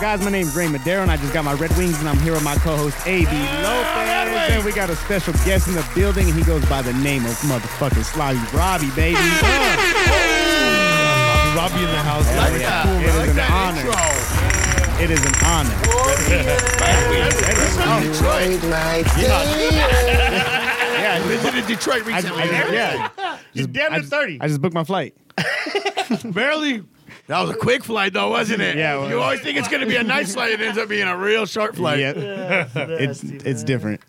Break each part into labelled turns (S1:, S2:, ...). S1: Guys, my name's Ray Madero, and I just got my Red Wings, and I'm here with my co-host A.B. Lopez. And we got a special guest in the building, and he goes by the name of motherfucking Slobby Robbie, baby.
S2: Robbie in the house.
S3: Like that.
S1: It is
S3: Like
S1: an
S3: that
S1: honor.
S3: intro.
S1: It is an honor.
S3: That's from Detroit.
S4: Night.
S1: Yeah, I
S3: They
S1: just,
S3: did it in Detroit
S1: I just-
S3: recently.
S1: I just- yeah.
S5: He's damn
S1: I
S5: near
S1: just,
S5: 30.
S1: I just booked my flight.
S2: Barely.
S3: That was a quick flight, though, wasn't it?
S1: Yeah, it was.
S3: You always think it's going to be a nice flight. It ends up being a real short flight.
S1: yeah, it's it's different.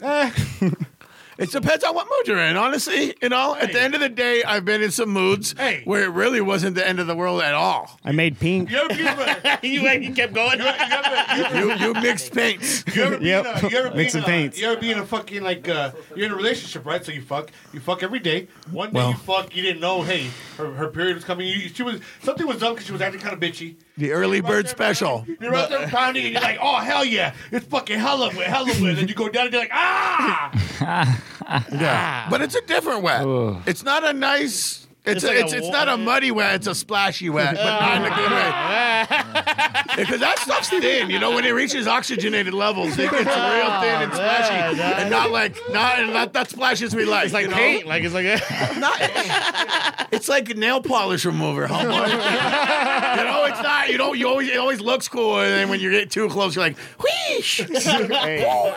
S3: It depends on what mood you're in, honestly. You know, at the end of the day, I've been in some moods
S5: Hey.
S3: where it really wasn't the end of the world at all.
S1: I made pink.
S5: You ever, you ever, you, ain't- you kept going.
S3: You, you mixed paints.
S2: You ever been,
S1: Yep.
S2: uh, you ever been
S1: Mixing
S2: in a,
S1: paints.
S2: you ever been in a fucking like uh, you're in a relationship, right? So you fuck, you fuck every day. One day you fuck, you didn't know. Hey, her, her period was coming. You, she was something was up because she was acting kind of bitchy.
S3: The early bird special.
S2: You're out there pounding and you're like, oh hell yeah, it's fucking hella with hella with. And you go down and you're like, ah,
S3: Yeah. But it's a different wet. It's not a nice. It's,
S5: It's
S3: a,
S5: like a
S3: it's, it's not a
S5: wa-
S3: muddy wet, it's a splashy wet, but not in a good way. Because that stuff's thin, you know, when it reaches oxygenated levels, it gets real thin
S5: Oh,
S3: and splashy. and not like, not, and not that splashes we like.
S5: It's like
S3: you know?
S5: paint. Like it's like a,
S3: Not, it's like nail polish remover, homeboy. you know, it's not. You don't. You always. It always looks cool, and then when you get too close, you're like, whoosh.
S1: Hey.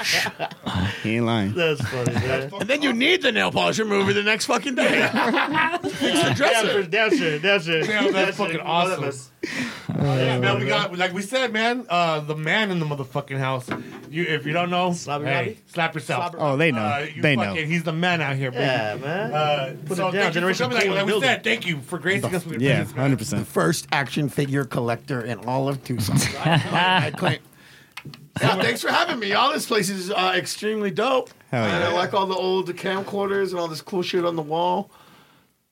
S1: he ain't lying.
S5: that's funny, man.
S3: And then you need the nail polish remover the next fucking day. Fix the
S5: Damn sure,
S3: dresser.
S5: damn sure, damn sure.
S2: Damn, that's fucking awesome. yeah, man,
S5: Oh,
S2: we got like we said, man, uh, the man in the motherfucking house. You, if you don't know, slap,
S5: Slobby Robbie?
S2: slap yourself.
S5: Slobber-
S1: Oh, they know.
S2: Uh, you
S1: they know.
S2: fucking, He's the man out here, baby.
S5: Yeah, man.
S2: Uh,
S5: Put
S2: so
S5: it down.
S2: thank you for
S5: Generation
S2: coming. Like,
S5: P in the
S2: like we
S5: building.
S2: said, thank you for gracing us with your
S1: Yeah,
S2: presence, man.
S1: hundred percent.
S4: First action figure collector in all of Tucson.
S3: I claim. Yeah, thanks for having me. All this place is uh, extremely dope.
S1: Hell
S3: And
S1: yeah.
S3: I like all the old camcorders and all this cool shit on the wall.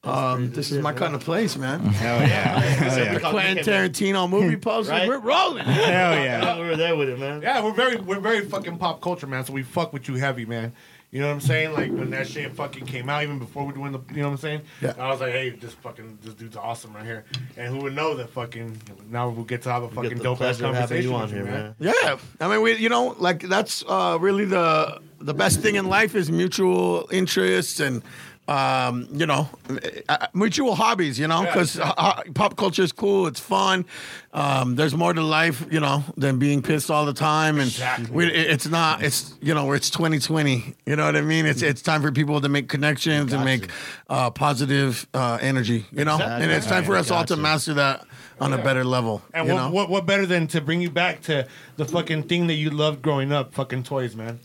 S3: Um, this is my kind of place, man.
S1: Hell yeah. Hell
S3: The
S1: yeah.
S3: Quentin Tarantino movie posters.
S5: Right?
S3: We're rolling.
S1: Hell yeah.
S5: We were there with it, man.
S2: Yeah, we're very we're very fucking pop culture, man. So we fuck with you heavy, man. You know what I'm saying? Like when that shit fucking came out, even before we doing the, you know what I'm saying?
S3: Yeah.
S2: I was like, hey, this fucking this dude's awesome right here. And who would know that fucking now we'll get to have a fucking
S5: Get the
S2: dope ass
S5: pleasure of having
S2: conversation
S5: you on
S2: with
S5: here, man.
S3: Yeah, I mean, we, you know, like that's uh, really the the best thing in life is mutual interests and um, you know uh, mutual hobbies. You know, because pop culture is cool, it's fun. Um, there's more to life, you know, than being pissed all the time. And we, it- it's not, it's you know, it's 2020. You know what I mean?
S2: Mm.
S3: It's it's time for people to make connections and make uh, positive uh, energy. You know, and it's time for us all to master that on a better level.
S2: And
S3: you
S2: what,
S3: know?
S2: what what better than to bring you back to the fucking thing that you loved growing up, fucking toys, man.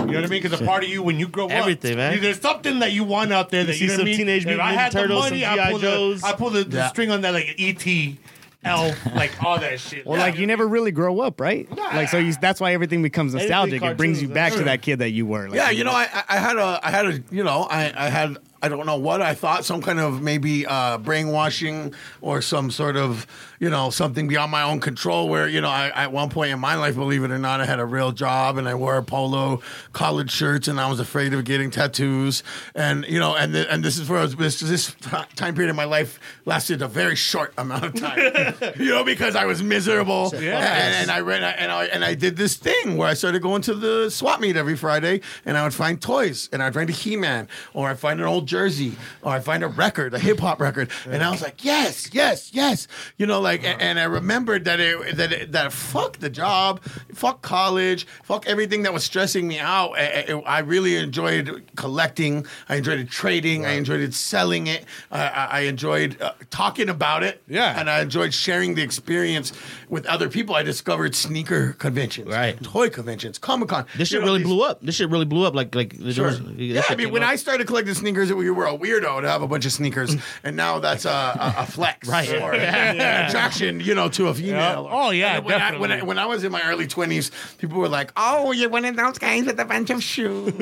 S2: You know what I mean? Because a part of you when you grow
S5: Everything,
S2: up,
S5: man.
S2: you- there's something that you want out there that
S5: see
S2: you know
S5: some
S2: what I mean?
S5: Teenage
S2: If
S5: Mutant
S2: I
S5: Ninja
S2: had
S5: Turtles,
S2: the money,
S5: some
S2: I
S5: G.I.
S2: pull the,
S5: Joes.
S2: I pull the, the
S3: Yeah.
S2: string on that like ET, Elf, like all that shit.
S1: Well, like you never really grow up, right? Like so, you, that's why everything becomes
S5: Anything
S1: nostalgic. It brings you
S5: cartoons,
S1: back
S5: that's
S1: to
S5: true.
S1: that kid that you were. Like,
S3: Yeah, you know, I I- I had a I had a you know I I had I don't know what I thought some kind of maybe uh, brainwashing or some sort of you know something beyond my own control where you know I at one point in my life believe it or not I had a real job and I wore polo college shirts and I was afraid of getting tattoos and you know and the, and this is where I was, this this time period in my life lasted a very short amount of time you know because I was miserable and, and I ran and I and I did this thing where I started going to the swap meet every Friday and I would find toys and I'd find a He-Man or I'd find an old jersey or I'd find a record, a hip hop record. And I was like, yes, yes, yes. You know, like and, and I remembered that it that it, that fuck the job, fuck college, fuck everything that was stressing me out. I, I- I really enjoyed collecting. I enjoyed trading. I enjoyed selling it. I, I I enjoyed uh, talking about it.
S2: Yeah.
S3: And I enjoyed sharing the experience with other people. I discovered sneaker conventions,
S6: Right.
S3: Toy conventions, Comic Con.
S6: This shit really blew up. This shit really blew up. Like like there
S3: Sure.
S6: was-
S3: Yeah,
S6: this
S3: I
S6: shit
S3: mean,
S6: came
S3: when
S6: up. Mm.
S3: I started collecting sneakers, it- you were a weirdo to have a bunch of sneakers, and now that's a, a, a flex,
S6: Right.
S3: Or an attraction, you know, to a female.
S5: Oh, yeah,
S3: And when I, when, I,
S5: definitely.
S3: when I was in my early twenties, people were like, "Oh, you're one of those guys with a bunch of shoes."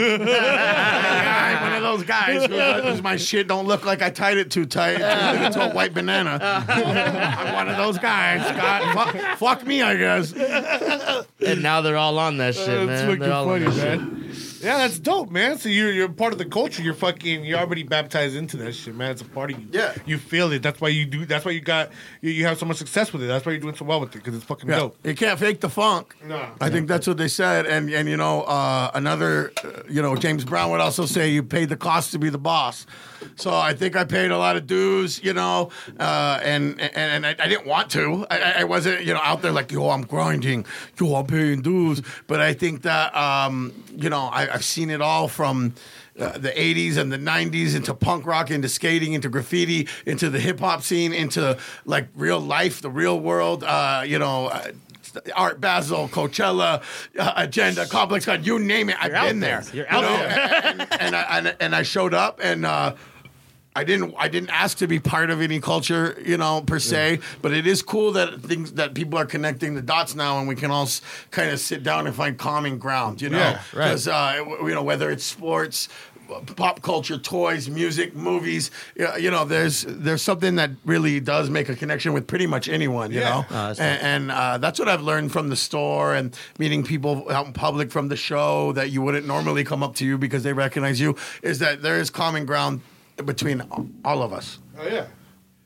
S3: Yeah, I'm one of those guys who uh, whose my shit don't look like I tied it too tight. I turned it into a white banana. I'm one of those guys. God, fuck, fuck me, I guess.
S6: and now they're all on that shit, man.
S2: That's fucking
S6: They're all on
S2: funny,
S6: that shit.
S2: man. Yeah, that's dope, man. So you're you're part of the culture. You're fucking you're
S7: already baptized into that shit, man. It's a part of you.
S3: Yeah.
S7: you feel it. That's why you do. That's why you got. You, you have so much success with it. That's why you're doing so well with it because it's fucking
S3: Yeah.
S7: dope.
S3: You can't fake the funk.
S7: No.
S3: I think that's what they said. And and you know, uh, another uh, you know, James Brown would also say you paid the cost to be the boss. So I think I paid a lot of dues, you know, uh, and and, and I, I didn't want to. I- I, I wasn't, you know, out there like, yo, I'm grinding, yo, I'm paying dues. But I think that um, you know, I, I've seen it all from uh, the 80s and the 90s into punk rock into skating into graffiti into the hip-hop scene into like real life the real world uh, you know uh, art basel coachella uh, agenda complex god you name it i've
S8: out
S3: been there
S8: there. You're out
S3: you know?
S8: there.
S3: and, and, I, and, and i showed up and uh, I didn't. I didn't ask to be part of any culture, you know, per se. But it is cool that things that people are connecting the dots now, and we can all s- kind of sit down and find common ground, you know.
S7: Yeah,
S8: right.
S3: Because uh, w- you know whether it's sports, uh, pop culture, toys, music, movies, y- you know, there's there's something that really does make a connection with pretty much anyone, you
S7: Yeah.
S3: know.
S8: Oh, that's
S3: and and uh, that's what I've learned from the store and meeting people out in public from the show that you wouldn't normally come up to you because they recognize you is that there is common ground between all of us.
S7: Oh yeah.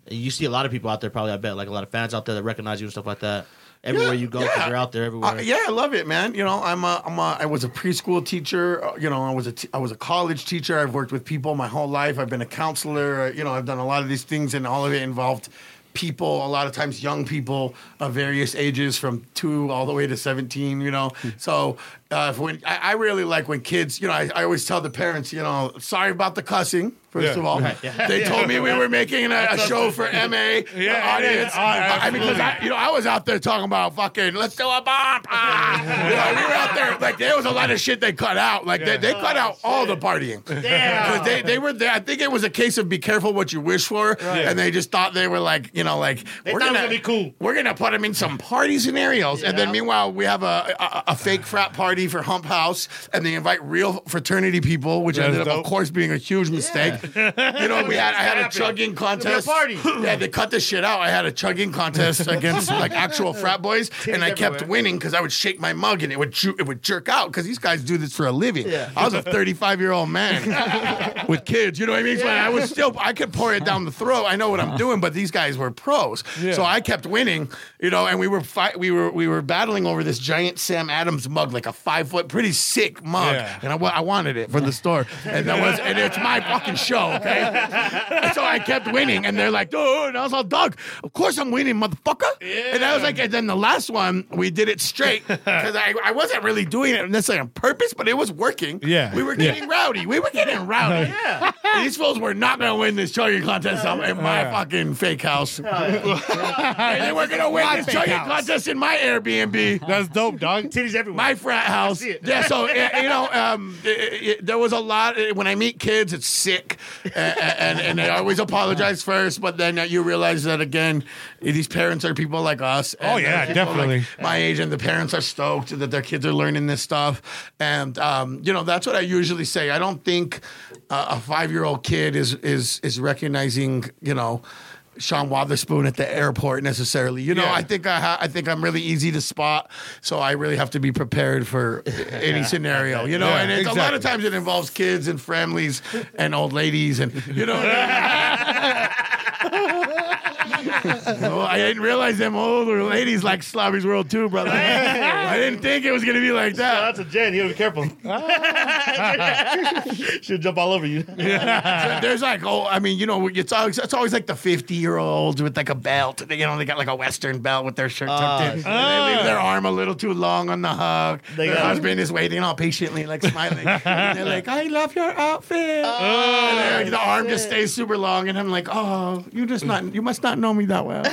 S8: You see a lot of people out there, probably. I bet, like a lot of fans out there that recognize you and stuff like that. Everywhere you go, 'cause
S3: yeah.
S8: you're out there everywhere.
S3: Uh, yeah, I love it, man. You know, I'm a, I'm a, I was a preschool teacher. uh, You know, I was a, t- I was a college teacher. I've worked with people my whole life. I've been a counselor. uh, You know, I've done a lot of these things, and all of it involved people. A lot of times, young people of various ages, from two all the way to seventeen. You know,
S7: Hmm.
S3: so uh, if when I, I really like when kids. You know, I, I always tell the parents. You know, sorry about the cussing. First
S7: Yeah.
S3: of all, they told me we were making a, a show for MA
S7: yeah,
S3: audience.
S7: yeah,
S3: I mean, because I, you know, I was out there talking about fucking let's do a bomb. Ah. You know, we were out there like there was a lot of shit they cut out. Like they, they cut out all the partying. Because they, they were there. I think it was a case of be careful what you wish for, and they just thought they were like you know like
S5: They thought it was gonna be cool.
S3: We're gonna put them in some party scenarios, and then
S5: Yeah.
S3: meanwhile we have a, a a fake frat party for Hump House, and they invite real fraternity people, which
S7: That's
S3: ended up,
S7: dope.
S3: of course, being a huge mistake. You know, we had I had a
S5: Happened.
S3: chugging contest.
S5: party.
S3: Yeah, they cut this shit out. I had a chugging contest against like actual frat boys, and I kept winning because I would shake my mug and it would ju- it would jerk out because these guys do this for a living. I was a 35 year old man with kids. You know what I mean? So I was still I could pour it down the throat. I know what I'm doing, but these guys were pros. So I kept winning. You know, and we were fight we were we were battling over this giant Sam Adams mug, like a five foot, pretty sick mug,
S7: Yeah.
S3: and I, wa- I wanted it for the store, and that was and it's my fucking show. Okay. And so I kept winning, and they're like, dude, and I was all, Doug, of course I'm winning, motherfucker. And I was like, and then the last one, we did it straight because I, I wasn't really doing it necessarily on purpose, but it was working.
S7: Yeah.
S3: We were getting rowdy. We were getting rowdy. yeah. These fools were not going to win this chugging contest um, in
S7: Oh,
S3: my fucking fake house. and they were going to win this chugging contest in my Airbnb.
S7: That's dope, dog.
S5: Titties everywhere.
S3: My frat house. Yeah, so eh, you know, um, eh, eh, eh, there was a lot. eh, When I meet kids, it's sick, Eh, eh, and and they always apologize first, but then uh, you realize that again, eh, these parents are people like us. and
S7: Oh, yeah,
S3: they're people like
S7: definitely.
S3: my age, and the parents are stoked that their kids are learning this stuff, and um, you know, that's what I usually say. I don't think uh, a five year old kid is is is recognizing, you know. Sean Watherspoon at the airport necessarily. You know,
S7: Yeah.
S3: I think I ha- I think I'm really easy to spot, so I really have to be prepared for any scenario. You know,
S7: Yeah,
S3: and it's a lot of
S7: exactly.
S3: times it involves kids and families and old ladies and you know. what I mean? Oh, I didn't realize them older ladies like Sloppy's World too, brother. I didn't think it was gonna be like
S5: Oh,
S3: that.
S5: that's a Jen. You gotta be careful. She'll jump all over you.
S3: So There's like, oh, I mean, you know, it's always it's always like the 50 year olds with like a belt. They, You know, they got like a Western belt with their shirt tucked
S8: Ah,
S3: in. And they leave their arm a little too long on the hug.
S5: They
S3: their
S5: got-
S3: husband is waiting all patiently, like smiling. And they're like, I love your outfit.
S5: Ah,
S3: and they're like, the arm just stays super long, and I'm like, oh, you just not, you must not know me that well.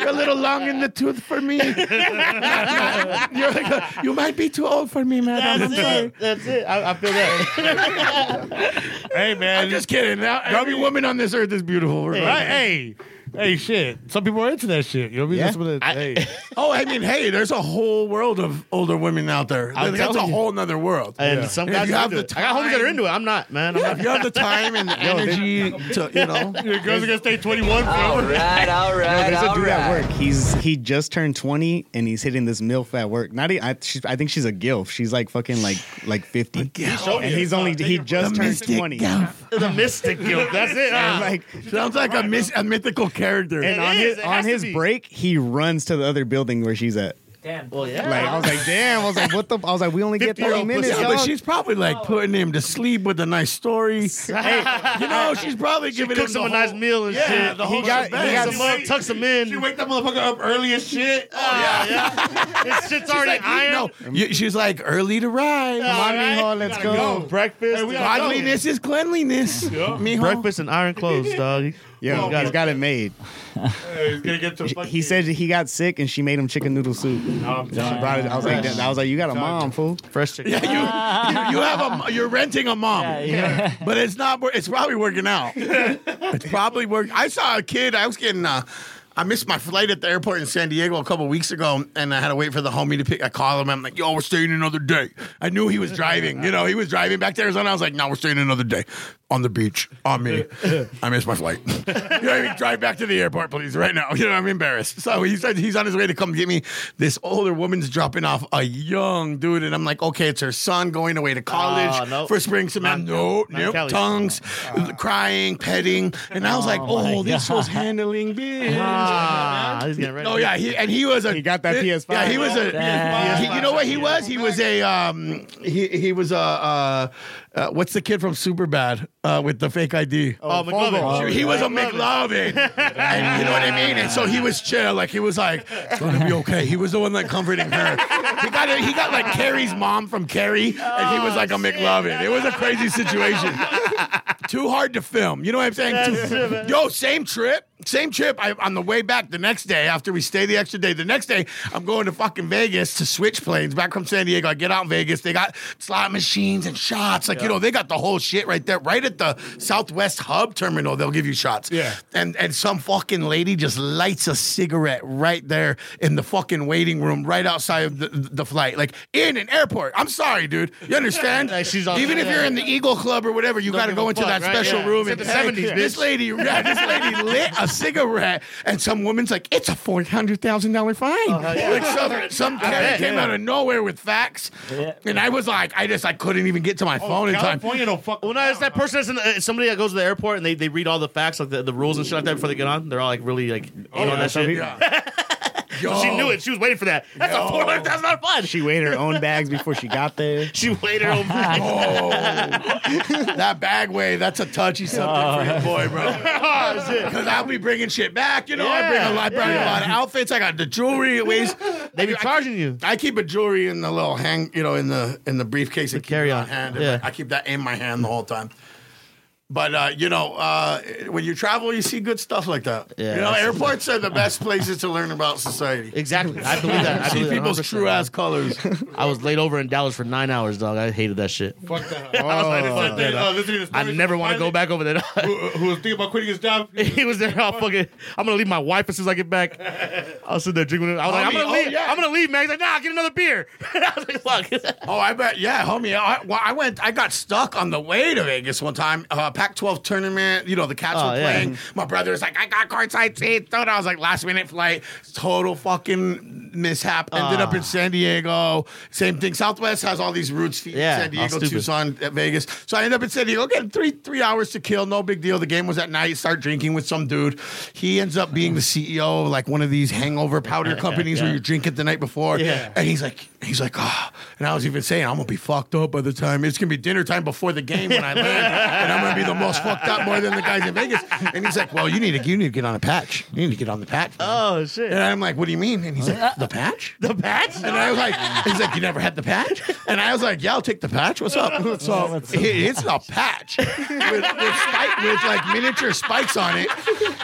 S3: You're a little long in the tooth for me. You're like, you might be too old for me, madam. I'm
S5: That's
S3: sorry.
S5: it. That's it. I, I feel that.
S7: Hey, man.
S3: I'm just kidding. Now, every woman on this earth is beautiful. We're
S7: Right, hey. hey, shit. Some people are into that shit. You know what I mean?
S1: Yeah.
S7: That's what it- hey.
S3: Oh, I mean, hey, there's a whole world of older women out there.
S8: I'm
S3: That's a
S8: telling you.
S3: whole nother world.
S8: And some
S3: If
S8: guys
S3: you
S8: are
S3: have
S8: into
S3: the
S8: it. I got homies that are
S3: time-
S8: into it. I'm not, man. I'm
S3: Yeah,
S8: not.
S3: if you have the time and the energy to, you know.
S7: Your girls are gonna stay 21
S9: All
S7: forever.
S9: right, all right,
S1: There's a
S9: all
S1: dude at
S9: right.
S1: work. He's he just turned 20 and he's hitting this milf at work. Not e- I, she's, I think she's a gilf. She's like fucking like like 50.
S3: Yeah.
S1: And he's only he just turned 20.
S5: the mystic guilt. That's it.
S1: And
S5: Ah.
S1: like
S3: Sounds like a, mis- a mythical character.
S1: and on
S5: is,
S1: his
S5: it
S1: on
S5: has to
S1: his
S5: be.
S1: break, he runs to the other building where she's at.
S9: Damn.
S8: Well, yeah.
S1: Like I was like, damn. I was like, what the? I was like, we only get 30
S3: Well,
S1: minutes.
S3: yeah, but
S1: dog.
S3: she's probably like putting him to sleep with a nice story. you know, she's probably giving
S5: Cooks
S3: him
S5: him
S3: the
S5: a nice
S3: whole-
S5: meal and
S3: Yeah,
S5: shit.
S3: the whole
S5: he got, he
S3: shebang.
S5: got
S3: She
S5: him up,
S3: wake-
S5: tucks him
S7: She
S5: in.
S7: wake that motherfucker up early as shit. Oh,
S5: yeah, yeah. His shit's already ironed.
S3: No, you, she's like early to ride.
S1: Come on, mijo, let's go.
S5: Breakfast,
S7: Hey, we gotta go.
S3: Godliness is cleanliness. Mijo.
S5: breakfast and iron clothes, dog.
S1: Yeah,
S5: You got
S1: he's
S5: it.
S1: got it made.
S7: Hey, he's gonna get to fucking-
S1: He said he got sick and she made him chicken noodle soup. She
S7: I'm done.
S1: brought it. I was like, damn, I was like, you got a mom, fool.
S8: Fresh chicken.
S3: Yeah, you, you, you have a mo- you're renting a mom, but it's not. wor- It's probably working out. It's probably work. I saw a kid. I was getting. Uh, I missed my flight at the airport in San Diego a couple weeks ago, and I had to wait for the homie to pick. I called him. I'm like, "Yo, we're staying another day." I knew he was driving. You know, he was driving back to Arizona. I was like, "No, we're staying another day on the beach on me. I missed my flight. you know, what I mean? drive back to the airport, please, right now. You know, I'm embarrassed." So he said he's on his way to come get me. This older woman's dropping off a young dude, and I'm like, "Okay, it's her son going away to college
S8: Oh, no.
S3: for spring semester." No,
S8: Mount
S3: nope,
S8: Kelly.
S3: tongues, crying, petting, and I was like, "Oh, this was handling bitch."
S8: Ah, he's getting ready.
S3: Oh yeah, he, and he was a.
S1: He got that PS5.
S3: Yeah, he was a.
S9: That
S3: he- you know what he was? He was a. Um, he he was a. Uh, uh, what's the kid from Superbad uh, with the fake ID?
S5: Oh, McLovin.
S3: he was a McLovin, and you know what I mean. And so he was chill, like he was like, "It's gonna be okay." He was the one like comforting her. He got he got like Carrie's mom from Carrie, and he was like a McLovin. It was a crazy situation. Too hard to film. You know what I'm saying? Too- Yo, same trip. Same trip. I, on the way back the next day, after we stay the extra day, the next day, I'm going to fucking Vegas to switch planes back from San Diego. I get out in Vegas. They got slot machines and shots. Like, you know, they got the whole shit right there. Right at the Southwest Hub terminal, they'll give you shots.
S7: Yeah.
S3: And and some fucking lady just lights a cigarette right there in the fucking waiting room right outside of the, the flight. Like in an airport. I'm sorry, dude. You understand?
S5: Like, she's on-
S3: Even if you're in the Eagle Club or whatever, you got to
S5: give a
S3: go into
S5: fuck,
S3: that
S5: right?
S3: special
S5: Yeah.
S3: room and
S5: It's the
S3: pay.
S5: 70s, bitch.
S3: This lady, yeah, this lady lit a cigarette, and some woman's like, "It's a four hundred thousand dollar fine."
S5: Oh,
S3: Like some some Karen came out of nowhere with facts, and I was like, I just I couldn't even get to
S5: Oh,
S3: my phone in time.
S7: California don't fuck.
S8: Well, no, it's that person that's in the, it's somebody that goes to the airport and they, they read all the facts, like the, the rules and shit like that before they get on. They're all like really like oh, that shit.
S3: Yo.
S5: She knew it. She was waiting for that. That's a four hundred thousand dollar fund.
S1: She weighed her own bags before she got there.
S5: She waited over. that.
S3: Oh, that bag way, that's a touchy subject for your boy, bro.
S5: Oh, shit.
S3: Because I'll be bringing shit back. You know, I bring a
S5: Yeah,
S3: lot, I bring a lot of outfits. I got the jewelry. It weighs
S5: They be charging you.
S3: I keep a jewelry in the little hang, you know, in the in the briefcase. I keep
S8: carry
S3: it on
S8: on.
S3: hand.
S8: Yeah.
S3: I keep that in my hand the whole time. But uh, you know, uh, when you travel, you see good stuff like that.
S8: Yeah,
S3: you know,
S8: that's-
S3: airports are the best places to learn about society.
S8: Exactly. I believe that. I
S3: See
S8: believe that
S3: people's
S8: 100%.
S3: true ass colors.
S8: I was laid over in Dallas for nine hours, dog. I hated that shit.
S7: Fuck that.
S5: I was like,
S7: Fuck that.
S2: Oh,
S7: Uh, listening to
S8: I
S7: stories
S8: never
S7: from
S8: want to go
S7: pilot
S8: back over there.
S7: Who, who was thinking about quitting his job?
S5: he was there all fucking. I'm gonna leave my wife as soon as I get back. I was sitting there drinking. with him. I was like, I'm gonna
S3: Homie, oh,
S5: leave.
S3: yeah.
S5: I'm gonna leave, man. He's like, Nah, get another beer. I was like, Fuck.
S3: Oh, I bet. Yeah, homie. I, well, I went. I got stuck on the way to Vegas one time. Uh, Pac-12 tournament. You know, the Cats
S8: Oh,
S3: were
S8: yeah.
S3: playing. My brother's like, I got courtside seats. So I was like, last minute flight. Total fucking mishap. Ended
S8: Ah.
S3: up in San Diego. Same thing. Southwest has all these routes. Fe-
S8: Yeah,
S3: San
S8: all
S3: Diego,
S8: stupid.
S3: Tucson, uh, Vegas. So I ended up in San Diego. Getting three three hours to kill. No big deal. The game was at night. Start drinking with some dude. He ends up being the CEO of like one of these hangover powder companies where you drink it the night before.
S8: Yeah.
S3: And he's like, he's like, ah. And I was even saying, I'm gonna be fucked up by the time it's gonna be dinner time before the game when I land, and I'm gonna be the most fucked up more than the guys in Vegas. And he's like, well, you need to, you need to get on a patch. You need to get on the patch. man."
S5: Oh shit.
S3: And I'm like, what do you mean? And he's like, the patch?
S5: The patch.
S3: And I was like, he's like, you never had the patch? And I was like, yeah, I'll take the patch. What's
S5: Oh,
S3: up? So it- it's a patch with, with, spike, with like miniature spikes on it.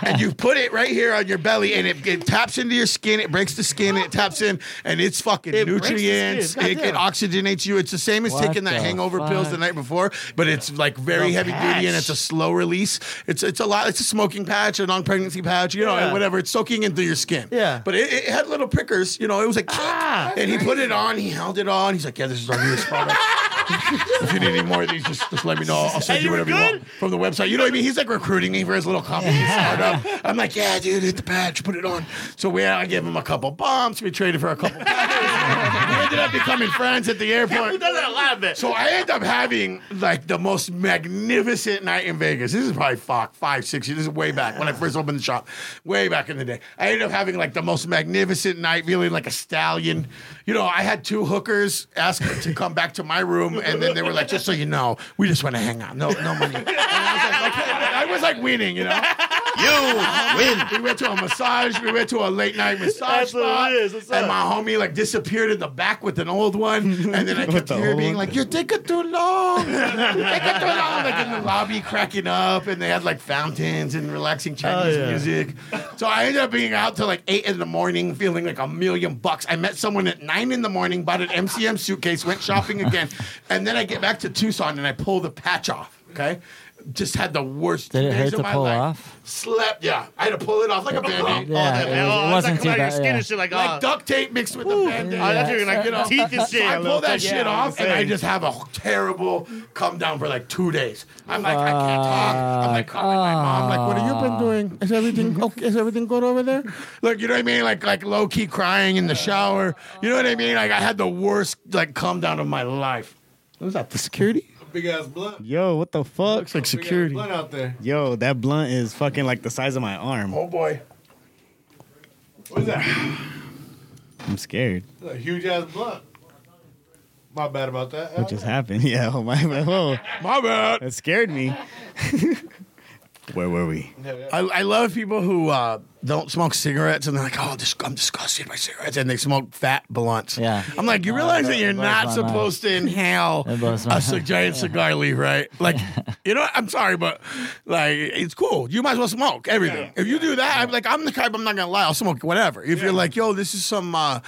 S3: And you put it right here on your belly and it, it taps into your skin. It breaks the skin. It taps in and it's fucking
S5: breaks the skin,
S3: nutrients. It, it
S5: goddamn.
S3: oxygenates you. It's the same as
S9: What
S3: taking that
S9: the
S3: hangover
S9: fuck?
S3: pills the night before, but it's like very heavy duty in. It's a slow release. It's it's a lot. It's a smoking patch, a non pregnancy patch, you know, and
S8: Yeah.
S3: whatever. It's soaking into your skin.
S8: Yeah.
S3: But it, it had little prickers. You know, it was a kick.
S5: Ah,
S3: and he put it on. He held it on. He's like, yeah, this is our newest product. if you need any more of these, just, just let me know. I'll send
S8: And
S3: you
S8: you were
S3: whatever you
S8: good?
S3: want from the website. You know what I mean? He's like recruiting me for his little company. startup. I'm like, yeah, dude, hit the patch, put it on. So we, I gave him a couple bumps. We traded for a couple. we ended up becoming friends at the airport.
S8: Who does that a lot of it?
S3: So I end up having like the most magnificent night in Vegas. This is probably fuck five, six years. This is way back when I first opened the shop, way back in the day. I ended up having like the most magnificent night, feeling like a stallion. You know, I had two hookers ask to come back to my room, and then they were like, "Just so you know, we just want to hang out. No, no money." And I, was like, okay. I was like winning, you know. You win. We went to a massage. We went to a late night massage
S8: That's what it
S3: spot,
S8: is. What's
S3: and
S8: up?
S3: my homie like disappeared in the back with an old one, and then I kept
S1: the
S3: hearing
S1: old
S3: being
S1: one?
S3: like like, you're taking too long. You're taking too long. Like in the lobby, cracking up, and they had like fountains and relaxing Chinese
S8: Oh, yeah.
S3: music. So I ended up being out till like eight in the morning, feeling like a million bucks. I met someone at nine in the morning, bought an MCM suitcase, went shopping again, and then I get back to Tucson and I pull the patch off. Okay. Just had the worst
S9: Did it
S3: days
S9: hurt
S3: of
S9: to
S3: my
S9: pull
S3: life.
S9: off?
S3: Slept, yeah. I had to pull it off like a band-aid.
S9: Yeah,
S8: oh,
S9: it
S8: man.
S9: was- it
S8: oh,
S9: wasn't
S8: it's like coming
S9: too
S8: out
S9: bad,
S8: of your skin
S9: yeah.
S8: and shit. Like,
S3: Like
S8: uh,
S3: duct tape mixed with a band-aid.
S8: oh, that's you're gonna like teeth and shit.
S3: I pull that
S8: Yeah.
S3: shit off, and I just have a terrible come down for like two days. I'm like, I can't talk. I'm like calling my mom, like, what
S8: oh.
S3: have you been doing? Is everything okay? Is everything good over there? Like, you know what I mean? Like, like low key crying in the shower. You know what I mean? Like, I had the worst like come down of my life. What was that? The security?
S7: Big ass blunt.
S1: Yo, what the fuck?
S3: like
S7: Big ass blunt out there.
S1: Yo, that blunt is fucking like the size of my arm.
S3: Oh boy.
S7: What is that?
S1: I'm scared.
S7: That's a huge ass blunt. My bad about that.
S1: What just happened? Yeah, oh my, whoa,
S3: My bad.
S1: that scared me. Where were we?
S3: I, I love people who uh, don't smoke cigarettes and they're like, oh, dis- I'm disgusted by cigarettes. And they smoke fat blunts.
S9: Yeah.
S3: I'm like, you realize that you're
S9: blows
S3: not
S9: my
S3: supposed to inhale
S9: That blows my
S3: a c- giant cigar leaf, right? Like, you know, I'm sorry, but like, it's cool. You might as well smoke everything. If you do that, I'm like, I'm the type, I'm not going to lie, I'll smoke whatever. If you're like, yo, this is some uh,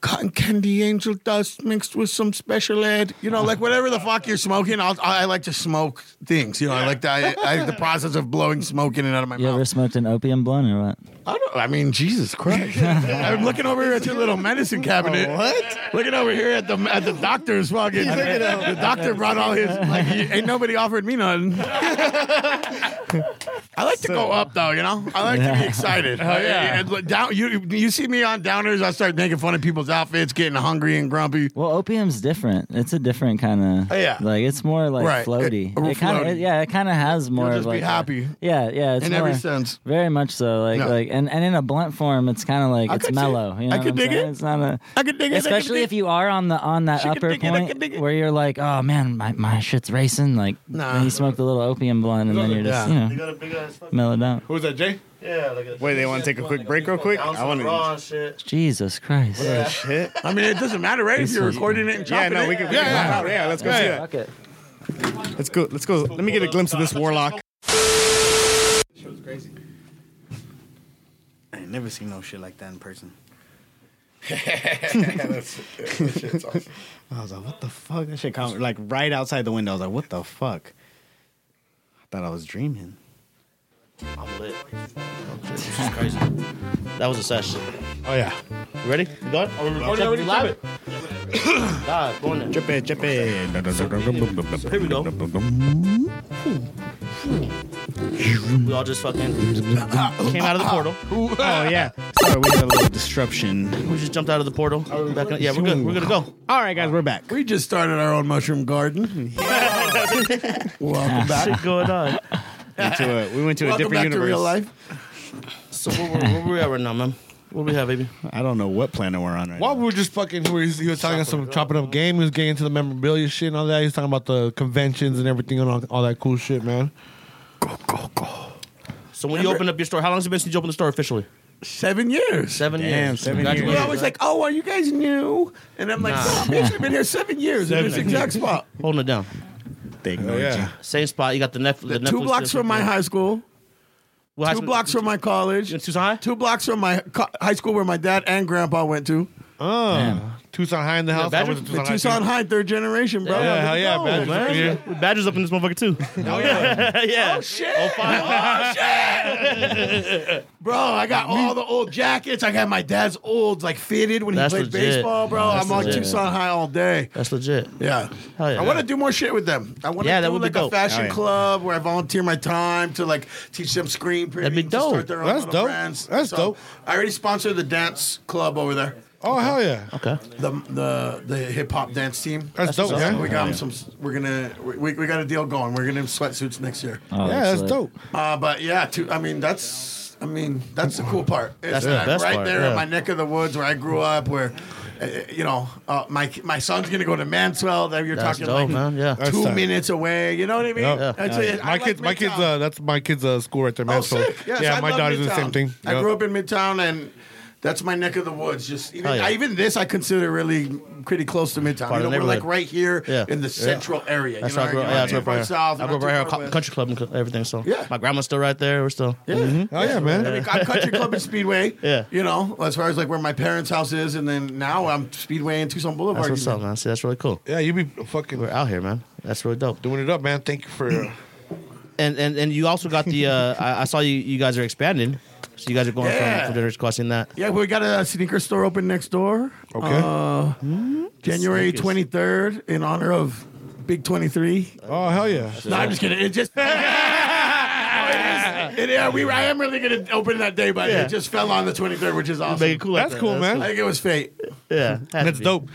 S3: cotton candy angel dust mixed with some special ed, you know, like whatever the fuck you're smoking, I'll, I, I like to smoke things. You know, I like the, I, I like the process of blowing smoke in and out of my
S9: You
S3: mouth.
S9: ever smoked an opium blunt or what?
S3: I don't. I mean, Jesus Christ! I'm looking over here at your little medicine cabinet. what? Looking over here at the at the doctor's fucking. The doctor brought all his. Like, he- ain't nobody offered me none. I like to go up though, you know. I like to be excited. Oh yeah. down, you you see me on downers, I start making fun of people's outfits, getting hungry and grumpy.
S9: Well, opium's different. It's a different kind of.
S3: Oh, yeah.
S9: Like it's more like
S3: Right.
S9: floaty.
S3: It-
S9: It, kind
S3: floaty.
S9: of. Yeah, it kind of has more.
S3: You'll
S9: of
S3: just
S9: like
S3: be
S9: a-
S3: happy
S9: yeah, yeah. It's
S3: in every
S9: more-
S3: sense.
S9: Very much so. Like
S3: Yeah.
S9: like and, and in a blunt form, it's kind of like
S3: I
S9: it's
S3: could see it.
S9: mellow. You know
S3: I
S9: what
S3: could
S9: I'm
S3: dig
S9: saying?
S3: it.
S9: It's not a.
S3: I could dig it. I could
S9: Especially
S3: dig
S9: if you are on the on that
S3: She could
S9: upper
S3: dig it, I could
S9: point
S3: dig it.
S9: where you're like, oh man, my, my shit's racing. Like
S3: Nah.
S9: when you smoke the little opium blunt and then you're just
S3: Yeah.
S9: you know
S8: got a big ass fucking.
S9: mellowed out.
S7: Who was that, Jay?
S8: Yeah, like a
S1: Wait, they want to take a quick break, real quick. I want to.
S8: shit.
S9: Jesus Christ.
S1: Shit.
S3: I mean, it doesn't matter, right? If you're recording it and
S1: Yeah,
S3: chopping
S1: no,
S3: it.
S1: we can.
S3: Yeah, yeah.
S1: Yeah, yeah. Let's go. see that.
S9: Fuck it.
S1: Let's go. Let's go. Let me get a glimpse of this warlock. I ain't never seen no shit like that in person. I was like, what the fuck? That shit come like right outside the window. I was like, what the fuck? I thought I was dreaming.
S8: I'm lit. This is crazy. That was a session.
S7: Oh yeah.
S8: You ready? You done? Are we
S7: recording already?
S8: Live? Nah, go in there.
S1: Drip it, drip it.
S8: Here we go. We all just fucking came out of the portal.
S1: Oh yeah. Sorry, we had a little disruption.
S8: We just jumped out of the portal. Back in- yeah, we're good. We're gonna go.
S1: All right, guys, we're back.
S3: We just started our own mushroom garden. Welcome back.
S8: Shit going on.
S1: Into a- we went to a
S3: Welcome
S1: different
S3: back to
S1: universe.
S3: real life.
S8: So where, where, where we at right now, man? What do we have, baby?
S1: I don't know what planet we're on right
S7: While
S1: now.
S7: we were just fucking, he was, he was talking us some chopping up game. He was getting into the memorabilia shit and all that. He was talking about the conventions and everything and all, all that cool shit, man.
S8: So when you opened up your store, how long has it been since you opened the store officially?
S3: Seven years.
S8: Seven
S1: Damn,
S8: years.
S1: seven
S8: Congratulations.
S3: People are always like, "Oh, are you guys new?" And I'm like, nah. "No, bitch, we've been here seven years in this
S8: Seven.
S3: exact spot,
S8: Holding it down.
S1: They ignored you.
S8: Same spot. You got the Netflix. The
S3: two
S8: Netflix
S3: blocks from my high school,
S8: Well, high
S3: two
S8: school-
S3: blocks from my college,
S8: You in Tucson High?
S3: two blocks from my co- high school where my dad and grandpa went to.
S7: Oh,
S9: Man.
S7: Tucson High in the house. I
S8: Badger-
S7: was at
S3: The Tucson High, third generation, bro.
S7: Yeah,
S3: Look at
S7: hell yeah,
S3: those.
S7: Badger.
S8: Badgers, Badgers up in this motherfucker too. Oh yeah, yeah. Oh shit.
S3: Oh, Bro, I got all the old jackets. I got my dad's old, like fitted when
S8: That's
S3: he played
S8: legit.
S3: baseball, bro.
S8: That's
S3: I'm on
S8: legit.
S3: Tucson High all day.
S8: That's legit.
S3: Yeah.
S8: Hell yeah.
S3: I want to do more shit with them. I want to
S8: Yeah,
S3: do
S8: that would be
S3: like a
S8: dope.
S3: fashion
S1: Alright.
S3: club where I volunteer my time to like teach them screen printing.
S8: be
S3: To
S8: dope.
S3: start their own
S7: That's
S3: little
S7: dope.
S3: brands.
S7: That's dope.
S3: I already sponsored the dance club over there.
S7: Oh hell yeah.
S8: Okay.
S3: The the the hip hop dance team.
S7: That's dope,
S3: So
S7: yeah.
S3: We got 'em some. We're gonna we, we got a deal going. We're gonna have sweatsuits next year.
S9: Oh,
S7: Yeah, that's
S9: lit.
S7: dope.
S3: Uh, but yeah, to, I mean that's I mean that's the cool part. It's
S8: That's the
S3: like
S8: best
S3: right
S8: part,
S3: there
S8: yeah.
S3: in my neck of the woods where I grew up. Where uh, you know uh, my my son's gonna go to Manswell. There you're
S8: That's
S3: talking like
S8: dope, man. Yeah.
S7: That's
S3: two
S7: tight.
S3: minutes away. You know what I mean?
S7: Yeah.
S3: That's it. I
S7: My
S3: like
S7: kids, my kids.
S3: Midtown.
S7: Uh, that's my kids' uh, school right there,
S3: oh,
S7: Mansfield.
S3: sick. Yes,
S7: yeah,
S3: I
S7: my
S3: love
S7: daughter's doing the
S3: Midtown.
S7: same thing.
S3: I grew up in Midtown and. That's my neck of the woods. Just even,
S8: Hell yeah.
S3: I, even this, I consider really pretty close to Midtown.
S8: Part
S3: You
S8: of
S3: know,
S8: the
S3: we're like
S8: neighborhood.
S3: right here
S8: Yeah.
S3: in the
S8: Yeah.
S3: central area.
S8: That's
S3: you know,
S8: how I grew up.
S3: you're
S8: Yeah,
S3: not
S8: that's
S3: too
S8: where I grew
S3: far
S8: up.
S3: south,
S8: I
S3: you're
S8: grew up
S3: not
S8: right
S3: too
S8: here,
S3: far
S8: co-
S3: west.
S8: country club and co- everything. So
S3: Yeah.
S8: my grandma's still right there. We're still. mm-hmm.
S3: Yeah.
S7: Oh yeah,
S3: I
S7: man.
S3: mean, I'm Country Club and Speedway.
S8: Yeah.
S3: You know, as far as like where my parents' house is, and then now I'm Speedway and Tucson Boulevard.
S8: That's what's up, man. See, that's really cool.
S7: Yeah, you be fucking
S8: We're out here, man. That's really dope.
S7: doing it up, man. Thank you for. Uh,
S8: And and, and you also got the. Uh, I, I saw you. You guys are expanding. So you guys are going
S3: Yeah.
S8: from, from Dinner's Crossing that.
S3: Yeah, we got a sneaker store open next door.
S7: Okay.
S3: Uh, January
S8: Sneakers.
S3: 23rd in honor of Big 23.
S7: oh hell yeah.
S3: No, I'm just kidding. It just. It is- it- yeah, we. I am really gonna open that day, but
S8: Yeah.
S3: it just fell on the 23rd, which is awesome.
S8: Make it cool. like
S7: That's
S8: that.
S7: cool, man.
S3: I think it was fate.
S8: Yeah, had to
S7: That's
S8: be.
S7: dope.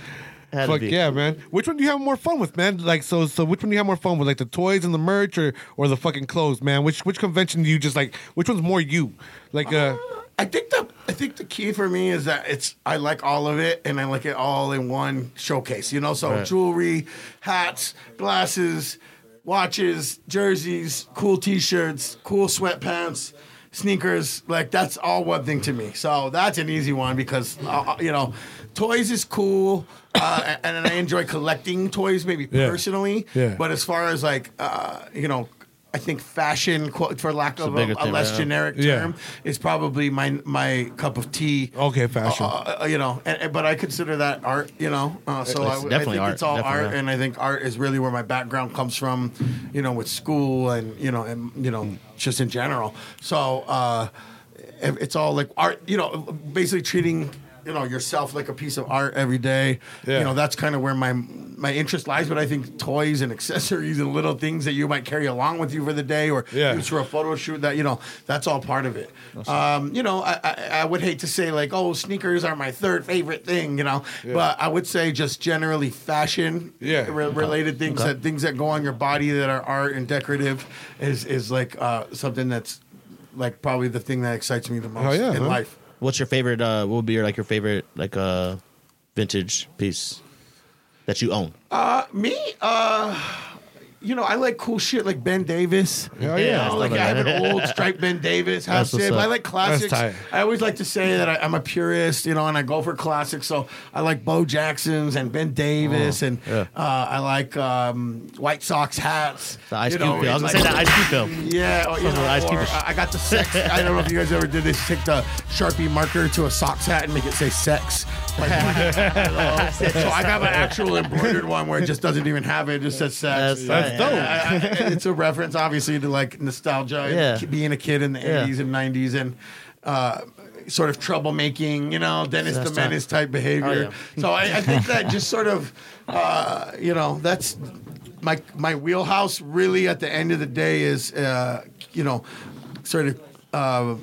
S8: Had to
S7: Fuck
S8: be.
S7: yeah, man. Which one do you have more fun with, man? Like so, so which one do you have more fun with, like the toys and the merch, or or the fucking clothes, man? Which which convention do you just like? Which one's more you? Like uh,
S3: I think the I think the key for me is that it's I like all of it and I like it all in one showcase. You know, so jewelry, hats, glasses, watches, jerseys, cool t-shirts, cool sweatpants, sneakers. Like that's all one thing to me. So that's an easy one because uh, uh, you know, toys is cool. Uh, and, and I enjoy collecting toys, maybe
S7: Yeah.
S3: personally.
S7: Yeah.
S3: But as far as like, uh, you know, I think fashion, quote, for lack of a,
S8: bigger
S3: a
S8: thing,
S3: less
S8: right?
S3: generic
S7: Yeah.
S3: term, is probably my my cup of tea.
S7: Okay, fashion.
S3: Uh, uh, you know, and, and- but I consider that art. You know, uh, so I,
S8: It's
S3: I think
S8: definitely
S3: it's
S8: art,
S3: all
S8: definitely
S3: art,
S8: art.
S3: and I think art is really where my background comes from. You know, with school and you know and you know just in general. So uh, it- it's all like art. You know, basically treating. You know yourself like a piece of art every day.
S7: Yeah.
S3: You know that's kind of where my my interest lies. But I think toys and accessories and little things that you might carry along with you for the day or
S7: Yeah.
S3: use for a photo shoot that you know that's all part of it um, you know I, I, I would hate to say like oh sneakers are my third favorite thing you know but i would say just generally fashion
S7: Yeah.
S3: re- related things that things that go on your body that are art and decorative is is like uh, something that's like probably the thing that excites me the most
S7: Hell Oh, yeah,
S3: in
S7: man.
S3: life
S8: What's your favorite? Uh, what would be your like your favorite like uh, vintage piece that you own?
S3: me uh you know, I like cool shit like Ben Davis.
S7: Hell
S3: You
S7: yeah.
S3: know,
S8: Yeah,
S3: like
S8: stuff like
S3: I have
S8: that.
S3: an old striped Ben Davis house
S8: That's what's
S3: sip. I
S8: up.
S3: like classics.
S7: tight.
S3: I always like to say that I, I'm a purist, you know, and I go for classics. So I like Bo Jackson's and Ben Davis, and
S8: Oh, yeah.
S3: uh, I like um, White Sox hats.
S8: The Ice
S3: you
S8: Cube.
S3: know,
S8: film. I was
S3: and
S8: gonna say
S3: like-
S8: that Ice Cube film.
S3: yeah, or, you
S8: Sounds
S3: know,
S8: like Ice Cube.
S3: or I I got the sex. I don't know if you guys ever did this. Take the Sharpie marker to a socks hat and make it say sex. Like, I don't know. so I got an actual embroidered one where it just doesn't even have it. It just says sex.
S8: That's- That's
S3: dope. it's a reference, obviously, to like nostalgia
S8: Yeah.
S3: and ki- being a kid in the
S8: Yeah.
S3: 80s and 90s and uh, sort of troublemaking, you know, Dennis
S8: That's Oh,
S3: the Menace type behavior. So I, I think that just sort of, uh, you know, that's my my wheelhouse. Really, at the end of the day, is uh, you know, sort of uh,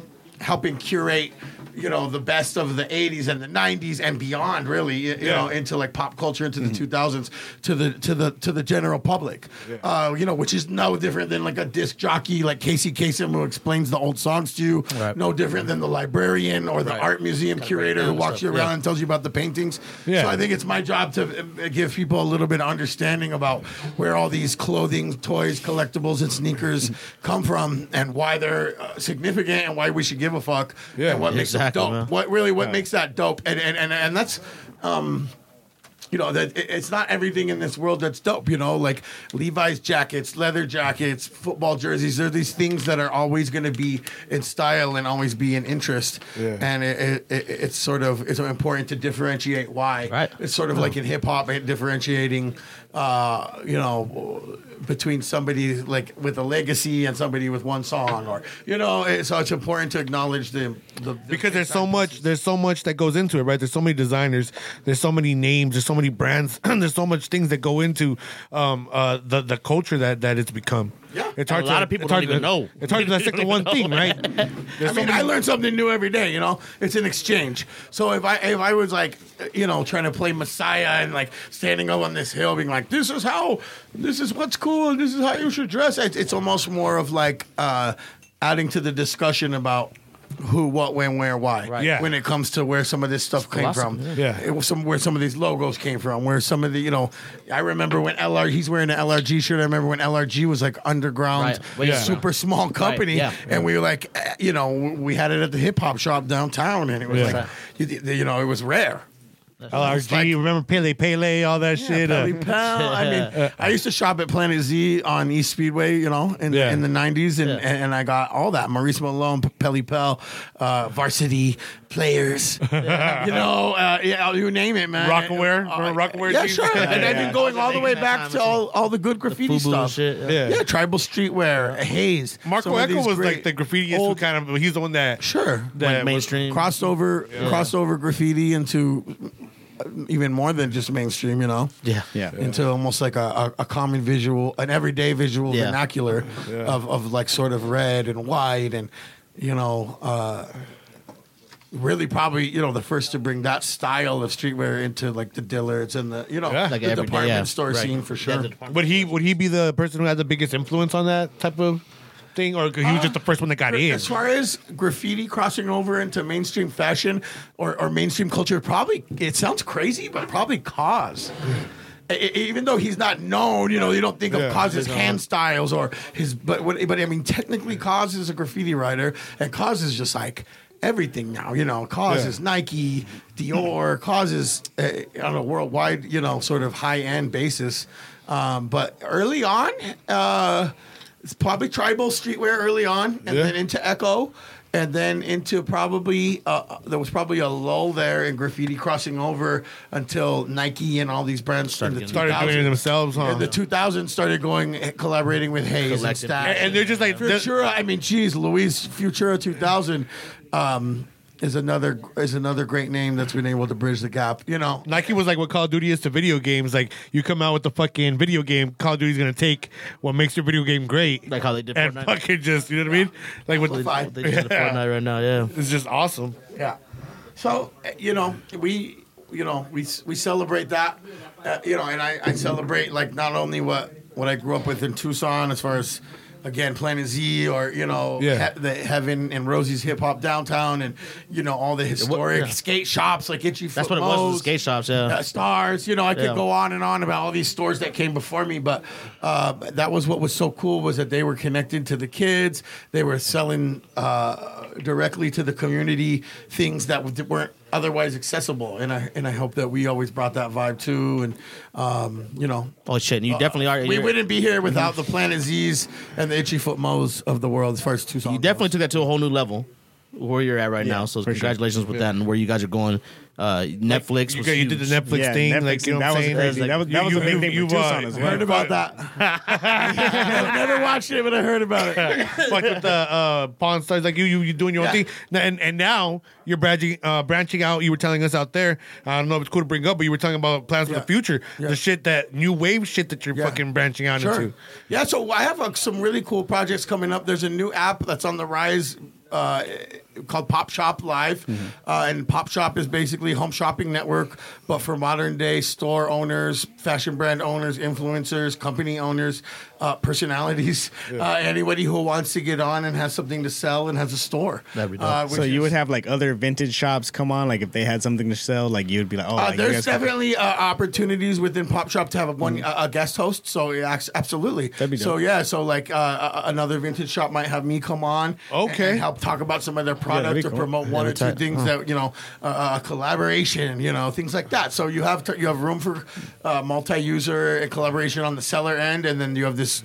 S3: helping curate. You know the best of the '80s and the '90s and beyond, really. You, you know, into like pop culture, into the 2000s, to the to the to the general public. Uh, you know, which is no different than like a disc jockey, like Casey Kasem, who explains the old songs to you. No different than the librarian or the art museum curator who walks you around and tells you about the paintings.
S7: Yeah.
S3: So I think it's my job to uh, give people a little bit of understanding about where all these clothing, toys, collectibles, and sneakers come from, and why they're uh, significant, and why we should give a fuck,
S7: Yeah.
S3: and what makes
S8: Exactly,
S3: them dope.
S8: man.
S3: What really what makes that dope, and and and, and that's. Um, you know that it- it's not everything in this world that's dope. You know, like Levi's jackets, leather jackets, football jerseys. They're these things that are always going to be in style and always be in interest.
S2: Yeah.
S3: And it, it, it, it's sort of it's important to differentiate why.
S8: Right.
S3: It's sort of like in hip hop, it differentiating, uh, you know, between somebody like with a legacy and somebody with one song, or you know, it, so it's important to acknowledge the, the, the
S2: because there's so much there's so much that goes into it right there's so many designers there's so many names there's so many brands there's so much things that go into um uh the the culture that that it's become yeah it's
S8: And a lot of people
S2: it's hard
S8: don't even
S2: to-
S8: know.
S2: it's hard to
S8: They
S2: dissect
S8: don't
S2: the one
S8: even
S2: thing
S8: know.
S2: right
S3: I mean, I learn something new every day. You know, it's an exchange. So if I if I was like, you know, trying to play Messiah and like standing up on this hill, being like, this is how, this is what's cool, this is how you should dress. It's, it's almost more of like uh, adding to the discussion about. Who, what, when, where, why? Right.
S2: Yeah.
S3: When it comes to where some of this stuff came from,
S2: yeah. Yeah.
S3: It was some where some of these logos came from, where some of the, you know, I remember when LR, he's wearing an LRG shirt. I remember when LRG was like underground,
S8: Right. Way
S2: Yeah.
S3: super small company,
S8: yeah.
S3: and we were like, eh, you know, we had it at the hip hop shop downtown, and it was
S2: Yeah.
S3: like, you, you know, it was rare.
S2: LRG Oh, remember Pele Pele all that shit uh,
S3: Pelly Pal. I mean, I used to shop at Planet Z on East Speedway, you know, in,
S2: Yeah.
S3: in the 90s, and, and, and I got all that Maurice Malone, Pelly Pell, uh, varsity players, you know, uh, yeah, you name it, man.
S2: Rockaware?
S3: Uh,
S2: Remember Rockaware
S3: Yeah,
S2: jeans?
S3: sure.
S2: Yeah,
S3: and I've
S2: yeah.
S3: been going all the way back to all, all the good graffiti
S8: Fubu and
S3: stuff.
S8: shit. Yeah.
S2: yeah,
S3: Yeah, tribal streetwear, Hayes.
S2: Marco
S3: some of
S2: Echo
S3: these
S2: was
S3: great
S2: like the graffitiist who
S3: old-
S2: kind of he's the one that
S3: Sure.
S2: that was-
S8: mainstream.
S3: crossover crossover graffiti into uh, even more than just mainstream, you know,
S8: yeah.
S1: Yeah.
S3: into almost like a, a, a common visual, an everyday visual
S8: Yeah.
S3: vernacular of, of like sort of red and white and you know, uh, really probably you know the first to bring that style of streetwear into like the Dillards and the you know
S2: Yeah.
S8: Like
S3: the
S8: everyday,
S3: department
S8: yeah.
S3: store
S8: Right.
S3: scene for
S8: Yeah,
S3: sure.
S8: the department
S2: would he would he be the person who had the biggest influence on that type of thing or he was just the first one that got in
S3: As far as graffiti crossing over into mainstream fashion or, or mainstream culture, probably it sounds crazy, but probably Cause. E- e- Even though he's not known, you know, you don't think
S2: Yeah.
S3: of Cause's hand styles or his, but what- but I mean, technically, Cause is a graffiti writer, and Cause is just like everything now. You know, Cause
S2: Yeah.
S3: is Nike, Dior, Cause is uh, on a worldwide, you know, sort of high end basis. Um, but early on, uh, it's probably tribal streetwear early on, and
S2: Yeah.
S3: then into Echo, and then into probably uh, there was probably a lull there in graffiti crossing over until Nike and all these brands started, in the
S2: started doing it
S3: 2000s.
S2: themselves
S5: Oh,
S2: huh?
S3: In the 2000s, started going eh, collaborating with Hayes and
S8: Collective.
S3: Stash.
S2: And- and they're just like- they're-
S3: Futura. I mean, geez, Luis Futura 2000 um, is another is another great name that's been able to bridge the gap. You know,
S2: Nike was like what Call of Duty is to video games. Like you come out with the fucking video game, Call of Duty's gonna take what makes your video game great,
S8: Like how they did
S2: and
S8: Fortnite.
S2: fucking just you know what I mean. Like with
S3: Amplify.
S8: They just did a
S2: Yeah.
S8: Fortnite right now. Yeah.
S2: it's just awesome.
S3: Yeah. So uh, you know, we you know we we celebrate that, uh, you know, and I, I celebrate like not only what what I grew up with in Tucson as far as. Again, Planet Z, or you know,
S2: Yeah.
S3: he- the Heaven and Rosie's Hip Hop Downtown, and you know all the historic skate shops like Itchy.
S8: That's
S3: Foot
S8: what it was. was
S3: Mo's
S8: the skate shops. Yeah.
S3: uh, stars. You know, I could
S8: Yeah.
S3: go on and on about all these stores that came before me, but uh, that was what was so cool was that they were connected to the kids. They were selling uh, directly to the community things that w- weren't otherwise accessible, and I and I hope that we always brought that vibe too. And um, you know,
S8: oh shit! And you definitely are.
S3: we
S8: you're- Mm-hmm.
S3: wouldn't be here without the Planet Z's and the Itchy Foot Mo's of the world as far as Tucson.
S8: you
S3: goes.
S8: definitely took that to a whole new level where you're at right now. So
S1: for sure.
S8: congratulations with that and where you guys are going. Uh, Netflix.
S2: You,
S8: was
S2: got- you did
S8: huge.
S2: the Netflix
S1: Yeah,
S2: thing,
S1: Netflix
S2: like you know
S1: thing,
S2: what I'm
S1: that was
S2: saying?
S1: crazy. That was- that was a big thing for
S2: you've,
S1: Tucson as well.
S3: heard about that. I never watched it, but I heard about it.
S2: Fuck with the uh, Pawn Stars, like you, you, you doing your own
S3: Yeah.
S2: thing, Now- and and now you're branching, uh, branching out. You were telling us out there. I don't know if it's cool to bring up, but you were talking about plans for
S3: Yeah.
S2: the future,
S3: Yeah.
S2: the shit that new wave shit that you're
S3: Yeah.
S2: fucking branching out into.
S3: Yeah, so I have uh, some really cool projects coming up. There's a new app that's on the rise. Uh, called Pop Shop Live,
S8: Mm-hmm.
S3: uh, and Pop Shop is basically home shopping network, but for modern day store owners, fashion brand owners, influencers, company owners, uh, personalities, uh, anybody who wants to get on and has something to sell and has a store.
S8: That'd be dope.
S3: Uh,
S1: So
S3: which
S1: you
S3: is-
S1: would have like other vintage shops come on, like if they had something to sell, like you'd be like, oh,
S3: Uh,
S1: like, you
S3: there's
S1: guys can-
S3: definitely uh, opportunities within Pop Shop to have a one a, a guest host. So yeah, ac- absolutely.
S1: That'd be dope.
S3: uh, So yeah, so like uh, a- a- another vintage shop might have me come on. and-
S2: Okay.
S3: And help talk about some of their product
S2: that'd be
S3: or
S2: cool.
S3: promote one or
S2: Every
S3: two
S2: time.
S3: things that you know, uh, uh, collaboration, you know, things like that. So you have to, you have room for uh, multi-user and collaboration on the seller end, and then you have this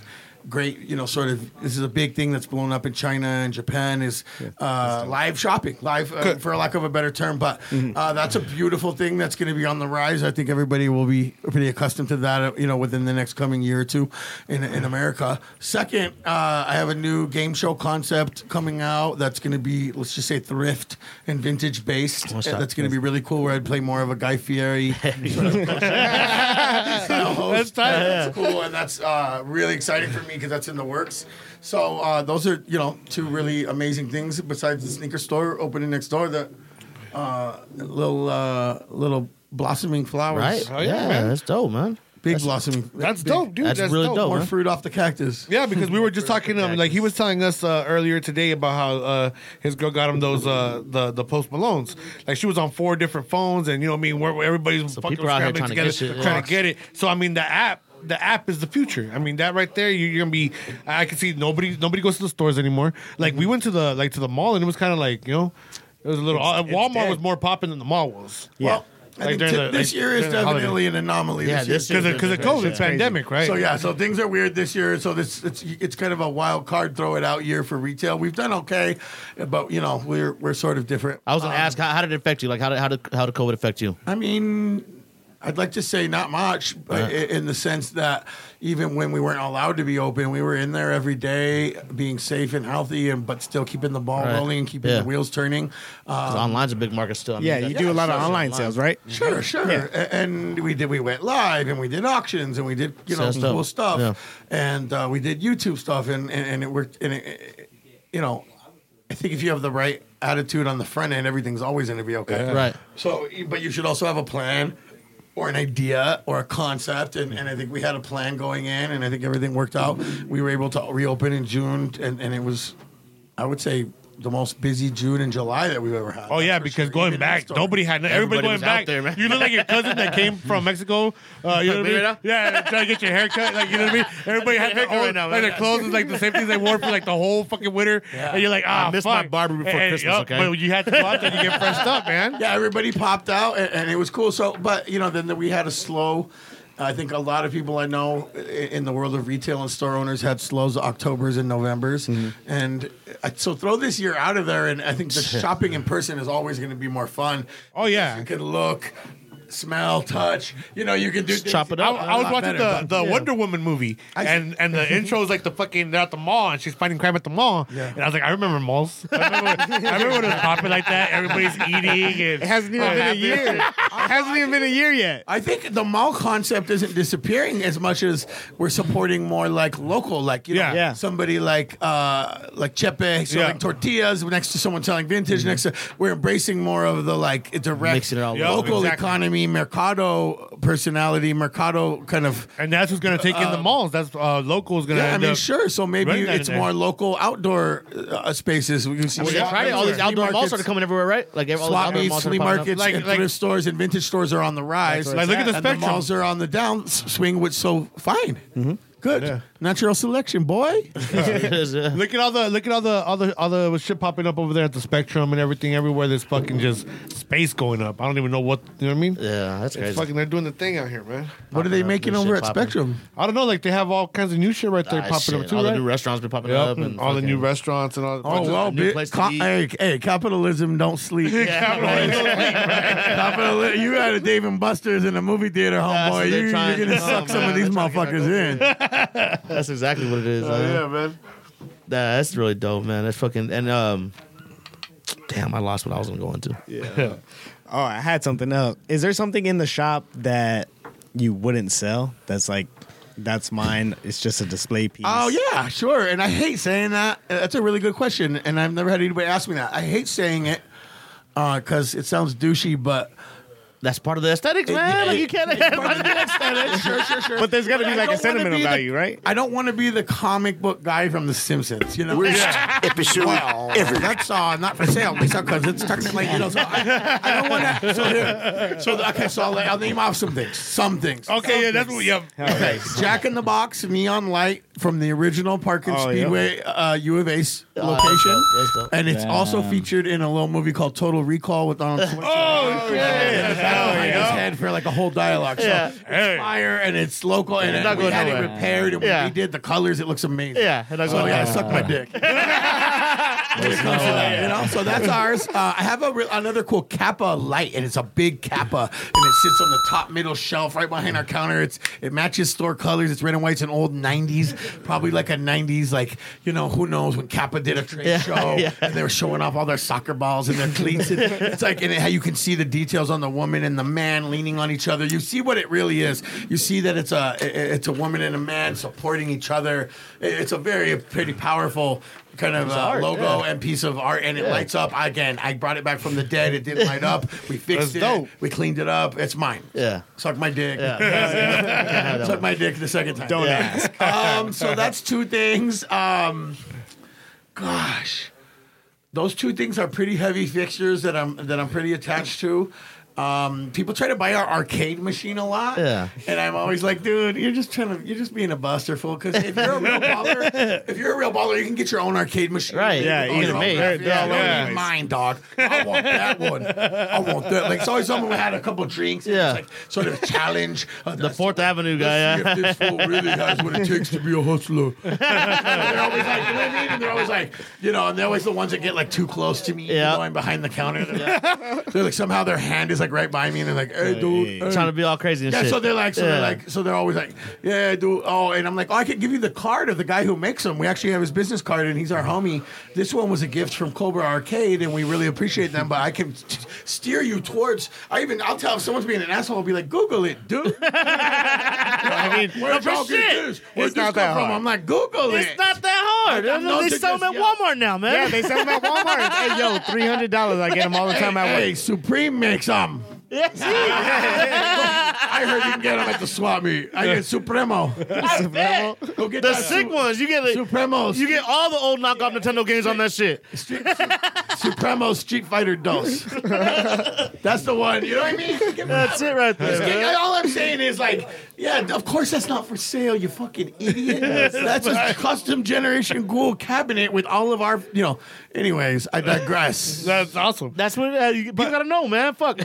S3: great, you know, sort of this is a big thing that's blown up in China and Japan is uh, live shopping, live uh, for lack of a better term, but
S8: Mm-hmm.
S3: uh, that's a beautiful thing that's going to be on the rise. I think everybody will be pretty accustomed to that, uh, you know, within the next coming year or two in in America. Second, uh, I have a new game show concept coming out that's going to be let's just say thrift and vintage based.
S8: What's
S3: And
S8: that?
S3: That's going to be really cool. Where I'd play more of a Guy Fieri. sort of that's tight. That's cool, and that's uh, really exciting for me because that's in the works. So uh, those are you know two really amazing things besides the sneaker store opening next door. The uh, little uh, little blossoming flowers,
S8: Right?
S2: Oh, yeah, man.
S8: that's dope, man.
S3: Big blossoming.
S2: That's
S3: big-
S2: dope, dude.
S8: That's really dope,
S3: More
S8: man.
S3: fruit off the cactus.
S2: Yeah, because we were just talking um, like he was telling us uh, earlier today about how uh, his girl got him those uh, the the Post Malones. Like she was on four different phones, and you know what I mean. Where, where everybody's
S8: So
S2: fucking
S8: people are out here
S2: scrambling
S8: trying
S2: together,
S8: to get shit, yeah.
S2: trying to get it. So I mean, the app. The app is the future. I mean, that right there, you, you're gonna be. I can see nobody. Nobody goes to the stores anymore. Like
S8: Mm-hmm.
S2: we went to the like to the mall, and it was kind of like you know, it was a little. uh, Walmart was more popping than the mall was.
S3: Well, I
S2: Like
S3: think
S2: during
S3: t-
S2: the-
S3: this
S2: like
S3: year is
S2: during the holiday.
S3: definitely an anomaly.
S8: Yeah,
S3: this year.
S8: this
S2: because because of COVID pandemic, right?
S3: So yeah, so things are weird this year. So this it's it's kind of a wild card throw it out year for retail. We've done okay, but you know we're we're sort of different.
S8: I was gonna ask how, how did it affect you? Like how did how did how did COVID affect you?
S3: I mean, I'd like to say not much, but
S8: Uh-huh.
S3: i in the sense that even when we weren't allowed to be open, we were in there every day, being safe and healthy, and but still keeping the ball
S8: Right.
S3: rolling and keeping
S8: Yeah.
S3: the wheels turning.
S8: 'Cause online's a big market still. I mean,
S1: Yeah,
S8: that's-
S1: you do a lot of
S8: social
S1: online
S8: online.
S1: sales, right?
S3: Sure, sure. A- And we did. We went live, and we did auctions, and we did you know
S8: Sell stuff.
S3: cool stuff,
S8: Yeah.
S3: and uh, we did YouTube stuff, and and, and it worked. And it- it, you know, I think if you have the right attitude on the front end, everything's always going to be okay.
S8: Right.
S3: So, but you should also have a plan. Or an idea or a concept, and, and I think we had a plan going in, and I think everything worked out. We were able to reopen in June, and, and it was, I would say, the most busy June and July that we've ever had.
S2: Oh yeah,
S3: That's for
S2: because
S3: sure,
S2: going
S3: even in the
S2: back,
S3: store.
S2: nobody had everybody,
S8: Everybody
S2: going
S8: was out
S2: back.
S8: there, man.
S2: You look like your cousin that came from Mexico. Uh, you know what I
S8: Like,
S2: mean?
S8: right now?
S2: Yeah, trying to get your haircut. Like you know what I mean? Everybody had their
S8: haircut
S2: own,
S8: right now,
S2: like
S8: man.
S2: their clothes was like the same things they wore for like the whole fucking winter. And you're like, ah,
S8: I missed
S2: fuck.
S8: my barber before Christmas,
S2: yup,
S8: okay?
S2: but you had to go out there and you get fresh up, man.
S3: yeah, everybody popped out, and, and it was cool. So, but you know, then we had a slow. I think a lot of people I know i- in the world of retail and store owners had slows October's and November's, and I, so throw this year out of there. And I think the shopping in person is always going to be more fun.
S2: Oh, yeah.
S3: you can look, smell, touch. You know, you can do things-
S8: chop it
S2: I,
S8: up.
S2: I was
S3: lot
S2: watching
S3: better,
S2: the,
S3: but-
S2: the Wonder Woman movie, and and the intro is like the fucking they're at the mall and she's fighting crime at the mall,
S3: Yeah.
S2: and I was like, I remember malls. I remember, when, I remember when it was popping like that. Everybody's eating.
S1: It
S2: And
S1: hasn't even
S2: Oh,
S1: been a
S2: happy.
S1: year. it hasn't even been a year yet.
S3: I think the mall concept isn't disappearing as much as we're supporting more like local, like you
S2: Yeah.
S3: know,
S2: Yeah.
S3: somebody like uh, like Chepe selling
S2: Yeah.
S3: tortillas next to someone selling vintage. Next, to, we're embracing more of the like direct
S8: Mixing it all
S2: up.
S3: local
S2: Exactly.
S3: economy, mercado personality, mercado kind of.
S2: And that's who's going to take in the malls. That's uh, locals going to.
S3: Yeah, I
S2: end
S3: mean,
S2: up-
S3: sure. So maybe
S2: running that
S3: it's
S2: in there.
S3: more local outdoor uh, spaces. We can see
S8: I mean, they
S3: shop
S8: tried it. All these
S3: everywhere.
S8: outdoor
S3: Flea
S8: malls
S3: markets.
S8: started coming everywhere, right? Like all these
S3: Swap
S8: outdoor
S3: meets,
S8: malls
S3: flea
S8: are popping up.
S3: markets,
S2: Like-
S3: and
S2: like-
S3: thrift stores and vintage stores are on the rise.
S2: Like, look at the
S3: and the
S2: spectrum.
S3: malls are on the down swing, which so fine,
S8: Mm-hmm.
S3: good natural selection, boy.
S2: Look at all the look at all the all the all the shit popping up over there at the Spectrum and everything. Everywhere there's fucking just space going up. I don't even know what you know what I mean.
S8: yeah, that's
S2: It's
S8: crazy.
S2: fucking they're doing the thing out here, man.
S3: what are they
S8: up,
S3: making
S8: new
S3: over
S8: shit
S3: at
S8: popping.
S3: Spectrum?
S2: I don't know. Like they have all kinds of new shit right there
S8: Ah,
S2: popping
S8: shit.
S2: up too.
S8: all
S2: right?
S8: the new restaurants been popping
S2: Yup,
S8: up, and
S2: all the
S8: fucking-
S2: new restaurants and all.
S3: Oh well,
S8: new
S3: bit-
S8: place to
S3: ca-
S8: eat.
S3: hey, hey, capitalism don't sleep. Capitali- you had a Dave and Buster's in a movie theater,
S8: That's what
S3: homeboy.
S8: they're
S3: You, are
S8: trying to
S3: gonna
S8: do.
S3: suck
S8: Oh,
S3: some of
S8: man,
S3: these
S8: they're trying to get
S3: motherfuckers in.
S8: That's exactly what it is. man.
S2: yeah, man.
S8: Nah, that's really dope, man. That's fucking and um, damn, I lost what I was gonna go into.
S1: Oh, I had something up. Is there something in the shop that you wouldn't sell? That's like, that's mine. It's just a display piece.
S3: Oh yeah, sure. And I hate saying that. Uh, That's a really good question, and I've never had anybody ask me that. I hate saying it because it sounds douchey, but
S8: That's part of the aesthetics, man.
S3: it-
S8: like you can't.
S3: sure, sure, sure.
S1: But there's got to
S3: But
S1: be
S3: I
S1: like a
S3: don't wanna
S1: sentimental
S3: be the-
S1: value, right?
S3: I don't want to be the comic book guy from The Simpsons, you know.
S10: episode
S3: Well, that's uh, not for sale, because it's technically, you know. So I, I don't want to. So here, so the- okay, so I'll, I'll name off some things. Some things.
S2: Okay, yeah, that's what. Yeah,
S3: Okay, Jack in the Box, Neon Light, from the original Park and
S1: Oh, yeah.
S3: Speedway uh, U of A's location,
S8: dope. That's dope.
S3: and it's also
S9: Damn.
S3: featured in a little movie called Total Recall with Arnold Schwarzenegger.
S2: Oh,
S3: It's behind his head for like a whole dialogue. So
S8: Yeah.
S3: it's fire and it's local and,
S8: not
S3: and we
S8: going
S3: had it
S8: nowhere.
S3: repaired and
S8: Yeah.
S3: we redid the colors. It looks amazing.
S8: Yeah, and I
S3: So
S8: go,
S3: yeah, I
S8: "Oh."
S3: sucked my dick. When it comes to that, you know? So that's ours. Uh, I have a re- another cool Kappa light, and it's a big Kappa, and it sits on the top middle shelf right behind our counter. It's it matches store colors. It's red and white. It's an old '90s, probably like a '90s, like you know who knows when Kappa did a trade show and they were showing off all their soccer balls and their cleats. It- it's like and how you can see the details on the woman and the man leaning on each other. You see what it really is. You see that it's a it- it's a woman and a man supporting each other. It- It's a very pretty powerful kind of uh, logo and piece of art, and it lights up again. I brought it back from the dead. It didn't light up. We fixed
S2: That's
S3: it.
S2: dope.
S3: We cleaned it up. It's mine.
S8: Yeah.
S3: Suck my dick.
S8: Yeah, that
S3: Suck my dick the second time. Don't ask. um, so that's two things. Um, gosh, those two things are pretty heavy fixtures that I'm that I'm pretty attached to. Um, people try to buy our arcade machine a lot,
S8: Yeah.
S3: and I'm always like, dude, you're just trying to, you're just being a buster fool. Because if you're a real baller, if you're a real baller, you can get your own arcade machine,
S8: Right.
S3: You
S8: Yeah,
S3: can own
S8: either
S3: your own
S8: made.
S3: graphics.
S8: They're all
S3: You don't
S2: over the
S3: need
S2: place.
S3: mine, dog. I want that one. I want that. Like, it's always someone who had a couple drinks. And
S8: Yeah.
S3: it's like sort of a challenge. Uh,
S8: the Fourth Avenue guy.
S3: Let's
S8: Yeah.
S3: see if this fool really has what it takes to be a hustler. they're always like, you know what I mean? And they're always like, you know, and they're always the ones that get like too close to me,
S8: Yeah.
S3: you know, I'm behind the counter. They're, like, they're like somehow their hand is like right by me, and they're like, hey, dude, hey.
S8: Trying to be all crazy and
S3: yeah,
S8: shit.
S3: so they're like, so they're
S8: Yeah.
S3: like, so they're always like, yeah, dude. Oh, and I'm like, oh, I could give you the card of the guy who makes them. We actually have his business card, and he's our homie. This one was a gift from Cobra Arcade, and we really appreciate them. But I can t- steer you towards. I even, I'll tell if someone's being an asshole, I'll be like, Google it, dude. I mean, where'd
S8: for
S3: y'all get
S8: shit.
S3: this? Where'd
S2: It's
S3: this come
S2: not that
S3: from?
S2: hard.
S3: I'm like, Google it.
S8: It's not that hard.
S3: I got
S8: They
S3: nothing
S8: sell them at
S3: to-
S8: Walmart now, man.
S1: Yeah, they sell them at Walmart. hey, yo, three hundred dollars. I get them all the time at
S3: Hey,
S1: work.
S3: Supreme makes them. I heard you can get them at the swap meet. I get Supremo.
S8: Bet.
S3: Go get
S8: The
S3: that
S8: sick
S3: Su-
S8: ones, you get like,
S3: Supremos.
S8: you get all the old knockoff Nintendo games on that shit.
S3: Street, Supremo Street Fighter Dos. that's the one. You know what I mean? Give me-
S8: That's it right there.
S3: All I'm saying is like, yeah, of course that's not for sale, you fucking idiot. That's a custom generation ghoul cabinet with all of our, you know. Anyways, I digress.
S2: That's awesome.
S8: That's what uh, you, people gotta know, man. Fuck.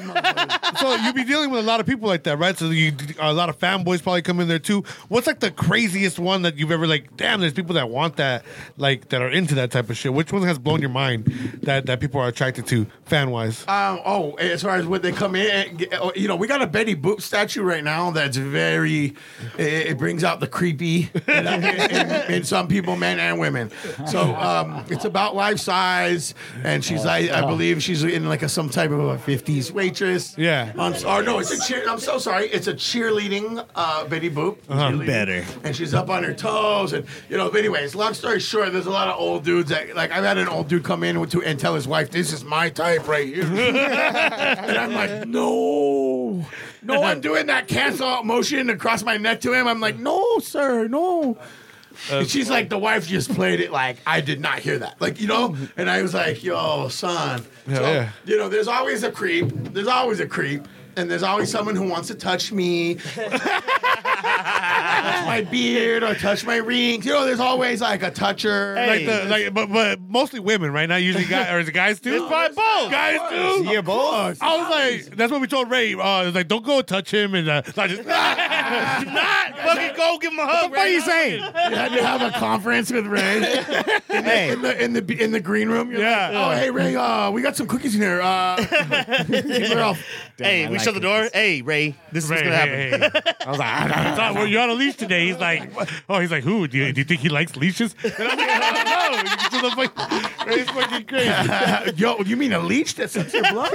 S2: so you be dealing with a lot of people like that, right? So you a lot of fanboys probably come in there too. What's like the craziest one that you've ever like? Damn, there's people that want that, like that are into that type of shit. Which one has blown your mind that that people are attracted to fan wise?
S3: Um, oh, as far as when they come in, and get- oh, you know, we got a Betty Boop statue right now that's very, it, it brings out the creepy in, in- in some people, men and women. So um, it's about life size, and she's, I, I believe, she's in like a some type of a 50s waitress.
S2: Yeah.
S3: On, or no, it's a cheer, I'm so sorry. It's a cheerleading uh, Betty Boop. Cheerleading.
S1: Better.
S3: And she's up on her toes, and you know. But anyways, long story short, there's a lot of old dudes that like I've had an old dude come in with to and tell his wife, "This is my type right here." And I'm like, no, no, I'm doing that cancel motion across my neck to him. I'm like, no, sir, no. And she's like, the wife just played it like I did not hear that, like you know. And I was like, yo, son. so
S2: yeah.
S3: you know, there's always a creep. There's always a creep. And there's always someone who wants to touch me, touch my beard, or touch my rings. You know, there's always like a toucher.
S2: Like the like, but but mostly women, right? Now usually guys or is it guys too? It's
S3: probably both.
S2: Guys too.
S1: Yeah, boy.
S2: I was like, that's what we told Ray. Uh, it's like, don't go touch him, and uh, so I just
S8: Not fucking go give him a hug.
S1: What are you saying?
S3: You had to have a conference with Ray.
S1: Hey,
S3: in the in the in the green room. You're
S2: Yeah.
S3: Like, oh, hey Ray, uh, we got some cookies in here. Uh, we're all-
S8: Hey, we shut the door. Hey, Ray, this is what's gonna happen.
S2: I was like, I thought, well, you're on a leash today. He's like, oh, he's like, who? Do you, do you think he likes leashes? And I'm like, I don't know. He's just a fucking- Ray's fucking crazy.
S3: Yo, you mean a leech that sucks your blood?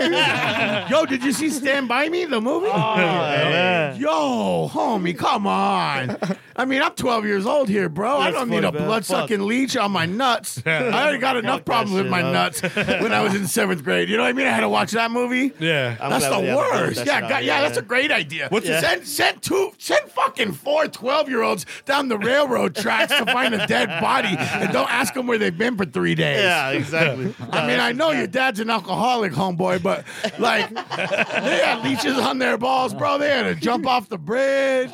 S3: Yo, did you see Stand By Me, the movie?
S8: Oh,
S3: Yo, homie, come on. I mean, I'm 12 years old here, bro. I don't need a
S8: funny, man.
S3: blood sucking leech on my nuts. I already got enough
S8: that
S3: problems with
S8: shit
S3: my
S8: up.
S3: nuts when I was in seventh grade. You know what I mean? I had to watch that movie.
S2: Yeah.
S3: that's the
S8: glad we haven't figured
S3: worst.
S8: that
S3: Yeah,
S8: shit out
S3: God,
S8: yet,
S3: yeah, that's
S8: yeah.
S3: a great idea.
S2: What's the-
S3: send send two send fucking four 12 year olds down the railroad tracks to find a dead body and don't ask them where they've been for three days.
S8: Yeah, exactly.
S3: I mean, I know your dad's an alcoholic, homeboy, but like they had leeches on their balls, bro. They had to jump off the bridge.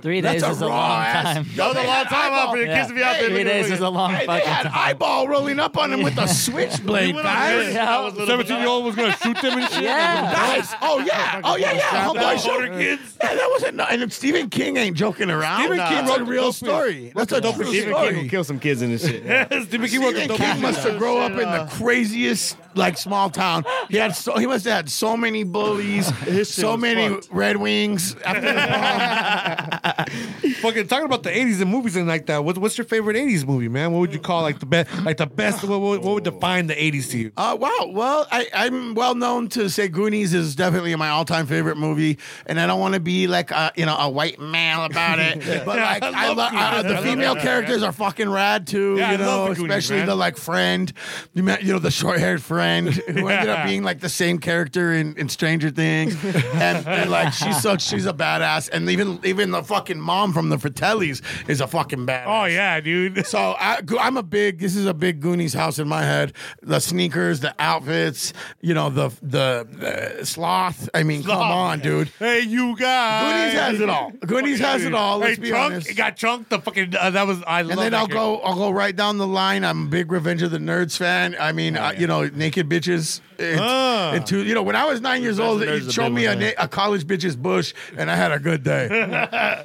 S9: Three
S3: That's
S9: days
S3: a
S9: is is a
S3: raw
S9: long
S3: ass.
S9: time.
S3: Yo,
S5: That was a
S3: they
S5: long
S3: had
S5: time out for your
S9: Yeah.
S5: kids to be out there.
S9: Three
S5: looking-
S9: days is a long
S3: Hey, they
S9: fucking
S3: had
S9: time.
S3: eyeball rolling up on him with a switchblade, guys.
S9: Yeah.
S5: I was little-
S2: Seventeen year old was gonna shoot them and shit.
S9: Yeah.
S3: Guys, oh yeah, oh yeah, yeah. Homeboy
S5: out.
S3: showed kids. Yeah, that wasn't. And Stephen King ain't joking around. Stephen
S5: Nah.
S3: King wrote a real story. That's a dope
S1: Stephen King will
S3: story.
S1: kill some kids in this shit. Yeah.
S3: Stephen King, must have grown up in the craziest like small town. He had so he must have had so many bullies, so many Red Wings. After
S2: Fucking talking about the '80s and movies and like that. What's what's your favorite '80s movie, man? What would you call like the best? Like the best? What, what, what would define the '80s to you?
S3: Uh, wow. Well, I, I'm well known to say Goonies is definitely my all time favorite movie, and I don't want to be like a, you know a white male about it. But like, I love I, the female characters are fucking rad too.
S2: Yeah, I
S3: you know,
S2: love the Goonies,
S3: especially
S2: man.
S3: the like friend, you, met, you know, the short haired friend who ended up being like the same character in, in Stranger Things, and, and like she's so she's a badass, and even even the fucking mom from the Fratellis is a fucking badass.
S2: Oh yeah, dude.
S3: So I, Go- I'm a big. This is a big Goonies house in my head. The sneakers, the outfits, you know, the the uh, sloth. I mean, come on, dude.
S2: Hey, you guys.
S3: Goonies has it all. Goonies has it all. Let's
S2: hey,
S3: be
S2: Chunk,
S3: honest.
S2: It got Chunk. The fucking uh, that was I.
S3: and
S2: love
S3: then
S2: that
S3: I'll
S2: kid.
S3: go. I'll go right down the line. I'm a big Revenge of the Nerds fan. I mean, uh, you know, naked bitches. It's,
S2: Oh, Ah.
S3: and two, you know, when I was nine years old,
S8: of the Nerds is
S3: it
S8: a
S3: showed
S8: big
S3: me a,
S8: one,
S3: na- a college bitch's bush, and I had a good day. you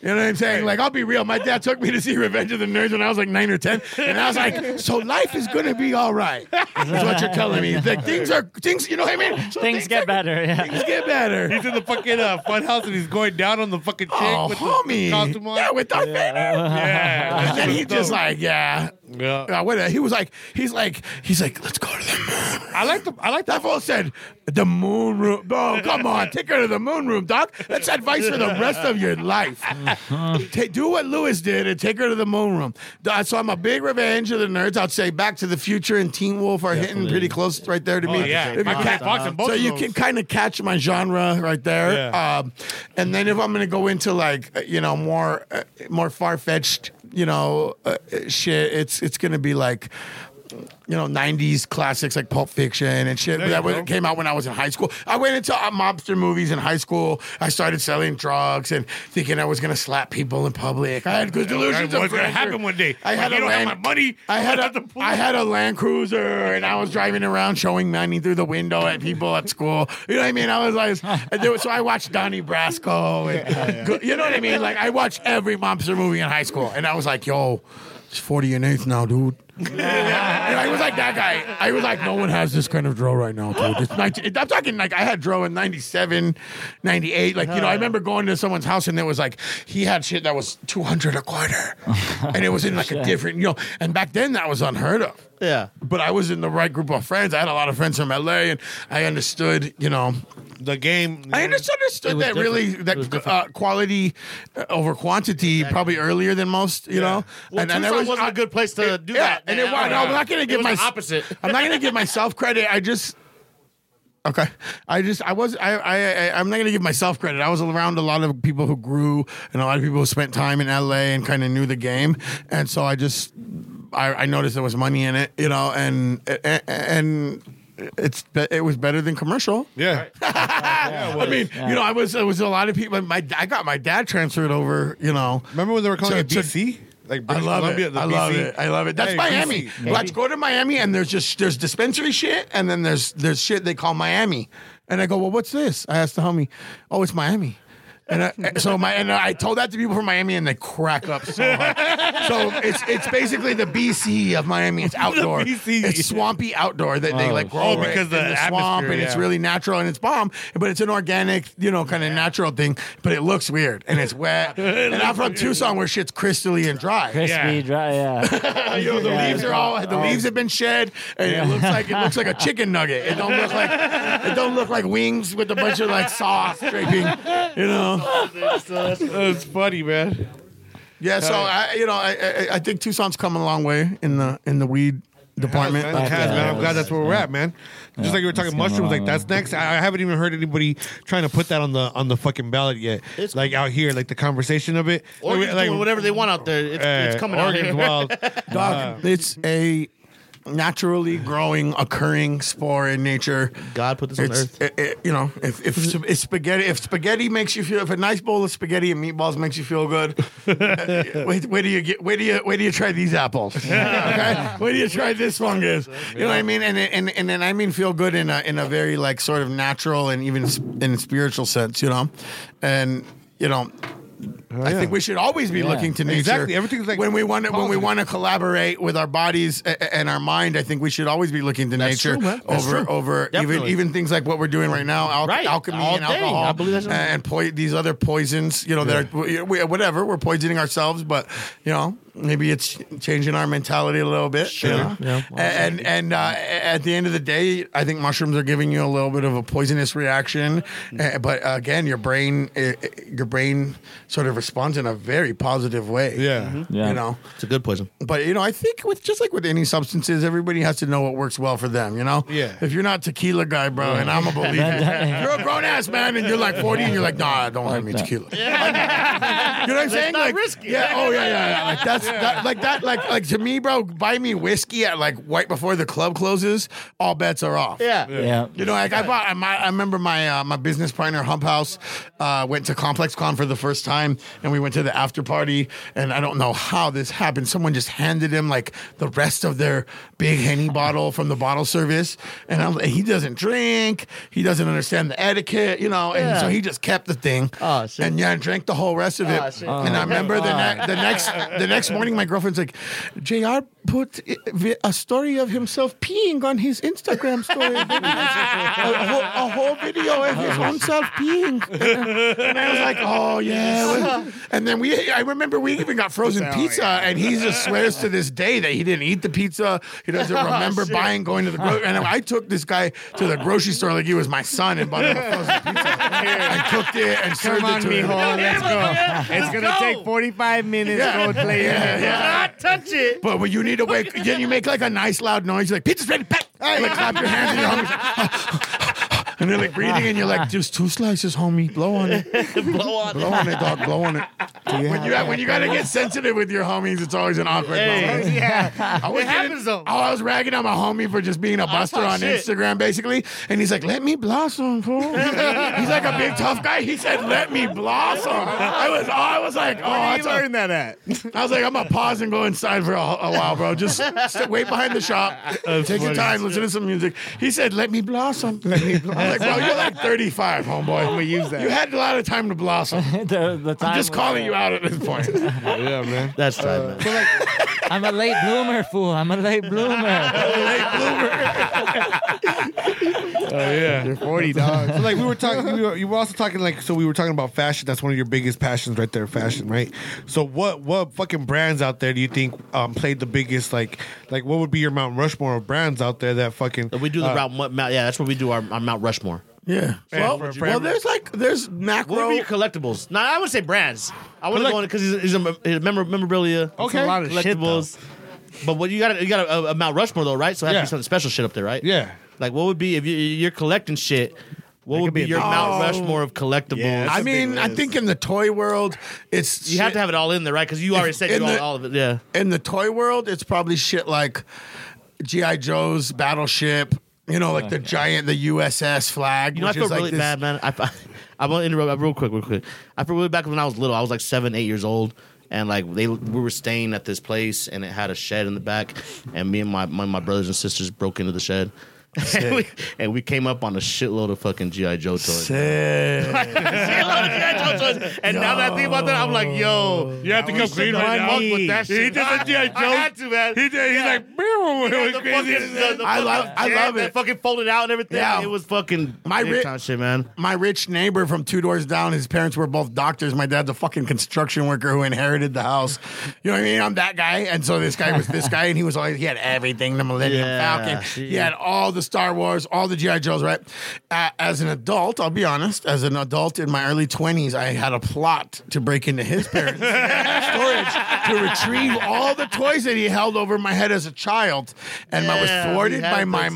S3: know what I'm saying? Like, I'll be real. My dad took me to see Revenge of the Nerds when I was like nine or ten, and I was like, so life is gonna be all right. Is what you're telling me? It's Like things are things. You know what I mean? So
S9: Things
S3: are-
S9: get better. Yeah.
S3: Things get better.
S2: He's in the fucking uh, fun house and he's going down on the fucking chick
S3: Oh,
S2: with the costume
S3: homie.
S2: on.
S3: Yeah, with Darth Vader.
S2: yeah.
S3: And then he just like, yeah.
S2: Yeah.
S3: Uh, wait, he was like, he's like, he's like, let's go to the moon.
S2: I like the I like the
S3: That fool said, the moon room. Oh, come on, take her to the moon room, doc. That's advice for the rest of your life.
S2: Uh-huh.
S3: Ta- do what Lewis did and take her to the moon room. Uh, So I'm a big revenge of the nerds. I'd say Back to the Future and Teen Wolf are hitting pretty close right there to me.
S2: Oh, yeah.
S3: If you
S2: Michael
S3: ca-
S2: J. Fox in both
S3: so
S2: of
S3: you
S2: those.
S3: can kind of catch my genre right there.
S2: Yeah.
S3: Um, and then if I'm going to go into like uh, you know more uh, more far fetched you know uh, uh, shit, it's it's going to be like you know, 90s classics like Pulp Fiction and shit. That was, came out when I was in high school. I went into uh, mobster movies in high school. I started selling drugs and thinking I was going to slap people in public. I had good delusions.
S2: what's
S3: of
S2: gonna
S3: grandeur.
S2: happen one day?
S3: I
S2: Like,
S3: had
S2: you
S3: a
S2: don't have
S3: land,
S2: my money.
S3: I had,
S2: At the
S3: a,
S2: police.
S3: I had a Land Cruiser and I was driving around showing money through the window at people at school. You know what I mean? I was like, and there was- so I watched Donnie Brasco. And, go- You know what I mean? Like, I watched every mobster movie in high school and I was like, yo, it's 40 and 8th now, dude. And I was like that guy. I was like, no one has this kind of draw right now, dude. It's 19, I'm talking like I had draw in 97, 98. Like, you know, I remember going to someone's house and it was like, he had shit that was 200 a quarter. and it was in like a different, you know, and back then that was unheard of.
S8: Yeah.
S3: But I was in the right group of friends. I had a lot of friends from LA and I understood, you know,
S2: the game.
S3: I just understood that really that uh, quality uh, over quantity probably earlier than most, you know. and,
S8: Well, and,
S3: and there
S8: Tucson wasn't
S3: I-
S8: a good place to do that.
S3: and it, was- no, I'm not gonna
S8: It
S3: give
S8: was
S3: my
S8: the opposite.
S3: I'm not gonna give myself credit. I just okay. I just I was I I I- I'm not gonna give myself credit. I was around a lot of people who grew and a lot of people who spent time in LA and kind of knew the game, and so I just I, I noticed there was money in it, you know, and and. and it's be- it was better than commercial.
S2: Yeah.
S3: I mean, you know, I was there was a lot of people. My I got my dad transferred over. You know,
S2: Remember when they were calling
S3: So-
S2: it BC? Like
S3: I
S2: British
S3: love
S2: Columbia,
S3: it.
S2: the
S3: I love
S2: BC?
S3: it. I love it. That's
S2: Hey,
S3: Miami.
S2: BC.
S3: Let's go to Miami and there's just there's dispensary shit and then there's there's shit they call Miami. And I go, well, what's this? I asked the homie, oh, it's Miami. And I, and so my and I told that to people from Miami and they crack up so hard. so it's it's basically the BC of Miami. It's outdoor.
S2: BC.
S3: It's swampy outdoor that they like grow
S2: Oh,
S3: right
S2: because
S3: in
S2: the
S3: swamp
S2: atmosphere,
S3: and it's
S2: yeah.
S3: really natural and it's bomb, but it's an organic, you know, kind of natural thing. But it looks weird and it's wet. and I'm from Tucson where shit's crystally and dry. Oh.
S9: Crispy, dry. Yeah.
S3: You know, the
S9: Yeah.
S3: leaves are all the leaves have been shed, and it looks like it looks like a chicken nugget. It don't look like it don't look like wings with a bunch of like sauce draping. You know,
S2: That's funny, man.
S3: yeah. So I, you know, I, I I think Tucson's come a long way in the in the weed department.
S2: It has, man. I'm glad that's where we're at, man. Just like you were talking
S9: it's
S2: mushrooms,
S9: going
S2: like
S9: on,
S2: that's next. I I haven't even heard anybody trying to put that on the on the fucking ballot yet.
S8: It's-
S2: like out here, like the conversation of it.
S8: Or
S2: like,
S8: doing whatever they want out there. It's,
S2: eh,
S8: it's coming out
S2: Oregon's
S8: here.
S2: wild.
S3: Dog, it's a naturally growing, occurring spore in nature.
S8: God put this on
S3: It's,
S8: earth.
S3: it- it- you know, if, if, s- if spaghetti if spaghetti makes you feel if a nice bowl of spaghetti and meatballs makes you feel good, uh, wait, where do you get where do you where do you try these apples? okay, where do you try this fungus? You know what I mean? And it- and and then I mean feel good in a in a very like sort of natural and even s- in spiritual sense, you know, and you know. I think we should always be looking to nature.
S2: Oh, Exactly. Everything's, like,
S3: when we want to, when we
S2: positive.
S3: want to collaborate with our bodies a- a- and our mind. I think we should always be looking to nature
S8: true, man. That's
S3: over
S8: true.
S3: over even
S8: Definitely.
S3: even things like what we're doing right now, al-
S8: Right.
S3: alchemy
S8: All
S3: and
S8: day.
S3: alcohol,
S8: I believe that's right.
S3: and po- these other poisons. You know, that are we, whatever we're poisoning ourselves, but you know, maybe it's changing our mentality a little bit. Sure.
S8: Yeah.
S3: And and uh, at the end of the day, I think mushrooms are giving you a little bit of a poisonous reaction, uh, but again, your brain uh, your brain sort of responds in a very positive way.
S2: Yeah.
S9: Yeah.
S3: You know,
S8: It's a good poison.
S3: but you know, I think with just like with any substances, everybody has to know what works well for them. You know,
S2: Yeah.
S3: If you're not tequila guy, bro, and I'm a believer, you're a grown ass man, and you're like 40, and you're like, nah, don't have me tequila. Like, you know what I'm saying? like, yeah, oh yeah, yeah, yeah. Like that's That, like that, like like to me, bro. Buy me whiskey at like right before the club closes. All bets are off.
S8: Yeah.
S9: Yeah.
S3: You know, like I bought. I, my, I remember my uh, my business partner Hump House uh, went to Complex Con for the first time, and we went to the after party. And I don't know how this happened. Someone just handed him like the rest of their big henny bottle from the bottle service, and I'm, he doesn't drink. He doesn't understand the etiquette, you know. And so he just kept the thing,
S8: Oh, shit.
S3: and yeah, drank the whole rest of it.
S8: Oh, shit.
S3: and I remember the, ne- the next the next morning, my girlfriend's like, "Jr. put i- a story of himself peeing on his Instagram story." a, whole, a whole video of his own self peeing. And I was like, oh, yeah. And then we, I remember we even got frozen pizza, and he just swears to this day that he didn't eat the pizza. He doesn't remember buying, going to the grocery. And I took this guy to the grocery store like he was my son and bought him a frozen pizza. I cooked it and served it to him.
S1: let's go. It's gonna take 45 minutes. Go play.
S3: Yeah, yeah.
S8: Not touch it.
S3: But when you need to wake, then you make like a nice loud noise. You're like, pizza's ready, pack. And like clap your hands and your homies. And they're like breathing, and you're like, just two slices, homie. Blow on it.
S8: Blow on.
S3: Blow on it, dog. Blow on it. When you, when you gotta get sensitive with your homies, it's always an awkward moment.
S2: Yeah.
S3: I was
S2: It
S3: getting-
S2: happens, though.
S3: Oh, I was ragging on my homie for just being a buster
S8: talk
S3: on
S8: shit.
S3: Instagram, basically. And he's like, let me blossom, fool. he's like a big tough guy. He said, let me blossom. I was I was like, oh, that's a-
S2: that at?
S3: I was like, I'm gonna pause and go inside for a, a while, bro. Just sit, wait behind the shop, take your time, listen to some music. He said, "Let me blossom." Let me blossom. I was like, bro, you're like 35, homeboy. I'm gonna use that. You had a lot of time to blossom.
S9: the, the time
S3: I'm just
S9: was
S3: calling
S9: there.
S3: you out at this point.
S2: Yeah, man.
S8: That's time, man.
S9: I'm a late bloomer, fool. I'm a late bloomer.
S1: You're 40, dog.
S2: So like we were talking, we were, you were also talking like so we were talking about fashion. That's one of your biggest passions, right there, fashion, right? So what what fucking brands out there do you think um, played the biggest like like what would be your Mount Rushmore of brands out there that fucking uh,
S8: We do the route. Mount, Mount- yeah, that's where we do our, our Mount Rushmore.
S3: Yeah. Well,
S2: for- for-
S3: well, there's like there's macro.
S8: What would be your collectibles? Now I would say brands. I wouldn't
S2: Collect- Oh,
S8: go on it because he's, a- he's a, he's a member memorabilia.
S2: Okay. a lot
S8: of collectibles. but what you got? You got a, a Mount Rushmore though, right? So it has to
S2: Yeah.
S8: be something special shit up there, right?
S2: yeah.
S8: Like what would be if you, you're collecting shit? What would be, your Mount Rushmore of collectibles?
S3: I mean, I think in the toy world, it's
S8: you have to have it all in there, right? Because you already said
S3: in
S8: you all,
S3: the-
S8: all of it. Yeah.
S3: in the toy world, it's probably shit like GI Joe's battleship. You know, like the giant, the USS flag.
S8: You know, I
S3: which
S8: feel
S3: is like
S8: really
S3: this-
S8: bad, man. I, I, I want to interrupt uh, real quick, real quick. I feel really bad 'cause when I was little. I was like seven, eight years old, and like they we were staying at this place, and it had a shed in the back, and me and my my, my brothers and sisters broke into the shed. and, we, and we came up on a shitload of fucking GI Joe toys. Shitload of G.I. Joe toys. And now that I think about that, I'm like, yo,
S2: You have to come clean
S1: right now.
S2: with that shit. He did the GI
S8: I had to, man.
S2: He did. He's like, "Meow," it
S8: the
S2: was crazy.
S8: fucking, the, the
S3: I
S8: fucking
S3: love- I
S8: jet
S3: love
S8: that
S3: it.
S8: Fucking folded out and everything.
S3: Yeah.
S8: It was fucking
S3: My
S8: big
S3: ri-
S8: time shit, man.
S3: my rich neighbor from two doors down, his parents were both doctors. My dad's a fucking construction worker who inherited the house. You know what I mean? I'm that guy. And so this guy was this guy, and he was always, he had everything the Millennium
S8: Yeah,
S3: Falcon. He
S8: see.
S3: had all the Star Wars, all the G.I. Joes, right? A as an adult, I'll be honest, as an adult in my early 20s, I had a plot to break into his parents' storage to retrieve all the toys that he held over my head as a child, and I
S11: Yeah,
S3: was thwarted
S11: we had
S3: by
S11: that
S3: my
S11: too.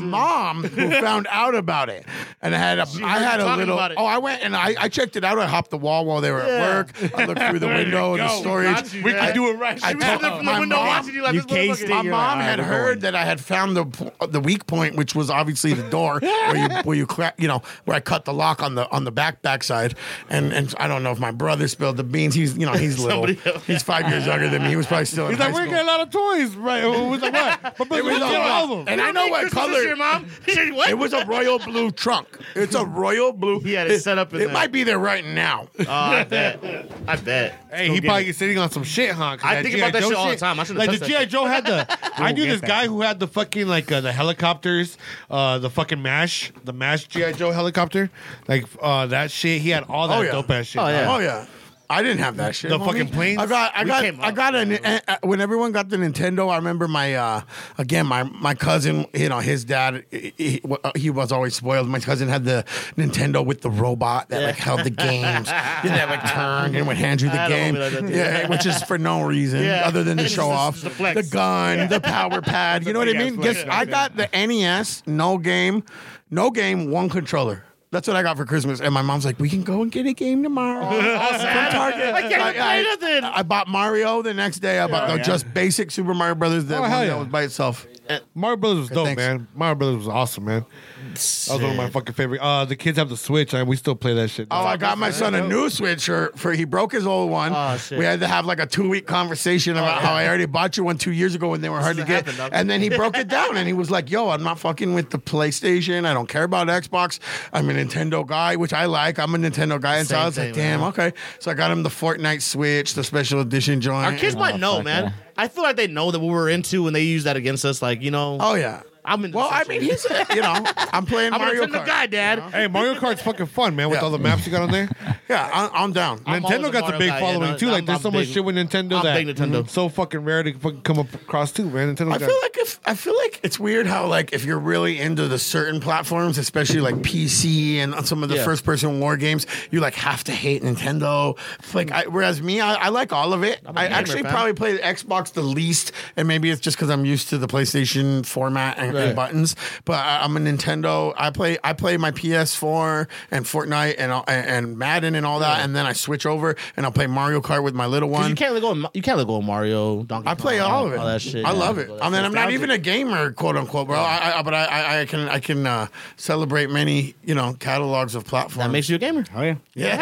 S3: mom who found out about it. And I had a, I
S11: heard
S3: had
S11: you
S3: a
S11: talking
S3: little.
S11: about it.
S3: Oh, I went and I, I checked it out. I hopped the wall while they were
S11: Yeah.
S3: at work. I looked through the window and the storage.
S11: you,
S2: we
S11: yeah.
S2: can do it right.
S3: I
S11: She was sitting
S3: told-
S5: Oh,
S11: there from
S3: my
S11: the window
S3: mom-
S11: watching you like
S1: you
S11: this motherfucker.
S1: cased it.
S3: My
S1: You're
S3: mom
S1: like,
S3: had
S1: "All right, we're
S3: heard that I had found the the weak point, which was obviously the door where you where you cra- you know where I cut the lock on the on the back backside, and and I don't know if my brother spilled the beans. He's you know he's little,
S11: Somebody else.
S3: he's five years younger than me. He was probably still in
S2: He's
S3: high
S2: like, we're
S3: school.
S2: getting a lot of toys, right? It was like, what? My brother
S3: was
S2: was
S3: all
S2: getting all
S3: about-
S2: of them.
S3: and I know what
S11: Christmas
S3: color.
S11: This year, mom. She said, what?
S3: It was a royal blue trunk. It's a royal blue.
S11: He had it set up in
S3: It
S11: there.
S3: might be there right now.
S11: Oh, I bet. I bet.
S2: Hey, he probably is sitting on some shit, huh? 'Cause
S11: I think about that
S2: Joe
S11: shit all the time. I shouldn't
S2: like
S11: touch
S2: the
S11: that
S2: GI
S11: shit.
S2: Joe had the. I knew this guy who had the fucking like uh, the helicopters, uh, the fucking Mash, the Mash GI Joe helicopter, like uh, that shit. He had all that
S3: Oh, yeah.
S2: dope ass shit.
S11: Oh, yeah.
S3: Oh yeah. I didn't have that shit.
S2: The
S3: homie.
S2: fucking planes?
S3: I got, I
S11: We
S3: got,
S11: came
S3: I
S11: up.
S3: got an. uh, uh, when everyone got the Nintendo, I remember my, uh, again, my my cousin. You know, his dad, he, he- uh, he was always spoiled. My cousin had the Nintendo with the robot that like held the games. you know, that like turned and would hand you the
S11: I don't want
S3: game.
S11: me like that, dude.
S3: yeah, which is for no reason
S11: Yeah.
S3: other than to
S11: It's
S3: show
S11: just-
S3: off
S11: it's just a flex.
S3: the gun, the power pad. You know what I
S1: big-ass
S3: mean?
S1: flex
S3: Guess,
S1: right
S3: I got the NES, no game, no game, one controller. That's what I got for Christmas, and my mom's like, "We can go and get a game tomorrow." From Target. I can't
S11: play nothing.
S3: I bought Mario the next day. I bought the just basic Super Mario Brothers. That
S2: Oh,
S3: one
S2: hell
S3: that
S2: yeah.
S3: was by itself.
S2: Mario Brothers was dope,
S3: thanks.
S2: man. Mario Brothers was awesome, man. That was one of my fucking favorite. Uh, the kids have the Switch, and we still play that shit.
S3: Oh, I got my son a new Switch shirt for he broke his old one.
S5: Oh, shit.
S3: We had to have like a two week conversation about how I already bought you one two years ago when they were hard to
S5: what
S3: get.
S5: happened, dog.
S3: and then he broke it down and he was like, "Yo, I'm not fucking with the PlayStation. I don't care about Xbox. I'm a Nintendo guy, which I like. I'm a Nintendo guy." And so I
S5: Same
S3: was like,
S5: thing, man.
S3: "Damn, okay." So I got him the Fortnite Switch, the special edition joint.
S5: Our kids might know, man. I feel like they know that what we're into and they use that against us. Like, you know,
S3: Oh yeah.
S5: I'm in
S3: Well, I mean, he's a, you know, I'm playing
S11: I'm
S3: Mario
S11: an the
S3: Kart.
S11: guy, Dad.
S2: Hey, Mario Kart's fucking fun, man. With
S3: Yeah.
S2: all the maps you got on there,
S3: Yeah, I'm, I'm down.
S5: I'm always
S2: Nintendo
S5: a
S2: got the
S5: Mario
S2: big
S5: guy, yeah,
S2: following
S5: no,
S2: too. Like,
S5: I'm-
S2: there's so
S5: I'm
S2: much
S5: big-
S2: shit with Nintendo
S5: I'm
S2: that
S5: big Nintendo.
S2: so fucking rare to fucking come up across too, man. Nintendo.
S3: I feel like if I feel like it's weird how like if you're really into the certain platforms, especially like PC and some of the
S5: Yeah.
S3: first person war games, you like have to hate Nintendo. It's Like I, whereas me, I, I like all of it. I
S5: gamer,
S3: actually
S5: fam.
S3: probably play the Xbox the least, and maybe it's just because I'm used to the PlayStation format and, and buttons. But I, I'm a Nintendo. I play I play my PS4 and Fortnite and all- and, and Madden and all that, and then I switch over and I'll play Mario Kart with my little
S5: 'Cause
S3: one.
S5: you can't let go. Of, Ma- you can't let go of Mario. Donkey
S3: I play
S5: Kong,
S3: all of it.
S5: Oh, that shit.
S3: I
S5: yeah.
S3: love it. I mean, I'm not even a gamer, quote unquote, bro. I, I, but I- I, I can, I can uh, celebrate many, you know, catalogs of platforms.
S5: That makes you a gamer.
S1: Oh yeah.
S3: yeah, yeah.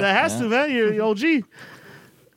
S11: That has to, man. You're, you're OG.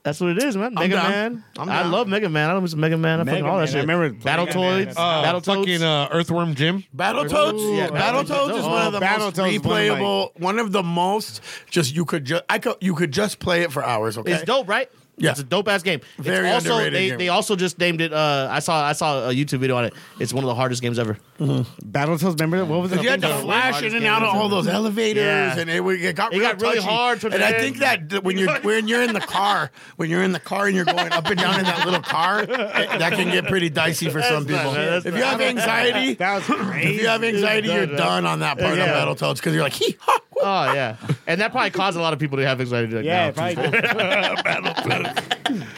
S11: That's what it is, man. Mega
S3: down.
S11: Man.
S3: I'm
S11: I
S3: down.
S11: love Mega Man. I love Mr. Mega Man. I
S1: Mega
S11: fucking all that
S1: Man. I
S11: shit.
S1: remember
S11: Battletoads.
S2: uh,
S11: Battletoads.
S2: fucking uh, Earthworm Jim.
S3: Battletoads,
S5: yeah,
S3: Battletoads is
S5: Battletoads.
S3: one of the
S1: Oh,
S3: most
S1: Battletoads is one of my-
S3: replayable, one of the most. Just you could just, I could, you could just play it for hours. Okay,
S5: It's dope, right?
S3: Yeah.
S5: it's a dope ass game. It's
S3: Very
S5: also,
S3: underrated
S5: they,
S3: game.
S5: they also just named it. Uh, I saw I saw a YouTube video on it. It's one of the hardest games ever.
S1: Battletoads, remember what was it?
S3: You had to flash in and out of all those elevators,
S5: Yeah.
S3: and it, would- it got
S5: It
S3: real
S5: got really
S3: touchy.
S5: hard to
S3: and
S5: the
S3: I
S5: end.
S3: think that th- when you're when you're in the car, when you're in the car and you're going up and down in that little car, it- that can get pretty dicey for some people.
S5: that's
S3: if you have anxiety,
S1: That was
S3: if
S1: crazy.
S3: you have anxiety, you're done on that part
S5: Yeah.
S3: of Battletoads because you're like, hee ha. woo."
S5: Oh yeah, and that probably caused a lot of people to have anxiety. Like,
S1: Yeah,
S5: no,
S1: if I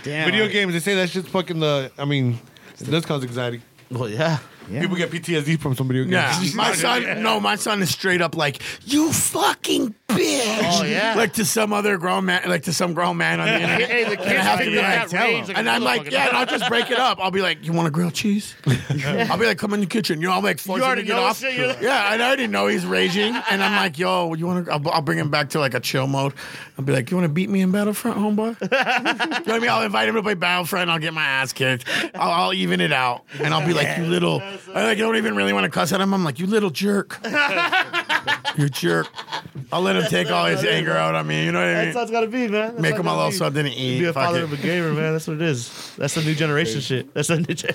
S1: Damn.
S2: Video games, they say that shit's fucking the. I mean, it does cause anxiety.
S5: well, yeah.
S2: People get PTSD from some video
S3: Yeah,
S2: games.
S3: my son. No, my son is straight up like you fucking bitch.
S5: Oh, yeah.
S3: like to some other grown man, like to some grown man on the internet.
S5: Hey, the
S3: And I
S5: kids
S3: have to
S5: take
S3: be
S5: that
S3: like,
S5: rage like
S3: and
S5: a
S3: I'm like,
S5: motherfucker.
S3: yeah, and I'll just break it up. I'll be like, you want a grilled cheese? I'll be like, come in the kitchen. You know, I'm like, force him to
S5: already
S3: get
S5: know
S3: off.
S5: shit, you're like-
S3: yeah, and I already know he's raging, and I'm like, yo, you want to? I'll, I'll bring him back to like a chill mode. I'll be like, you want to beat me in Battlefront, homeboy? you know what I mean? I'll invite him to play Battlefront. I'll get my ass kicked. I'll, I'll even it out, and I'll be like, you little. I like don't even really want to cuss at him. I'm like, you little jerk. you jerk. I'll let him take all his anger out on me. You know what I
S5: That's how
S3: mean?
S5: it's gotta be, man. That's
S3: Make him
S5: how it's
S3: a
S5: gotta
S3: little
S5: be.
S3: something to eat.
S5: Be a
S3: Fuck
S5: father
S3: it.
S5: of a gamer, man. That's what it is. That's the new generation shit. That's the new. Gen-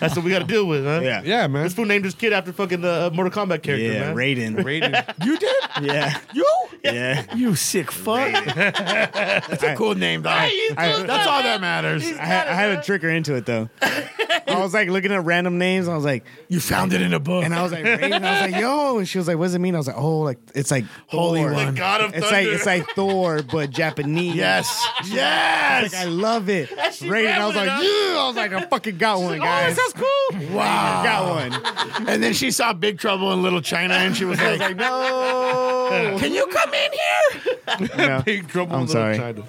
S5: that's what we got to deal with, man.
S1: Yeah.
S2: Yeah, man.
S5: This fool named his kid after fucking the uh, Mortal Kombat character,
S1: Yeah,
S5: man.
S1: Raiden.
S2: Raiden.
S3: You did?
S1: Yeah.
S3: You?
S1: Yeah.
S3: You sick fuck. That's a cool name, dog.
S1: I,
S3: That's all that matters.
S1: I, had, I had to trick her into it though. I was like looking at random names. I was like,
S3: You found it in a book.
S1: and I was like, Raven. I was like, yo. And she was like, what does it mean? I was like, oh, like it's like
S3: Holy
S1: Thor.
S3: one. The
S7: God of
S1: It's like
S7: Thunder.
S1: it's like Thor, but Japanese.
S3: yes.
S1: I was
S3: Yes.
S1: like, I love it.
S7: she
S1: Raven. I was like,
S7: grabbed
S1: yeah. I was like, I fucking got one, guys.
S3: wow.
S1: got one.
S3: And then she saw Big Trouble in Little China, and she was like,
S1: no.
S3: "Can you come in here,
S2: Big trouble.
S1: I'm
S2: in Little
S1: sorry.
S2: China.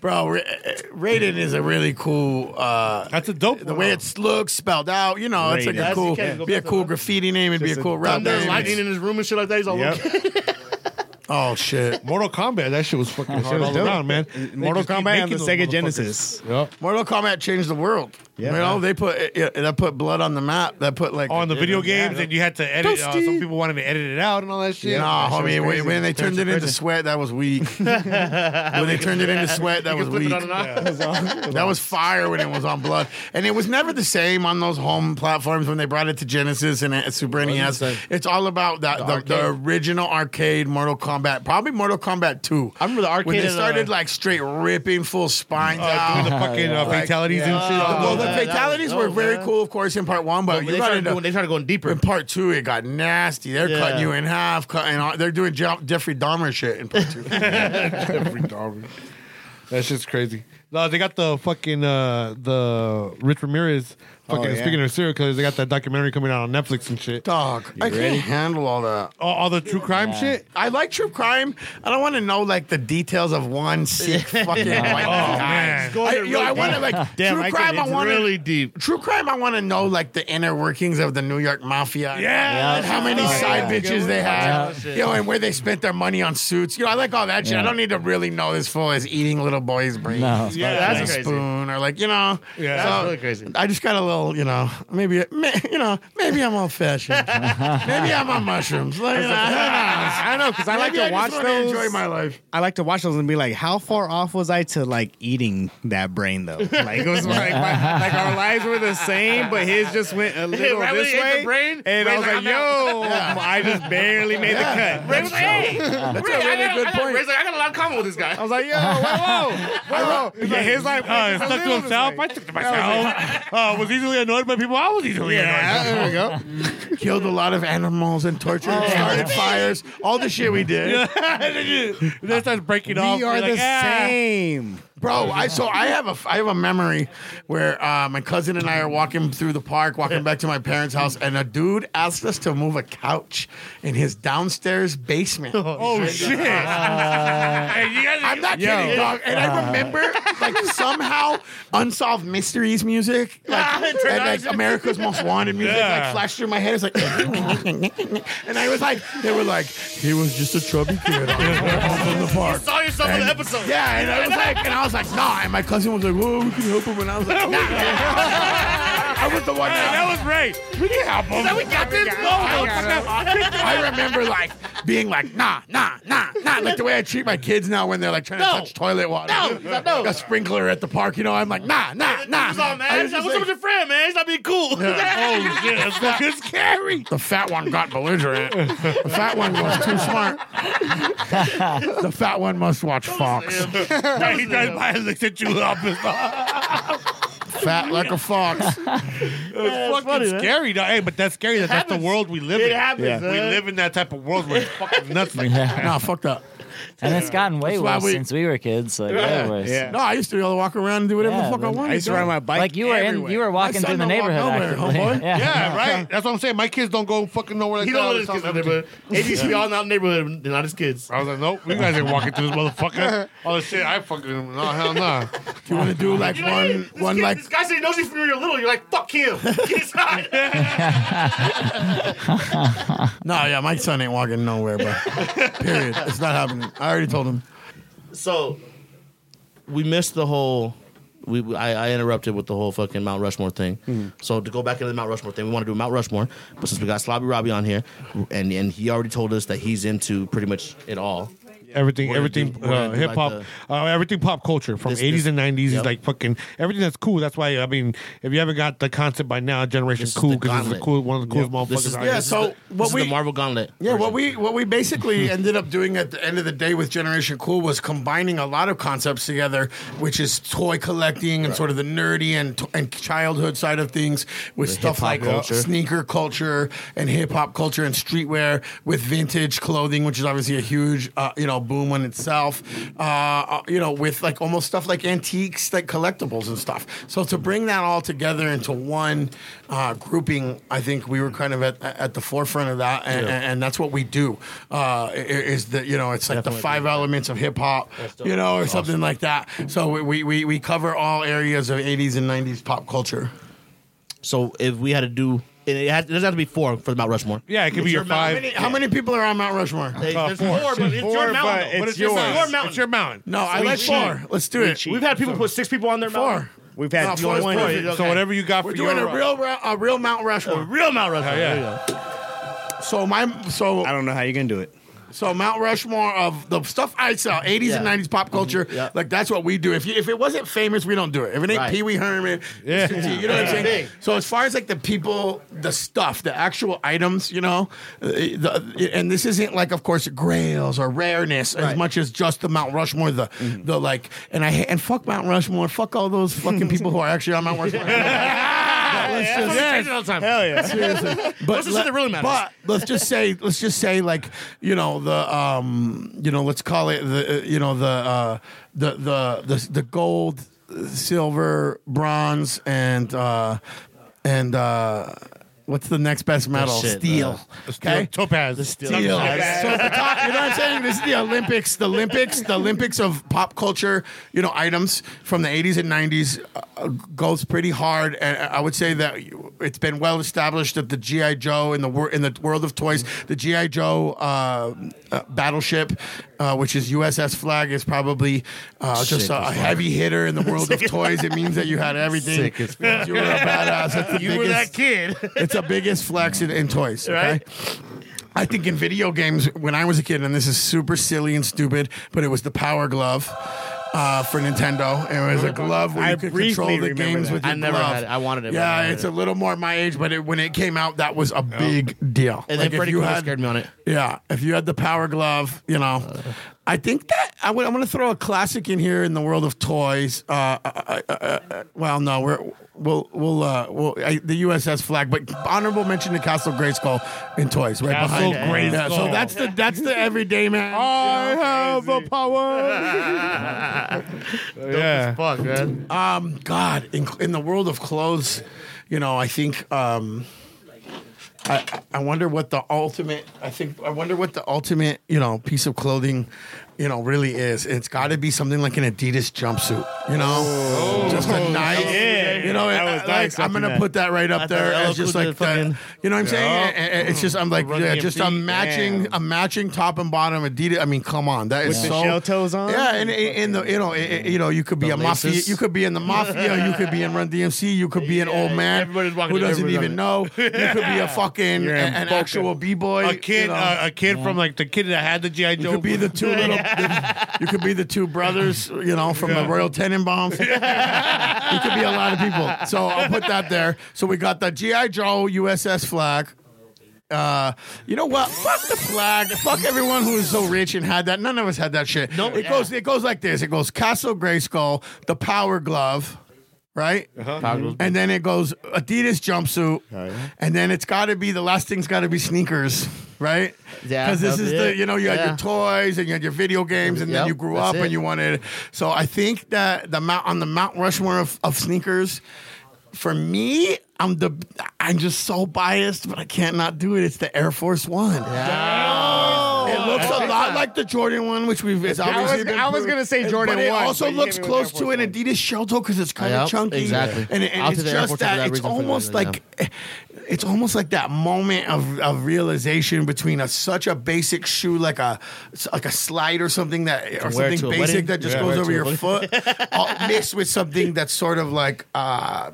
S3: bro?" Ra- uh, Raiden is a really cool. Uh,
S2: That's a dope.
S3: the way it looks spelled out, you know, it's like
S1: Raiden.
S3: a cool,
S7: That's- yeah.
S3: be a cool graffiti name, it'd be a cool rap
S8: Thunder and
S3: name.
S8: lightning in his room and shit like that. He's all
S1: Yep.
S3: Oh shit!
S2: Mortal Kombat. That shit was fucking hard
S1: was
S2: all
S1: dope.
S2: around, man.
S1: Mortal
S2: just keep
S1: Kombat and the
S2: making those
S1: Sega
S2: motherfuckers.
S1: Genesis.
S2: Yep.
S3: Mortal Kombat changed the world.
S1: Yeah.
S3: you know, they put it, it, that put blood on the map. That put like
S2: On the video
S3: Yeah.
S2: games, and you had to edit. Uh, some people wanted to edit it out and all that shit.
S3: Nah, homie, when, when they turned it into
S2: crazy.
S3: sweat, that was weak. when they turned it into sweat, that was weak. That was fire when it was on blood, and it was never the same on those home platforms when they brought it to Genesis and uh, Super NES. It's all about that the, the, original arcade Mortal Kombat, probably Mortal Kombat Two.
S8: I remember the
S3: when
S8: arcade
S3: they
S8: and, uh,
S3: started like straight ripping full spines
S2: Uh,
S3: out.
S2: doing the fucking uh, fatalities and shit.
S3: well, the
S8: that- that was
S3: fatalities were
S8: dope,
S3: very
S8: man.
S3: cool, of course, in part one, but,
S8: But
S3: you
S8: they
S3: got
S8: started going. They started going deeper.
S3: in part two, it got nasty. They're
S8: Yeah.
S3: cutting you in half, cutting. all- They're doing Jeff- Jeffrey Dahmer shit in part two.
S2: That shit's crazy. No, they got the fucking uh the Rich Ramirez fucking
S1: yeah.
S2: speaking of serial killers. They got that documentary coming out on Netflix and shit.
S3: Dog, I can't handle all that.
S2: All, all the true crime shit.
S3: I like true crime. I don't want to know like the details of one sick fucking. white
S2: Oh
S3: guy.
S2: man,
S3: I, yo, I want to like true crime. I want
S5: really deep.
S3: True crime. I want to know like the inner workings of the New York mafia.
S2: Yeah.
S3: and how many
S2: Yeah.
S3: side bitches they had.
S8: Yeah.
S3: You know, and where they spent their money on suits. You know, I like all that shit. I don't need to really know this fool is eating little boys' brains.
S9: No.
S8: yeah,
S3: with
S8: that's
S3: a
S8: crazy.
S3: spoon or like you know.
S2: Yeah.
S3: so
S8: That's really crazy.
S3: I just got a little, you know, maybe ma- you know, maybe I'm old fashioned. maybe I'm on mushrooms. Like, you know, who knows?
S1: I don't know because I like
S3: Maybe
S1: to
S3: just
S1: watch
S3: wanna
S1: those.
S3: Enjoy my life.
S1: I like to watch those and be like, how far off was I to like eating that brain though? Like it was like, my, like our lives were the same, but his just went a little
S8: Right when
S1: this
S8: he ate the
S1: way.
S8: brain,
S1: and I
S8: Ray's
S1: was
S8: like,
S1: like,
S8: "I'm
S1: yo, I just barely made the cut.
S8: Ray's like, hey, that's
S3: a really good point.
S8: Ray's like, I got a lot of common with this guy.
S1: I was like, yo, whoa, whoa, whoa. Yeah, his life
S2: Uh,
S1: was
S2: stuck to himself. I stuck to myself. Uh, was easily annoyed by people. I was
S3: Oh,
S2: easily
S1: Yeah,
S2: annoyed.
S1: there we go.
S3: Killed a lot of animals and tortured, and
S8: Oh.
S3: started fires, all the shit we did,
S2: Then it starts breaking off.
S1: We
S2: You're
S1: are
S2: like,
S1: the
S2: "Ah."
S1: same.
S3: bro. I so I have a I have a memory where uh, my cousin and I are walking through the park, walking back to my parents' house, and a dude asked us to move a couch in his downstairs basement.
S2: Oh shit! Hey, you guys-
S3: I'm not
S1: Yo.
S3: kidding, dog. And I remember, like, somehow Unsolved Mysteries music, like, and, like America's Most Wanted music,
S2: Yeah.
S3: like, flashed through my head. It's like, and I was like, they were like, he was just a chubby kid out in the park.
S8: saw yourself in the episode.
S3: Yeah, and I was like, and I was like, nah. And my cousin was like, well, we can help him. And I was like, nah. I was the one.
S2: Hey,
S3: that-
S2: that was great. We can help him.
S8: we got this.
S3: I remember like being like, nah, nah, nah, nah. Like the way I treat my kids now when they're like trying
S8: No.
S3: to touch toilet water.
S8: No, no.
S3: Like a sprinkler at the park, you know. I'm like, nah, nah, nah.
S8: Nah, nah,
S3: I
S8: man.
S3: was
S8: What's
S3: just
S8: up
S3: like,
S8: with your friend, man? He's not being cool.
S2: Oh shit! That's fucking scary.
S3: the fat one got belligerent. The fat one was too smart. the fat one must watch Fox.
S2: Right, he drives by and looks at you up and
S3: Fat like a fox.
S2: It's fucking scary, dog. Hey, but that's scary. That that's the world we live in. It happens.
S1: Yeah.
S2: We live in that type of world where it's fucking nuts. Like,
S3: nah, fuck that.
S9: And it's gotten way
S3: That's why
S9: worse
S3: we-
S9: since we were kids. Like
S3: Yeah,
S9: way worse.
S1: yeah.
S3: No, I used to be able to walk around and do whatever
S9: Yeah,
S3: the fuck I
S9: man.
S3: wanted.
S1: I used to
S3: dog.
S1: ride my bike.
S9: Like you were in, you were walking
S3: My
S9: through
S3: son
S9: the
S3: don't walk
S9: neighborhood.
S3: nowhere,
S9: actively.
S3: homeboy.
S9: Yeah.
S2: yeah, right. That's what I'm saying. My kids don't go fucking nowhere like
S8: He
S2: that.
S8: don't let
S2: I
S8: his
S2: was
S8: kids in
S2: telling
S8: the
S2: everybody-
S8: neighborhood. It used to be all in the neighborhood, not his kids.
S2: I was like, nope, you guys ain't walking through this motherfucker. All this shit, I fucking no, hell nah.
S3: Do you want to do like one,
S8: This
S3: one
S8: kid-
S3: like
S8: this guy said he knows you from when you're little. You're like, fuck him. Get inside.
S3: No, yeah, my son ain't walking nowhere, bro. Period. It's not happening. I already told him.
S8: so we missed the whole. We, we- I, I interrupted with the whole fucking Mount Rushmore thing. So to go back into the Mount Rushmore thing, we want to do Mount Rushmore, but since we got Slobby Robbie on here, and and he already told us that he's into pretty much it all.
S2: everything,
S8: We're gonna do-
S2: everything,
S8: we're
S2: uh,
S8: gonna do
S2: hip
S8: like
S2: hop,
S8: the-
S2: uh, everything pop culture from
S8: This-
S2: eighties
S8: this-
S2: and nineties
S8: yep.
S2: is like fucking everything that's cool. That's why I mean, if you haven't got the concept by now, Generation
S8: This is
S2: Cool
S8: the
S2: because it's the
S8: gauntlet.
S2: cool one of the coolest
S8: This is,
S2: motherfuckers. out
S3: Yeah,
S2: here.
S8: this is
S3: so
S8: the,
S3: what
S8: this is
S3: we-
S8: the Marvel Gauntlet.
S3: Yeah, what
S8: version.
S3: we what we basically ended up doing at the end of the day with Generation Cool was combining a lot of concepts together, which is toy collecting and sort of the nerdy and and childhood side of things with stuff
S8: hip-hop
S3: like uh,
S8: culture.
S3: sneaker culture and hip hop culture and streetwear with vintage clothing, which is obviously a huge uh, you know boom in itself. Uh, uh, you know, with like almost stuff like antiques, like collectibles and stuff. So to bring that all together into one uh, grouping, I think we were kind of at at the forefront of that, and, and, and that's what we do. Uh, i- i- is that you know it's like the five elements of hip hop, you know, or something like that. So we- we, we we cover all areas of '80s and '90s pop culture.
S8: So if we had to do, it, it, has, it doesn't have to be four for the Mount Rushmore.
S2: yeah, it could be your
S3: How
S2: five.
S3: many, how many people are on Mount Rushmore?
S8: Hey,
S2: Uh,
S8: there's
S2: four.
S8: four, but it's your
S2: Four,
S8: mountain.
S2: but
S8: though. But
S2: it's your
S8: your
S2: mountain.
S8: mountain.
S2: It's your mountain.
S3: No, I like four. Let's do it.
S8: We've had people put six people on their mountain.
S3: Four.
S1: We've had
S3: No,
S1: you
S3: four
S1: on
S3: is
S1: one.
S3: four.
S1: Is it-
S2: So whatever you got
S3: We're
S2: for
S3: doing
S2: your
S3: a real, ra- a real Mount Rushmore.
S8: Real Mount Rushmore.
S2: yeah.
S8: There you go.
S3: So my,
S1: I
S3: so
S1: don't know how you're gonna do it.
S3: so Mount Rushmore of the stuff I sell, eighties and
S8: Yeah.
S3: nineties pop culture.
S8: Mhm, yeah.
S3: Like that's what we do. If you, if it wasn't famous, we don't do it. If it ain't
S8: Right.
S3: Pee Wee Herman,
S2: Yeah.
S3: you know what I'm saying. So as far as like the people, the stuff, the actual items, you know, uh, the, and this isn't like of course grails or rareness as much as just the Mount Rushmore, the
S8: Mm-hmm.
S3: the like, and I ha- and fuck Mount Rushmore, fuck all those fucking people who are actually on Mount Rushmore. Let's
S8: That's
S3: just-
S8: what we change it all the time.
S1: Hell yeah.
S3: Seriously. But
S8: Those are the shit that really matters.
S3: But let's just say, let's just say, like you know the um, you know, let's call it the uh, you know the uh, the the the the gold, silver, bronze, and uh, and uh, what's the next best metal?
S8: shit,
S3: steel. Okay.
S2: topaz.
S3: Steel. So at the top, you know what I'm saying? This is the Olympics, the Olympics, the Olympics of pop culture. You know, items from the 80s and 90s uh, goes pretty hard, and uh, I would say that it's been well established that the GI Joe in the wor- in the world of toys, the GI Joe uh, uh, battleship, uh, which is USS flag, is probably uh, just a, a heavy hitter in the world of toys. It means that you had everything. You were a badass. That's the
S8: You
S3: biggest,
S8: were that kid.
S3: it's the biggest flex in, in toys, okay?
S8: Right.
S3: I think in video games when I was a kid, and this is super silly and stupid, but it was the Power Glove uh, for Nintendo. It was a glove where
S1: I
S3: you could
S1: briefly
S3: control the
S1: remember
S3: games
S1: that.
S3: with your
S8: I never
S3: glove.
S8: had it. I wanted it, but I
S3: Yeah,
S8: never had
S3: it's
S8: it.
S3: a little more my age, but it, when it came out, that
S1: Oh.
S3: was a big deal.
S8: And
S3: Like,
S8: then
S3: if
S8: Freddy
S3: you
S8: Krueger
S3: had-
S8: scared me on it.
S3: yeah, if you had the power glove, you know. I think that I would, I'm going to throw a classic in here in the world of toys. Uh, I- I- I- I- well, no, we're, we'll we'll uh, we'll I, the USS flag, but honorable mention to Castle Grayskull in toys, right
S2: Castle
S3: behind. it. Yeah, so
S2: Grayskull. Oh,
S3: that's the that's the everyday man.
S2: I have the power. yeah.
S8: Fuck, man.
S3: Um, God, in, in the world of clothes, you know, I think um, I I wonder what the ultimate. I think I wonder what the ultimate, you know, piece of clothing, you know, really is. It's got to be something like an Adidas jumpsuit, you know, just a nice,
S1: yeah.
S3: you know.
S1: That was
S3: like,
S1: nice
S3: I'm gonna
S1: watching that.
S3: put that right up
S8: That's
S3: there
S8: the
S3: as
S8: L
S3: just
S8: Cool J
S3: like that.
S8: fucking-
S3: You know what I'm saying? And- and It's just I'm like
S8: Run
S3: yeah, just a
S8: DMC.
S3: matching a matching top and bottom Adidas. I mean, come on, that is
S1: With the
S3: so
S1: shell toes on?
S3: Yeah, and in the you know i- i- you know you could be a mafia,
S8: laces.
S3: you could be in the mafia, you could be in Run DMC, you could be an old man
S8: everybody's walking
S3: who
S8: in-
S3: doesn't
S8: everybody's
S3: even know. You could be a fucking
S1: You're in
S3: an
S1: Boca.
S3: actual b boy,
S2: A kid,
S3: You, know.
S2: uh, a kid from like the kid that had the GI
S3: You
S2: Joe.
S3: could be the two little. you could be the two brothers, you know, from the Royal Tenenbaums. you could be a lot of people. So I'll put that there. So we got the GI Joe USS flag. Uh, you know what? Fuck the flag. Fuck everyone who is so rich and had that. None of us had that shit. No, it goes. It goes like this. It goes Castle Grayskull, the Power Glove, right? And then it goes Adidas jumpsuit, and then it's got to be the last thing's got to be sneakers, right?
S8: Yeah,
S3: because this
S8: that'll
S3: is
S8: be
S3: the
S8: it.
S3: you know you had your
S8: Yeah.
S3: toys and you had your video games, and then
S8: Yep,
S3: you grew
S8: that's
S3: up and
S8: it.
S3: you wanted. So I think that the mount on the Mount Rushmore of, of sneakers, for me, I'm the I'm just so biased, but I can't not do it. It's the Air Force One. It looks a lot like the Jordan one, which we've it's obviously
S1: was-
S3: been
S1: I was gonna say
S3: proven.
S1: Jordan
S3: but it
S1: 1,
S3: also
S1: but you
S3: looks
S1: gave me what
S3: close to
S1: Air
S3: an
S1: Force
S3: Adidas shell toe because it's kind of
S8: Yep,
S3: chunky,
S8: exactly.
S3: And, and
S8: I'll
S3: it's
S8: take the Air
S3: just
S8: Force
S3: that,
S8: for that
S3: it's
S8: reason, for that
S3: almost
S8: reason,
S3: like it's almost like that moment of, of realization between a such a basic shoe like a like a slide or something that or
S8: wear
S3: something
S8: it to a
S3: basic
S8: wedding.
S3: that just
S8: Yeah, wear
S3: goes over
S8: it to a
S3: your foot, all mixed with something that's sort of like. Uh,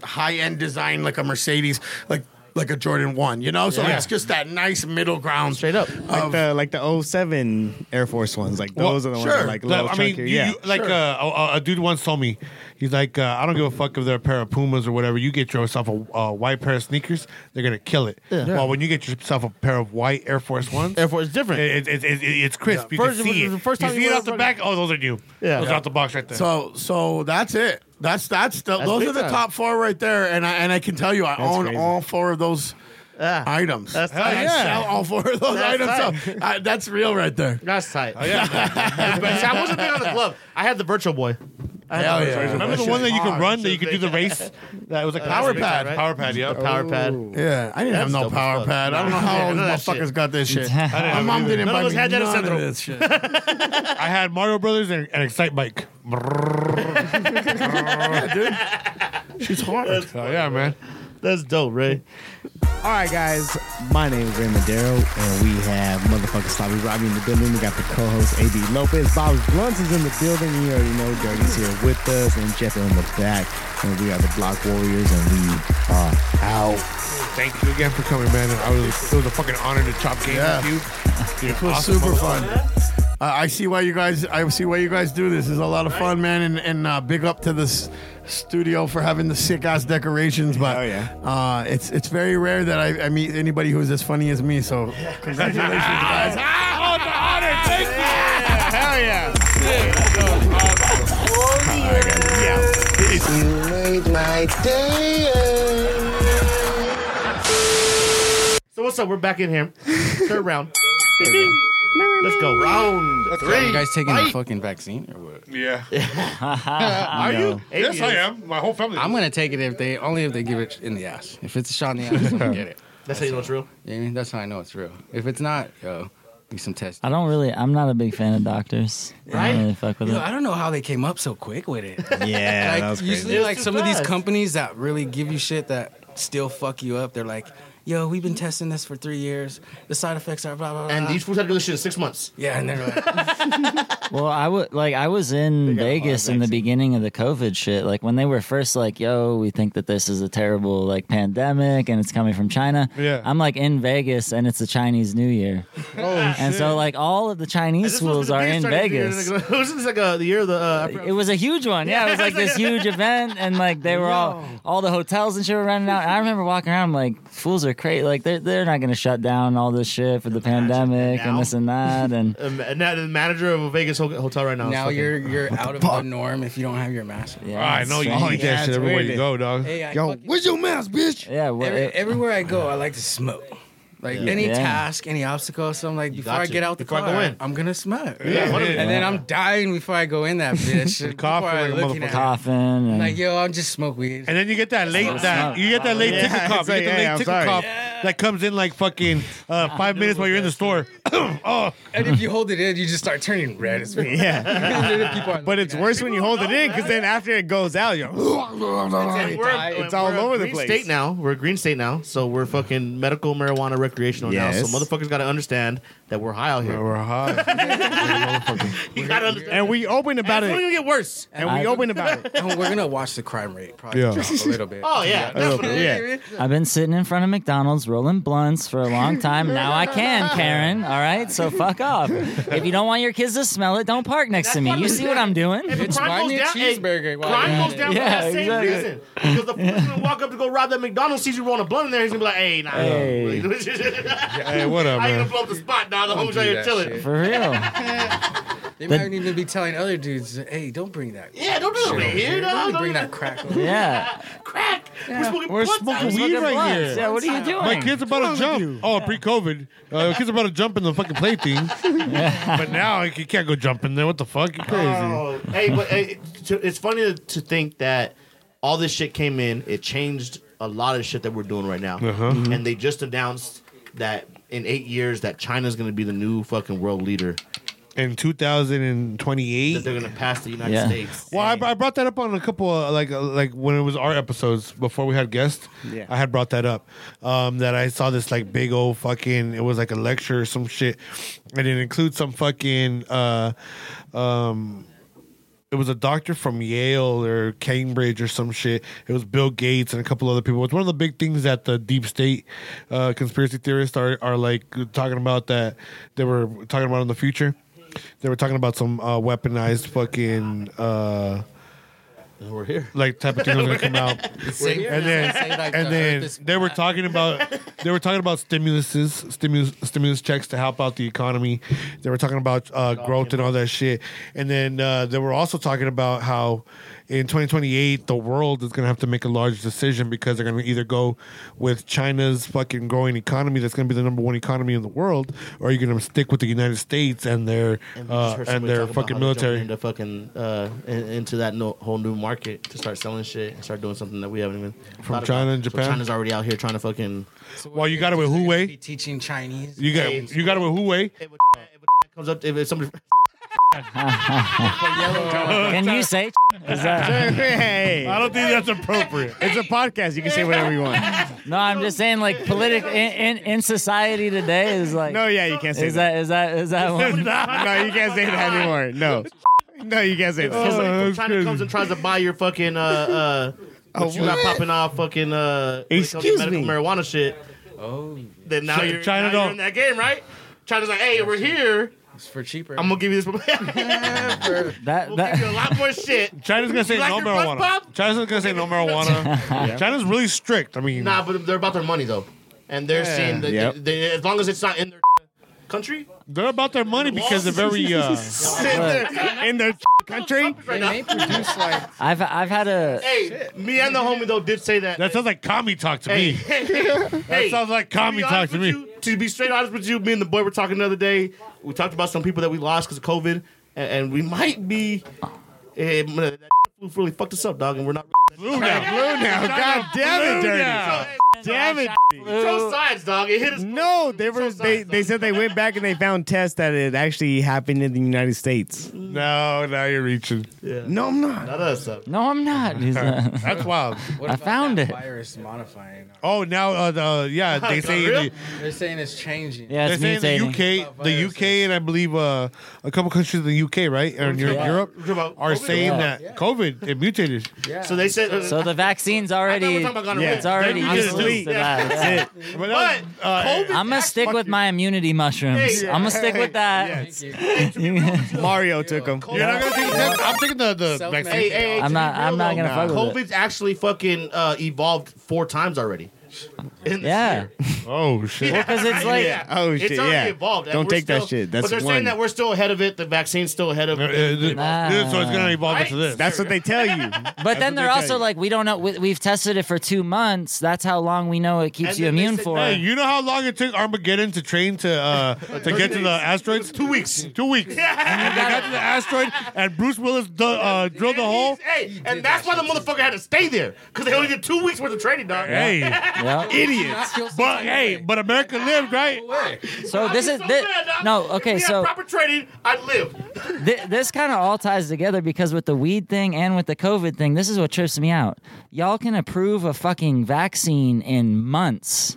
S3: high end design like a Mercedes, like like a Jordan One, you know. So it's just that nice middle ground.
S5: Straight up.
S1: Like the like the 07 Air Force ones. Like
S2: Well,
S1: those are the ones
S3: sure.
S1: that like
S2: Like,
S1: little
S2: I mean,
S1: chunkier.
S2: you,
S1: yeah.
S2: you, like uh, a, a dude once told me, he's like, uh, I don't give a fuck if they're a pair of Pumas or whatever. You get yourself a, a white pair of sneakers, they're gonna kill it. Well, when you get yourself a pair of white Air Force Ones,
S5: Air Force is different.
S2: it, it, it, it, it's crisp. You
S5: First-
S2: can see it.
S5: the first time
S2: you
S5: you
S2: see it
S5: wear
S2: off
S5: a
S2: the
S5: fucking-
S2: back. Oh, those are new.
S5: Yeah.
S2: those are
S5: Yeah.
S2: out the box right there.
S3: So so that's it. That's that's, the, those
S5: big
S3: are the
S5: time.
S3: top four right there, and I and I can tell you I own
S1: crazy.
S3: all four of those
S5: Yeah.
S3: items.
S5: That's
S3: And I
S5: tight.
S3: sell all four of those items. So I, that's real right there.
S5: That's tight. But see, I wasn't big on the glove. I had the virtual boy.
S3: Hell yeah.
S2: Remember the one that you could run, that you could do the race? That was a
S5: Power pad, right?
S2: Power pad, yeah.
S5: Power pad.
S3: Yeah, I didn't have no
S5: dope as
S3: power
S5: fuck.
S3: pad. I don't know how all these
S5: None of that
S3: motherfuckers
S5: shit.
S3: got this shit. My mom didn't
S5: None of
S3: buy
S5: us
S3: me
S5: had that at
S3: none of
S5: Central.
S3: this shit.
S2: I had Mario Brothers and an Excite Bike.
S3: She's hard.
S2: Oh, yeah, man.
S5: That's dope, Ray.
S1: All right, guys. My name is Ray Madero, and we have motherfucking Sloppy Robbie in the building. We got the co-host AB Lopez. Bob's Blunts is in the building. You already know Dirty's here with us, and Jeff in the back. And we are the Block Warriors, and we are out.
S2: Thank you again for coming, man. I was, it was a fucking honor to chop game
S3: Yeah.
S2: with you. It
S3: was super fun. Uh, I see why you guys. I see why you guys do this. It's a lot of fun, man. And, and uh, big up to this studio for having the sick ass decorations. But
S1: Oh, yeah.
S3: uh, it's it's very rare that I, I meet anybody who's as funny as me. So congratulations, guys.
S5: So what's up? We're back in here. Third round. Ding, ding. Let's go. Round
S10: you guys taking the fucking vaccine or what?
S12: Yeah.
S10: Are you?
S12: Yes, I am. My whole family.
S10: I'm gonna take it if they only if they give it in the ass. If it's a shot in the ass, I'm gonna get it.
S5: That's how you know it's real.
S10: You know what I mean? That's how I know it's real. If it's not, yo, do some tests.
S9: I don't really. I'm not a big fan of doctors. I
S10: Right?
S9: don't really fuck with
S10: Yo,
S9: it.
S10: I don't know how they came up so quick with it.
S1: Yeah,
S10: like
S1: that was crazy.
S10: usually
S5: It was
S10: like
S5: too
S10: some of these
S5: fast.
S10: companies that really give you shit that still fuck you up. They're like, yo, we've been testing this for three years. The side effects are blah blah blah.
S5: And these fools have to do this shit in six months.
S10: yeah, and they're like,
S9: Well, I would like I was in Vegas in the beginning of the COVID shit. Like when they were first like, "Yo, we think that this is a terrible like pandemic and it's coming from China."
S2: Yeah.
S9: I'm like in Vegas and it's the Chinese New Year, and so like all of the Chinese schools are in Vegas.
S5: This is like uh, the year of the. Uh, I forgot-
S9: It was a huge one. Yeah, it was like this huge event, and like they were all all the hotels and shit were running out. And I remember walking around, I'm like, fools are crazy. Like they're they're not gonna shut down all this shit for the pandemic
S5: now.
S9: and this and that. And
S5: um, and now the manager of a Vegas ho- hotel right now. is
S10: now
S5: fucking-
S10: you're you're out of the norm if you don't have your mask. on.
S9: yeah,
S2: I
S9: it's
S2: know you
S9: strange.
S2: eat that shit everywhere you go, dog.
S10: Hey, I fucking-
S3: where's your mask, bitch?
S9: Yeah, well,
S10: Every,
S9: it-
S10: everywhere I go, I like to smoke. Like any
S9: Yeah.
S10: task, any obstacle, so I'm like, before
S5: got
S10: I
S5: to.
S10: get out the
S5: Before I
S10: car,
S5: go in.
S10: I'm gonna smoke.
S2: Yeah.
S10: And then I'm dying before I go in that bitch. before
S2: coughing
S10: I'm
S2: like a
S10: looking at it.
S9: coffin. And,
S10: Like, yo, I'm just smoke weed.
S2: And then you get that late that you get that late tickle cough. You get the late tickle cough that comes in like fucking uh, five minutes while you're in the store. oh,
S10: And if you hold it in, you just start turning red. It's weird.
S1: Yeah,
S10: but
S1: but it's worse when you hold it in because then after it goes out, you're
S5: We're-
S1: it's all
S5: we're a
S1: over the
S5: green
S1: place.
S5: State now, we're a green state now, so we're fucking medical marijuana recreational now.
S1: Yes.
S5: So motherfuckers got to understand that we're high out here.
S2: we're hot.
S5: you got to understand.
S1: and we open about
S5: it's only
S1: it,
S5: gonna get worse.
S1: and we
S9: I-
S1: open about it.
S10: Oh, we're gonna watch the crime rate probably
S2: Yeah.
S10: drop a little bit.
S5: Oh yeah, definitely.
S1: Yeah,
S9: I've been sitting in front of McDonald's rolling blunts for a long time. Now I can, Karen. All right, so fuck off. If you don't want your kids to smell it, don't park next to me. You see what I'm doing?
S10: Bitch,
S5: Crime
S10: buy
S5: goes
S10: me a
S5: down- hey,
S10: cheeseburger. while
S5: Crime
S10: you're at
S5: goes
S10: it.
S5: down
S9: Yeah,
S5: for that same
S9: exactly.
S5: reason. Because the fool's gonna walk up to go rob that McDonald's, sees you rolling a blunt in there, he's gonna be like, "Hey, nah,
S9: Hey.
S2: hey, what up,
S5: I ain't
S2: Oh, man?
S5: gonna blow up the spot, dog. The homies
S10: do
S5: out here
S10: that
S5: chilling."
S10: shit.
S9: For real.
S10: They might even be telling other dudes, "Hey, don't bring that.
S5: Yeah, don't do that
S10: shit
S5: over
S10: over
S5: here, dog.
S10: Don't
S5: Don't
S10: bring
S5: do that
S10: that crack." over here."
S9: Yeah.
S5: crack. We're smoking
S2: We're
S5: blunts out here.
S2: smoking weed
S9: Fucking
S2: right
S9: blunts. Yeah,
S2: here.
S9: what are you doing?
S2: My kid's about to jump. Oh, pre-COVID, uh, kid's about to jump in the fucking play thing. but now you can't go jump in there. What the fuck? Uh, You're crazy.
S5: Oh, hey, but hey, to, it's funny to, to think that all this shit came in. It changed a lot of shit that we're doing right now.
S2: Uh-huh.
S5: And they just announced that in eight years that China's going to be the new fucking world leader.
S2: In
S5: That
S2: 2028.
S5: they're going to pass the United
S9: Yeah.
S5: States.
S2: Well, I, I brought that up on a couple of like uh, like when it was our episodes before we had guests.
S1: Yeah.
S2: I had brought that up um, that I saw this like big old fucking. It was like a lecture or some shit, and it includes some fucking uh, um, it was a doctor from Yale or Cambridge or some shit. It was Bill Gates and a couple other people. It's one of the big things that the deep state uh, conspiracy theorists are are like talking about that they were talking about in the future. They were talking about some uh, weaponized fucking. Uh,
S5: We're here.
S2: like type of thing was gonna come out. and then, and then they were talking about they were talking about stimuluses, stimulus stimulus checks to help out the economy. They were talking about uh, growth and all that shit. And then uh, they were also talking about how in 2028 the world is gonna have to make a large decision because they're gonna either go with China's fucking growing economy that's gonna be the number one economy in the world, or you're gonna stick with the United States and their
S5: we just
S2: uh,
S5: heard
S2: and
S5: somebody
S2: their
S5: talk about
S2: fucking
S5: how they're jumping
S2: military.
S5: into fucking uh, in- into that no, whole new market to start selling shit and start doing something that we haven't even
S2: From
S5: thought
S2: China
S5: about.
S2: and
S5: So
S2: Japan?
S5: China's already out here trying to fucking.
S2: Well, you got it with
S10: Be
S2: Huawei.
S10: teaching Chinese.
S2: You got you got it with Huawei.
S5: Comes up if it's somebody.
S9: Can you say? Is that?
S1: hey,
S2: I don't think that's appropriate.
S1: it's a podcast. You can say whatever you want.
S9: No, I'm just saying, like, politic in, in, in society today is like.
S1: No, yeah, you can't say
S9: Is that is that is that one?
S1: that. No, you can't say that anymore. No, no, you can't say
S5: Because
S1: that.
S5: like,
S2: Oh,
S5: if
S2: that's
S5: China
S2: crazy. Oh,
S5: comes and tries to buy your fucking uh uh what you got popping off fucking uh when it comes to
S1: Excuse
S5: medical
S1: me.
S5: marijuana shit. Oh then now
S2: Chi-
S5: you're
S2: China
S5: now
S2: don't-
S5: you're in that game, right? China's like, hey, we're here.
S10: It's for cheaper.
S5: I'm gonna give you this. we'll
S9: That
S5: give you a
S9: that.
S5: lot more shit.
S2: China's gonna say
S5: You like
S2: no
S5: your butt
S2: marijuana.
S5: pop?
S2: China's gonna say no marijuana. China's really strict. I mean,
S5: Nah, but they're about their money though, and they're seeing that
S1: Yep.
S5: they, they- as long as it's not in their country.
S2: they're about their money because they're very. Uh,
S1: In their country,
S5: Right now.
S9: I've I've had a.
S5: Hey, me and the homie though did say that.
S2: that sounds like commie talk to
S5: hey,
S2: me.
S5: hey,
S2: That sounds like commie
S5: be
S2: talk
S5: honest
S2: to
S5: with
S2: me.
S5: you- to be straight honest with you, me and the boy were talking the other day. We talked about some people that we lost because of COVID, and, and we might be. eh, that flu really fucked us up, dog, and we're not.
S2: Blue now, blue now.
S1: God damn it, dirty. Damn it.
S5: Show sides, dog. It hit us.
S1: No, they were.
S5: So sorry,
S1: They, they said they went back and they found tests that it actually happened in the United States.
S2: No, now you're reaching.
S1: No, I'm not.
S5: Not us, though.
S9: No, I'm not. He's not.
S2: That's wild.
S10: What
S9: I
S10: about
S9: found
S10: that
S9: it.
S10: Virus modifying.
S2: Oh, now uh, the, yeah, they say
S5: real?
S2: the,
S10: They're saying it's changing.
S9: Yeah,
S2: they're
S9: it's
S2: saying the
S9: mutating.
S2: UK, the UK, and I believe uh, a couple countries in the UK, right, or in Europe,
S5: Talking about
S2: are
S5: COVID?
S2: saying
S9: Yeah.
S2: that COVID it mutated.
S5: So they said. uh,
S9: So the vaccine's
S5: I thought we
S9: already.
S5: were talking about gonorrhea.
S9: It's already
S2: Then you
S9: useless
S2: just
S9: to
S2: leave.
S9: that. Yeah.
S2: But, that was, uh,
S9: I'm gonna stick with my immunity mushrooms.
S5: Hey,
S9: I'm gonna stick with that.
S10: Thank you.
S1: Mario took them.
S2: You're not gonna take the test. I'm taking the the
S10: Self-made.
S2: vaccine.
S5: hey, hey, hey,
S9: I'm
S5: to
S9: not-
S5: be real,
S9: I'm not
S5: though,
S9: gonna fuck with it.
S5: COVID's actually fucking uh, evolved four times already. In this
S9: Yeah,
S5: year.
S2: Oh shit.
S9: because it's like
S5: yeah.
S1: Oh, shit,
S5: It's already
S1: yeah.
S5: evolved. and
S1: Don't
S5: we're
S1: take that
S5: still-
S1: shit. That's
S5: But they're
S1: one.
S5: saying that we're still ahead of it. The vaccine's still ahead of
S2: Uh, uh, th-
S9: Nah.
S2: dude, so it's gonna evolve into this.
S1: That's what they tell you.
S9: But then they're
S1: they
S9: also
S1: tell you.
S9: like, we don't know. We, we've tested it for two months. That's how long we know it keeps
S5: And
S9: you
S5: then they
S9: immune
S5: said-
S9: for.
S2: Hey, you know how long it took Armageddon to train to uh, to get to the asteroids? Two weeks. Two weeks. And they got to the asteroid, and Bruce Willis du- uh, drilled the
S5: And
S2: hole.
S5: he's- Hey, and that's why the motherfucker had to stay there because they only did two weeks worth of training, dog.
S2: Hey,
S9: Yep.
S2: idiots! But hey, but America lived, right?
S9: So this is
S5: So
S9: this,
S5: bad, dog.
S9: no
S5: If
S9: okay.
S5: we had
S9: So
S5: proper training, I'd live.
S9: thi- this kind of all ties together because with the weed thing and with the COVID thing, this is what trips me out. Y'all can approve a fucking vaccine in months.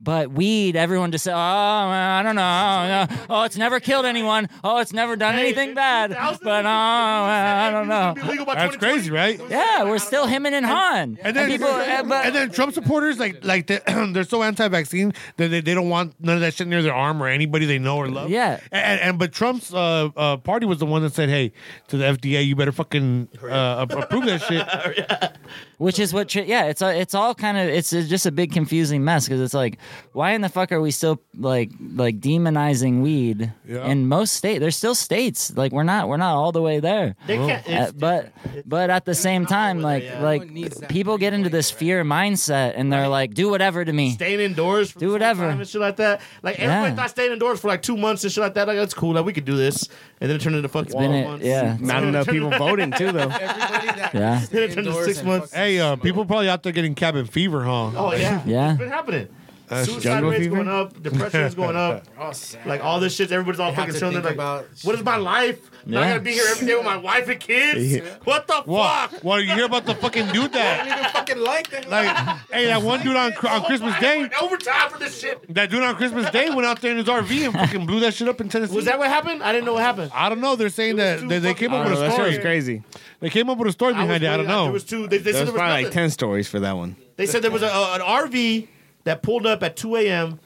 S9: But weed, everyone just said, oh, well, I don't know. Oh, no. oh, it's never killed anyone. Oh, it's never done anything bad. But oh, well, I don't know.
S2: That's crazy, right?
S9: Yeah, we're still hemming and hawing.
S2: And then,
S9: people, uh, but,
S2: and then Trump supporters like like they, they're so anti-vaccine that they, they don't want none of that shit near their arm or anybody they know or love.
S9: Yeah.
S2: And, and but Trump's uh, uh, party was the one that said, "Hey, to the FDA, you better fucking uh, ap- approve that shit."
S9: which is what, tri- yeah, it's a, it's all kind of, it's just a big confusing mess because it's like, why in the fuck are we still like like demonizing weed
S2: Yeah.
S9: in most state? There's still states like we're not we're not all the way there.
S5: They can't.
S9: Uh,
S5: It's,
S9: but but at the same time, like
S5: yeah.
S9: like
S10: Everyone needs that
S9: people get into this fear mindset and they're like, do whatever to me.
S5: staying indoors, for
S9: Do
S5: some
S9: whatever.
S5: time and shit like that. Like everybody
S9: Yeah.
S5: thought staying indoors for like two months and shit like that. Like that's cool. Like we could do this, and then it turned into fucking
S9: Been
S5: twelve
S9: it,
S5: months.
S9: yeah,
S1: Not enough people voting too, though.
S10: Everybody that
S9: Yeah.
S10: sits indoors
S5: Six
S10: and
S5: months.
S10: fucking
S2: Hey, uh,
S10: smoke.
S2: people probably out there getting cabin fever, huh?
S5: Oh yeah.
S9: Yeah.
S5: It's been happening. Suicide
S1: jungle
S5: rates
S1: fever?
S5: going up, depression's going up,
S10: Oh, sad.
S5: like all this shit. Everybody's all
S10: You have
S5: fucking
S10: to
S5: chilling. They're
S10: think
S5: Like,
S10: about-
S5: what is my life? Now I
S1: Yeah.
S5: gotta be here every day with my wife and kids.
S1: Yeah.
S5: What the
S2: What?
S5: fuck?
S2: What? You hear about the fucking dude that?
S10: even fucking like that.
S2: Like, hey, that one dude on on Christmas Day,
S5: overtime for this shit.
S2: that dude on Christmas Day went out there in his RV and fucking blew that shit up in Tennessee.
S5: Was that what happened? I didn't know what happened.
S2: I don't know. They're saying that they, they came
S1: I
S2: up
S1: don't
S2: with
S1: know,
S2: a
S1: that shit was
S2: story.
S1: crazy.
S2: They came up with a story
S5: I was
S2: behind it. I don't
S5: waiting- There
S2: know.
S5: was two. They, they
S1: There
S5: said
S1: was
S5: there was
S1: probably like
S5: nothing.
S1: 10 stories for that one.
S5: They said there was a, a- an RV that pulled up at 2 a.m.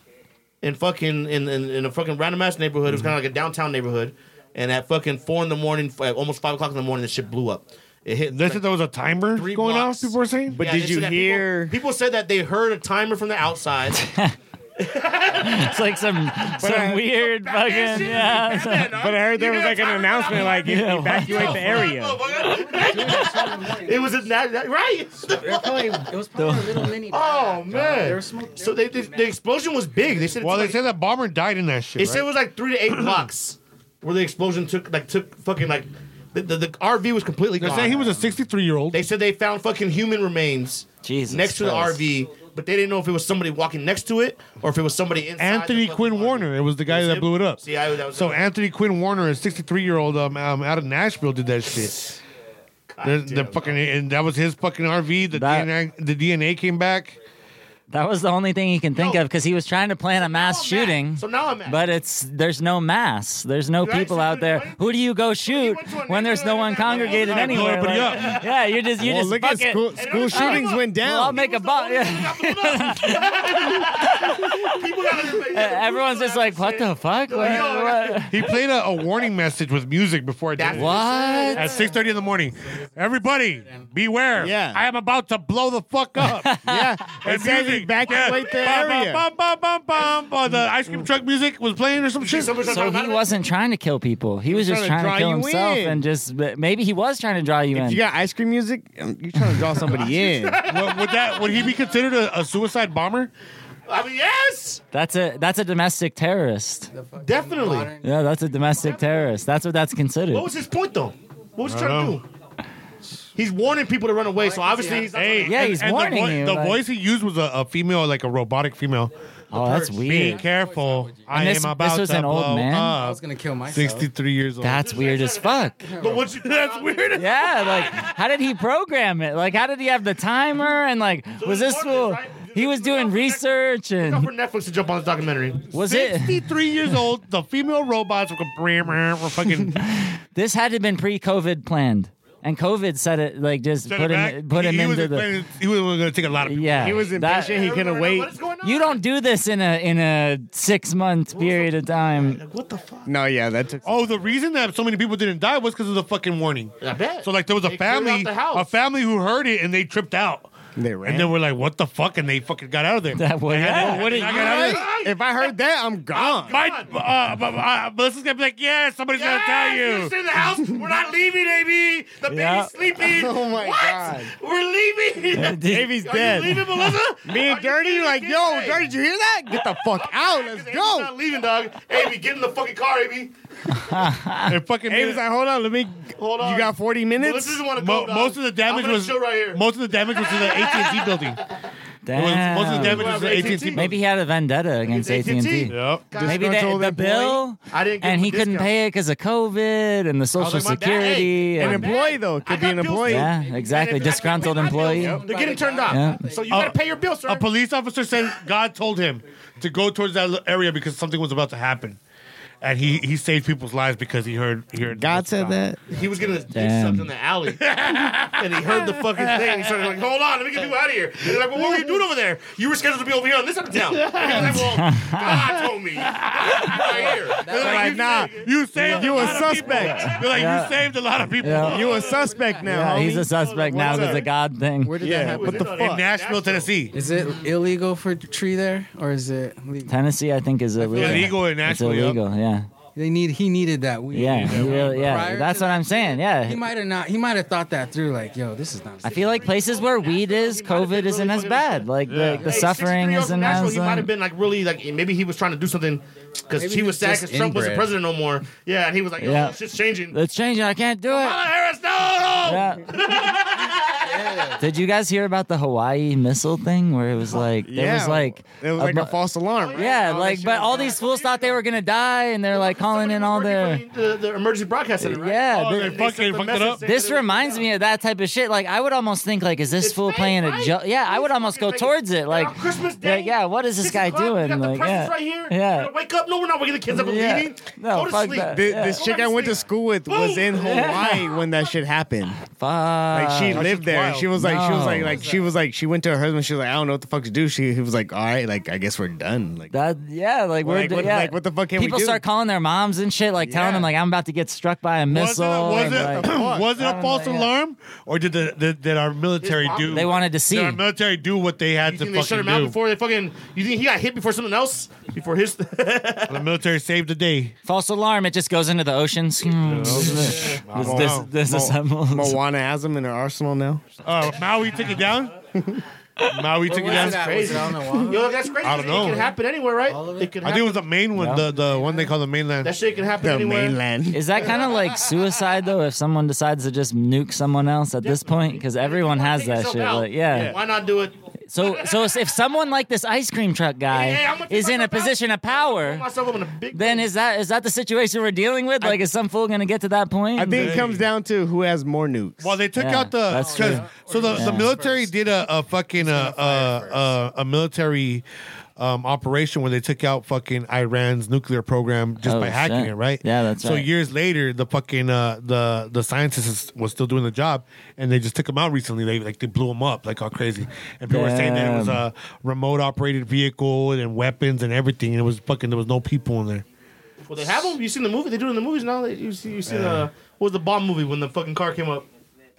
S5: in fucking in, in, in a fucking random ass neighborhood.
S1: Mm-hmm.
S5: It was kind of like a downtown neighborhood. And at fucking four in the morning, f- at almost five o'clock in the morning, the shit blew up. It hit.
S2: They said there was a timer
S5: Three
S2: going
S5: blocks.
S2: off. People were saying.
S1: But
S5: Yeah, they
S1: did
S5: said
S1: you
S5: that people-
S1: hear?
S5: People, said that they heard a timer from the outside.
S9: It's like some some
S10: uh,
S9: weird fucking yeah.
S1: But I heard there was like an announcement like
S9: Yeah,
S1: evacuate the area.
S5: it was a, that, that- right.
S10: it was probably a little mini.
S5: Oh
S10: There
S5: man!
S10: was smoke-
S5: So they, they, the explosion was big. They said it
S2: Well,
S5: took
S2: they
S5: like-
S2: said that bomber died in that shit.
S5: It said it was like three to eight blocks where the explosion took like took fucking like the, the, the RV was completely
S2: They're
S5: gone.
S2: saying he was a 63 year old.
S5: they said they found fucking human remains
S9: Jesus
S5: next to
S9: Christ.
S5: the RV, but they didn't know if it was somebody walking next to it or if it was somebody inside.
S2: Anthony
S5: the fucking
S2: Quinn
S5: RV.
S2: Warner. It was the
S5: It
S2: guy
S5: was
S2: that
S5: him.
S2: blew it up.
S5: See, I, that was
S2: So Anthony Quinn Warner, a 63 year old um, um, out of Nashville, did that shit. They're, they're fucking, and that was his fucking RV. The
S9: That-
S2: DNA, the DNA came back.
S9: That was the only thing he can think
S5: No.
S9: of because he was trying to plan a mass
S5: now I'm mad.
S9: shooting.
S5: So now I'm mad.
S9: But it's there's no mass. There's no
S5: Right,
S9: people
S5: so
S9: out there.
S5: everybody-
S9: Who do you go shoot
S5: went to a
S9: when there's
S5: neighborhood
S9: no one
S5: and everybody
S9: congregated
S2: was like, blow
S9: anywhere?
S2: everybody
S9: Like,
S2: up.
S9: yeah, you just you
S1: Well,
S9: just
S1: look
S9: fuck
S1: at
S9: it.
S1: school, school
S5: was
S1: shootings
S5: like,
S1: went
S9: Well, I'll
S1: down.
S9: make a buck. Everyone's just like, what the fuck? What- what-
S2: He played a, a warning message with music before I did
S5: That's
S2: it.
S9: What?
S2: At 6.30 in the morning. Everybody, beware.
S1: Yeah.
S2: I am about to blow the fuck up.
S1: Yeah, it
S2: And
S1: says
S2: music.
S1: evacuate the
S2: Bum, bum,
S1: area.
S2: bum, bum, bum, bum, bum. Oh, The ice cream truck music was playing or some shit.
S9: So he wasn't trying to kill people. He was just
S1: trying
S9: trying
S1: to
S9: to kill
S1: draw you
S9: himself
S1: in.
S9: and just but maybe he was trying to draw you in.
S1: You got ice cream music? Um, You're trying to draw somebody in.
S2: would, would that would he be considered a, a suicide bomber?
S5: I mean, yes,
S9: that's a that's a domestic terrorist.
S5: definitely.
S9: Yeah, that's a domestic terrorist. That's what that's considered.
S5: What was his point though? What was he trying to do? He's warning people to run away. So obviously he's not
S2: Hey,
S9: Yeah,
S2: and-
S9: he's
S2: and the
S9: warning
S2: voi-
S9: you,
S2: The
S9: like-
S2: voice he used was a, a female, like a robotic female.
S9: Oh, that's
S2: Be
S9: weird.
S2: careful! I
S9: And this-
S2: am about
S9: this was
S2: to
S9: an old
S2: blow
S9: man?
S10: I
S2: up.
S10: was gonna kill myself.
S2: Sixty-three years old.
S9: That's weird as fuck.
S5: But what you, that's weird.
S9: Yeah, like how did he program it? Like how did he have the timer and like was
S5: he
S9: this
S5: ordered,
S9: fool?
S5: right?
S9: He was doing research
S5: Not
S9: and
S5: for Netflix to jump on this documentary.
S9: was it?
S2: Sixty-three years old. The female robots were going, "Brr, brr," were fucking.
S9: This had to have been pre-COVID planned, and COVID said it like just
S2: set
S9: put
S2: it back.
S9: him put him
S2: he, he was
S9: into the
S2: explaining- He was going to take a lot of. People.
S9: yeah.
S1: He was
S9: that-
S1: impatient. He couldn't wait.
S5: What is going on?
S9: You don't do this in a in a six month period of time.
S5: What the fuck?
S1: No, yeah, that took.
S2: Oh, the reason that so many people didn't die was because of the fucking warning.
S5: I bet.
S2: So like there was a
S5: They cleared
S2: family,
S5: out the house.
S2: a family who heard it and they tripped out.
S1: They ran.
S2: And then we're like, what the fuck? And they fucking got out of there.
S9: That would-
S2: They had-
S9: Yeah,
S2: they
S1: You
S2: got out of
S1: know
S2: there.
S1: what? If I heard that, I'm gone.
S2: My, uh, but, uh, Melissa's gonna be like, yeah, somebody's gonna tell you.
S5: in the house. We're not leaving, AB. The baby's
S9: Yeah.
S5: sleeping.
S1: Oh my
S5: what?
S1: God.
S5: We're leaving.
S1: Davey's
S5: Are you
S1: dead.
S5: leaving, Melissa?
S1: Me and
S5: Are you
S1: Dirty,
S5: leaving?
S1: like,
S5: Get
S1: yo,
S5: away.
S1: Dirty, did you hear that? Get the fuck out. Let's
S5: Avery's
S1: go.
S5: Not leaving, dog. AB, get in the fucking car, AB.
S2: And fucking
S1: Hey, he was like, hold on, let me.
S5: Hold on.
S1: You got 40
S5: Melissa
S1: minutes?
S5: doesn't want to go.
S2: mo-
S5: dog.
S2: most of the damage
S5: I'm gonna
S2: was
S5: chill right here.
S2: most of the damage was to the AT&T building. It was-
S9: Damn.
S2: most of the damage was to the
S5: AT&T.
S2: AT&T. building.
S9: Maybe he had a vendetta against AT
S5: AT&T.
S9: and T.
S2: Yep.
S9: Maybe they,
S1: Disgruntled
S9: the
S1: employee.
S9: bill,
S5: I didn't give
S9: and
S5: him
S9: he
S5: a
S9: couldn't
S5: discount.
S9: pay it because of COVID and the Social
S5: like, my bad.
S9: Security.
S5: Hey,
S1: An
S5: my
S9: and,
S5: bad.
S1: employee, though.
S5: I
S1: Could be
S5: got
S1: an
S5: bills to
S1: employee.
S9: yeah, exactly.
S5: And if I can
S9: Disgruntled
S5: pay my
S9: employee.
S5: bills, They're getting turned off.
S9: Yeah.
S5: So you gotta pay your bill, sir.
S2: A police officer said God told him to go towards that l- area because something was about to happen. And he, he saved people's lives because he heard he heard
S1: God said that.
S5: He was getting his dick
S9: Damn.
S5: sucked in the alley, and he heard the fucking thing. And he started like, "Hold on, let me get you out of here." And they're like, "Well, what were you doing over there? You were scheduled to be over here on this side of town." And he's like, "Well, God told me right here." They're
S2: They're
S5: like,
S2: like, nah, you saved
S1: You a
S2: a lot of people.
S1: suspect.
S2: They're like,
S9: Yeah.
S2: you saved a lot of people.
S9: Yeah.
S1: You a suspect now.
S9: Yeah, he's a
S1: homie.
S9: suspect now because
S1: up?
S9: the God thing.
S13: Where did that
S1: Yeah,
S13: happen?
S1: what the
S2: In
S1: fuck?
S2: Nashville, Tennessee.
S10: Is it illegal for tree there, or is it legal?
S9: Tennessee, I think, is illegal.
S2: Illegal in
S9: It's
S2: Nashville. yep.
S9: illegal. Yeah,
S10: They need. He needed that weed.
S9: yeah, he really, yeah.
S10: Prior
S9: That's
S10: to
S9: what
S10: that
S9: I'm saying. Yeah,
S10: He might have not. He might have thought that through. Like, yo, this is not.
S9: I feel like places where weed is, COVID isn't as bad. Like the, the
S5: Hey,
S9: suffering
S5: 63-year-old from
S9: isn't
S5: Nashville,
S9: as.
S5: He might
S9: um,
S5: have been like really like maybe he was trying to do something because
S10: Maybe
S5: he
S10: he
S5: was
S10: was
S5: sad
S10: just
S5: because Trump wasn't
S10: inbred.
S5: president no more. Yeah, and he was like, "Oh, "Yo,
S9: Yeah.
S5: shit's changing."
S9: Let's change it. I can't do it.
S5: Kamala Harris, no!
S9: Yeah. Did you guys hear about the Hawaii missile thing where it was like there
S1: yeah,
S9: was like
S1: it was like a,
S9: bu-
S1: false alarm. right?
S9: yeah,
S1: All that
S9: like
S1: shit
S9: but
S1: was
S9: all
S1: like-
S9: these fools thought they were gonna die and they're like calling in all their
S5: the, the emergency broadcast center, right?
S9: yeah.
S2: Oh,
S9: thi-
S2: they fucking fucked it up.
S9: this reminds me of that type of shit. Like I would almost think like, is this fool playing a joke? Yeah, I would almost go towards it. Like,
S5: on Christmas
S9: yeah,
S5: Day,
S9: yeah, what is this
S5: Six
S9: guy
S5: o'clock, we
S9: doing?
S5: got the
S9: Like,
S5: presents
S9: yeah,
S5: right here. We're
S9: yeah.
S5: gonna wake up. No, we're not waking the kids up. We're
S9: Yeah.
S5: leaving.
S9: No,
S5: go to
S9: fuck
S5: sleep.
S9: that.
S1: Th-
S9: Yeah.
S1: This
S5: Go
S1: chick
S5: back
S1: I
S5: to
S1: went to
S5: sleep.
S1: school with was in Hawaii when that shit happened. Like she
S5: Oh,
S9: Fuck.
S1: lived there. and She was like, she was like,
S9: Uh, No.
S1: like she was like, she went to her husband. She was like, I don't know what the fuck to do. She he was like, all right, like I guess we're done. Like
S9: That yeah, like we're
S1: Like, what-
S9: yeah.
S1: like, what the fuck can we
S9: People
S1: do?
S9: start calling their moms and shit, like telling
S1: Yeah.
S9: them like I'm about to get struck by a
S2: Was it,
S9: missile.
S2: was
S9: and,
S2: it,
S9: like,
S2: was it
S9: I
S2: a
S9: don't
S2: false
S9: know, yeah.
S2: alarm, or did the did, did our military do?
S9: they wanted to see.
S2: Did our military do what they had
S5: You
S2: to
S5: think they shut
S2: fucking
S5: him out
S2: do?
S5: before they fucking? You think he got hit before something else? Before his?
S2: The military saved the day.
S9: False alarm. It just goes into the oceans. Hmm. this this, this assembles.
S1: Moana has them in her arsenal now.
S2: Uh, Maui took it down. Maui took it
S14: Where was
S2: down.
S14: it at? Was it on the wall?
S5: Yo, that's crazy.
S2: I don't
S5: It
S2: know.
S5: can happen anywhere, right?
S14: All of it?
S5: It can
S2: I think
S5: happen.
S2: it was the main one, the the one they call the mainland.
S5: That shit can happen anywhere.
S9: Is that kind of like suicide though? If someone decides to just nuke someone else at this point, because everyone has
S5: Take
S9: that
S5: yourself
S9: shit.
S5: out.
S9: Like, yeah.
S5: Why not do it?
S9: So so if someone like this ice cream truck
S5: Hey, hey, I'm
S9: guy
S5: gonna take
S9: is in a
S5: myself out.
S9: position of
S5: Put
S9: power,
S5: myself up in a big.
S9: then is that is that the situation we're dealing with? Like, is some fool gonna get to that point?
S1: I think it comes down to who has more nukes.
S2: Well, they took
S9: Yeah,
S2: out the
S9: that's
S2: because
S9: true.
S2: so the,
S9: Yeah.
S2: the military did a, a fucking uh, uh, uh, a military um, operation where they took out fucking Iran's nuclear program just
S9: Oh,
S2: by hacking
S9: shit.
S2: it, right?
S9: Yeah, that's
S2: so
S9: right.
S2: years later, the fucking uh, the the scientists was still doing the job, and they just took them out recently. They like they blew them up like all crazy, and people were saying that it was
S9: Damn.
S2: a remote operated vehicle and weapons and everything. And it was fucking there was no people in there.
S5: Well, they have them. You seen the movie? They do it in the movies now. They- You see, you seen uh, what was the bomb movie when the fucking car came up?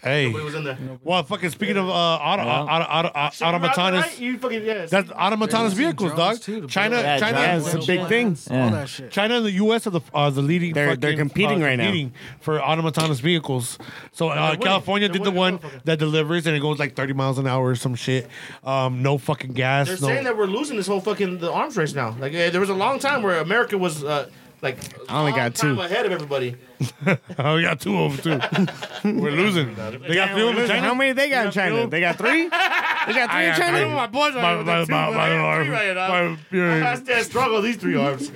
S2: Hey,
S5: It was in there.
S2: well, fucking speaking of uh, auto, auto, auto, auto,
S5: Right?
S2: automatonous.
S5: You fucking yeah.
S2: That's autonomous
S14: Drones and
S2: vehicles, dog.
S14: drones, too, to
S2: China,
S14: blow up.
S2: China,
S1: Yeah, it's a big thing.
S9: Yeah.
S14: All that shit.
S2: China and the U.S. are the are the leading.
S1: They're- they're competing right now.
S2: now for autonomous vehicles. So uh,
S5: winning.
S2: California
S5: They're
S2: did the
S5: winning.
S2: one that delivers and it goes like 30 miles an hour or some shit. Um, no fucking gas.
S5: They're
S2: no.
S5: saying that we're losing this whole fucking the arms race now. Like eh, there was a long time where America was uh, like
S1: I only
S5: long
S1: got
S5: time
S1: two.
S5: ahead of everybody.
S2: oh, we got two of them too. we're losing. They got three of them. in
S1: Listen,
S2: China.
S1: how many they got in China?
S2: Bill?
S1: They got three. They got three in China.
S2: my boys
S5: are with the two, but I got three right now. I stand struggle with these three arms.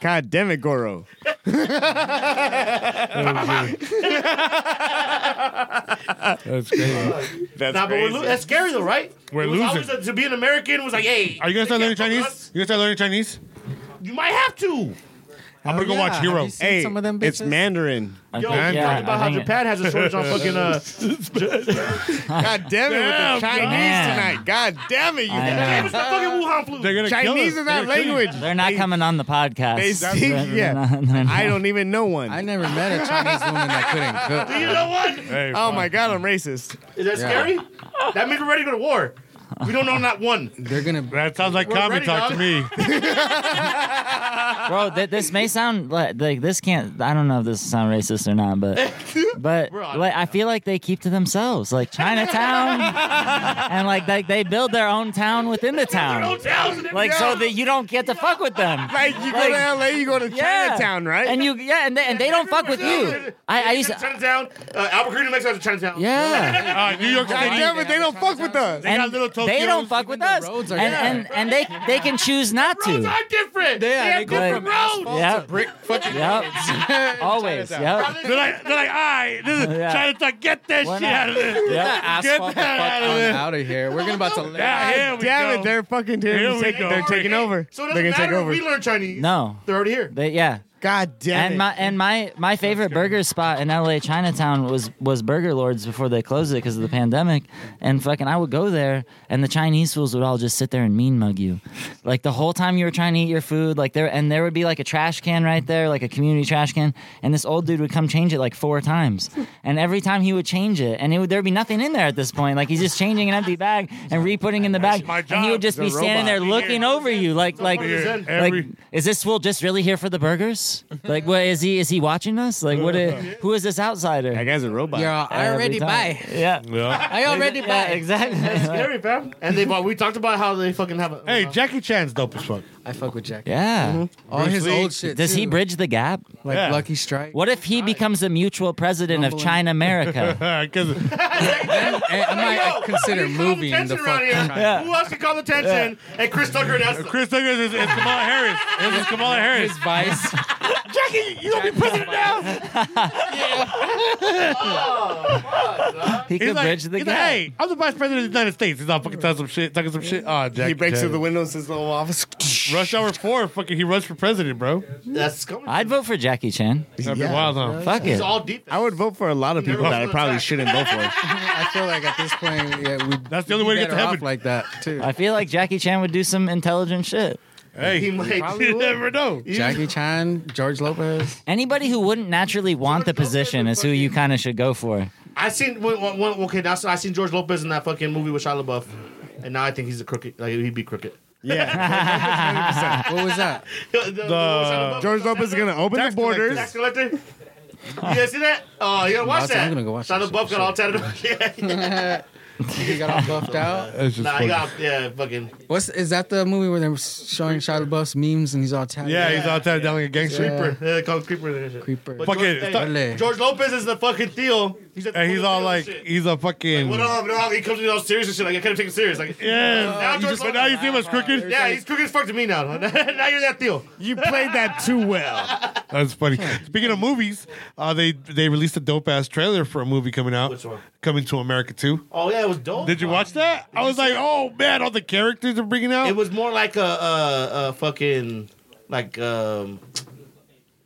S1: God damn it, Goro.
S2: That's crazy.
S1: That's
S5: Nah, but we're lo-
S1: crazy.
S5: that's scary though, right?
S2: We're
S5: It was always
S2: losing.
S5: a- to be an American was like, hey,
S2: Are you gonna start
S5: they
S2: learning
S5: can't fuck with
S2: Chinese?
S5: us.
S2: You gonna start learning Chinese?
S5: You might have to.
S2: I'm gonna go
S14: yeah.
S2: watch Hero.
S14: Have you seen
S1: Hey,
S14: some of them bitches?
S1: it's Mandarin.
S9: I
S5: Yo,
S9: think-
S5: we
S2: yeah,
S5: talked about
S9: I
S5: how
S9: think it-
S5: Japan has a shortage on fucking uh,
S1: God damn it with the Chinese
S9: man.
S1: tonight. God damn it, you
S9: I
S1: guys.
S5: It was the fucking Wuhan flu.
S2: They're gonna kill
S1: Chinese
S2: us.
S1: is
S2: They're
S1: that
S2: gonna kill you.
S1: language.
S9: They're not coming on the podcast.
S1: They speak.
S9: They're- they're
S1: Yeah,
S9: not- they're
S1: I
S9: not.
S1: don't even know one.
S10: I never met a Chinese woman that couldn't cook.
S5: You know what?
S2: Hey,
S1: Oh my god, I'm racist.
S5: Is that scary? That means we're ready to go to war. We don't know not one.
S10: They're gonna
S2: That sounds like
S5: We're
S2: comedy
S5: ready,
S2: talk to
S5: dog.
S2: me.
S9: Bro, th- this may sound like, like this can't. I don't know if this sound racist or not, but but
S5: We're on
S9: like I feel like they keep to themselves, like Chinatown, and like they they build their own town within the town,
S5: Hotels and
S9: like so that you don't get to fuck with them.
S1: Like you
S9: Like-
S1: go to LA, you go to
S9: Yeah.
S1: Chinatown, right?
S9: And you yeah, and they, and they don't fuck with you. I, I used to
S5: Chinatown, uh, Albuquerque, New Mexico, Chinatown.
S9: yeah.
S2: Uh, New York
S1: God
S2: City.
S1: damn it, they don't fuck with us.
S2: got
S9: And
S2: little
S9: they don't
S2: Tokyos,
S9: fuck with us, and,
S10: roads are
S9: and and they they can choose not
S5: Roads
S9: to.
S5: are different.
S10: Yeah,
S5: they have
S10: they go
S5: different
S10: from
S5: roads.
S9: Yep,
S10: brick fucking
S9: yep. Always, yep.
S2: They're like, they're like, all right, this is
S9: Yeah.
S2: Chinatown. Get that
S9: Why
S2: shit
S9: not?
S2: out of there.
S10: Get
S9: yep.
S10: that asphalt the fuck
S2: out of
S10: on
S2: there.
S10: out of here. We're gonna about to lay
S2: Yeah, here we
S1: Damn
S2: go.
S1: it, they're fucking
S2: Here
S1: here.
S2: we
S1: Take,
S2: go.
S1: they're taking over.
S5: So it
S1: they're
S5: doesn't
S1: gonna take
S5: matter if
S1: over.
S5: we learn Chinese.
S9: No,
S5: They're already here.
S9: they yeah.
S1: God damn
S9: And
S1: it.
S9: my and my my favorite burger spot in LA Chinatown was was Burger Lords before they closed it because of the pandemic. And fucking, I would go there, and the Chinese fools would all just sit there and mean mug you, like the whole time you were trying to eat your food. Like there, and there would be like a trash can right there, like a community trash can, and this old dude would come change it like four times, and every time he would change it, and it would there would be nothing in there at this point. Like he's just changing an empty bag and re-putting in the bag,
S2: my
S9: and he
S2: job.
S9: would just be
S1: He's a
S9: standing there
S1: robot.
S9: looking over you, like like
S2: Here,
S9: like,
S2: every-
S9: is this fool just really here for the burgers? us? Like, what is he? Is he watching us? Like, what? i- who is this outsider? Uh,
S1: That guy's a robot.
S10: You're all, I
S9: Every
S10: already
S9: time.
S10: buy.
S9: Yeah.
S10: I already
S9: Yeah,
S10: buy.
S9: exactly.
S5: Scary, fam. And they we talked about how they fucking have a uh,
S2: Hey, Jackie Chan's dope as fuck.
S10: I fuck with Jack.
S9: Yeah.
S10: All his old shit.
S9: Does he
S10: too.
S9: bridge the gap?
S10: like
S2: Yeah.
S10: Lucky Strike?
S9: What if he becomes the mutual president of
S10: Rumbling.
S9: China America?
S2: Because
S4: I, I might consider moving the fuck.
S5: Who else can call the tension? And Chris Tucker announced
S2: Chris Tucker is, is Kamala Harris. This is Kamala Harris.
S4: His vice.
S9: He
S2: He's
S9: could
S2: like,
S9: bridge the
S2: he's like,
S9: gap.
S2: hey, I'm the vice president of the United States. He's all fucking talking some shit, talking some shit. Ah, Jackie
S15: He breaks
S2: Chan.
S15: through the window and says, "No office."
S2: Rush Hour Four. Fucking, he runs for president, bro.
S5: that's coming.
S9: I'd vote for Jackie Chan.
S2: That'd be wild, huh?
S9: Fuck it.
S5: It's all deep.
S1: I would vote for a lot of people that I probably shouldn't vote for.
S10: I feel like at this point, yeah, we
S2: That's the only way to get to
S10: better off
S2: heaven.
S10: like that too.
S9: I feel like Jackie Chan would do some intelligent shit.
S2: Hey,
S5: He might.
S2: you never know.
S10: Jackie Chan, George Lopez.
S9: Anybody who wouldn't naturally want the position is who you kind of should go for.
S5: I seen one, one, one- okay. That's I seen George Lopez in that fucking movie with Shia LaBeouf, and now I think he's a crooked. Like he'd be crooked.
S10: What was that?
S5: The,
S15: George Lopez is gonna open the borders.
S5: Tax collector. You guys see that? Oh, you gotta watch
S10: I'm
S5: that.
S10: gonna go watch
S5: Shia
S10: that
S5: LaBeouf
S10: shit,
S5: got all tatted up. Yeah, yeah.
S10: He got all buffed out.
S2: It's just
S5: Nah, he
S2: fucking-
S5: got yeah, fucking.
S10: What's is that the movie where they're showing Shia LaBeouf's memes and he's all tatted?
S2: yeah,
S10: up?
S2: he's out there down like a gangster.
S5: Creeper. Yeah, they call him uh, Creeper. and shit.
S10: Creeper.
S5: But
S2: Fuck
S5: George,
S2: it, stop.
S5: hey, George Lopez is the fucking Theo. He's at the
S2: And he's all like,
S5: shit.
S2: he's a fucking.
S5: What up? No, uh, he comes to me all serious and shit. Like I can't take it serious. Like
S2: Yeah.
S5: Now
S2: you
S5: George
S2: just, but now you see him as crooked.
S5: yeah, he's crooked as fuck to me now. now you're that Theo.
S2: You played that too well. That's funny. Speaking of movies, uh, they they released a dope ass trailer for a movie coming out.
S5: Which one?
S2: Coming to America too.
S5: Oh yeah, it was dope.
S2: Did you
S5: bro.
S2: watch that? I was like, oh man, all the characters are bringing out.
S5: It was more like a, a, a fucking like um,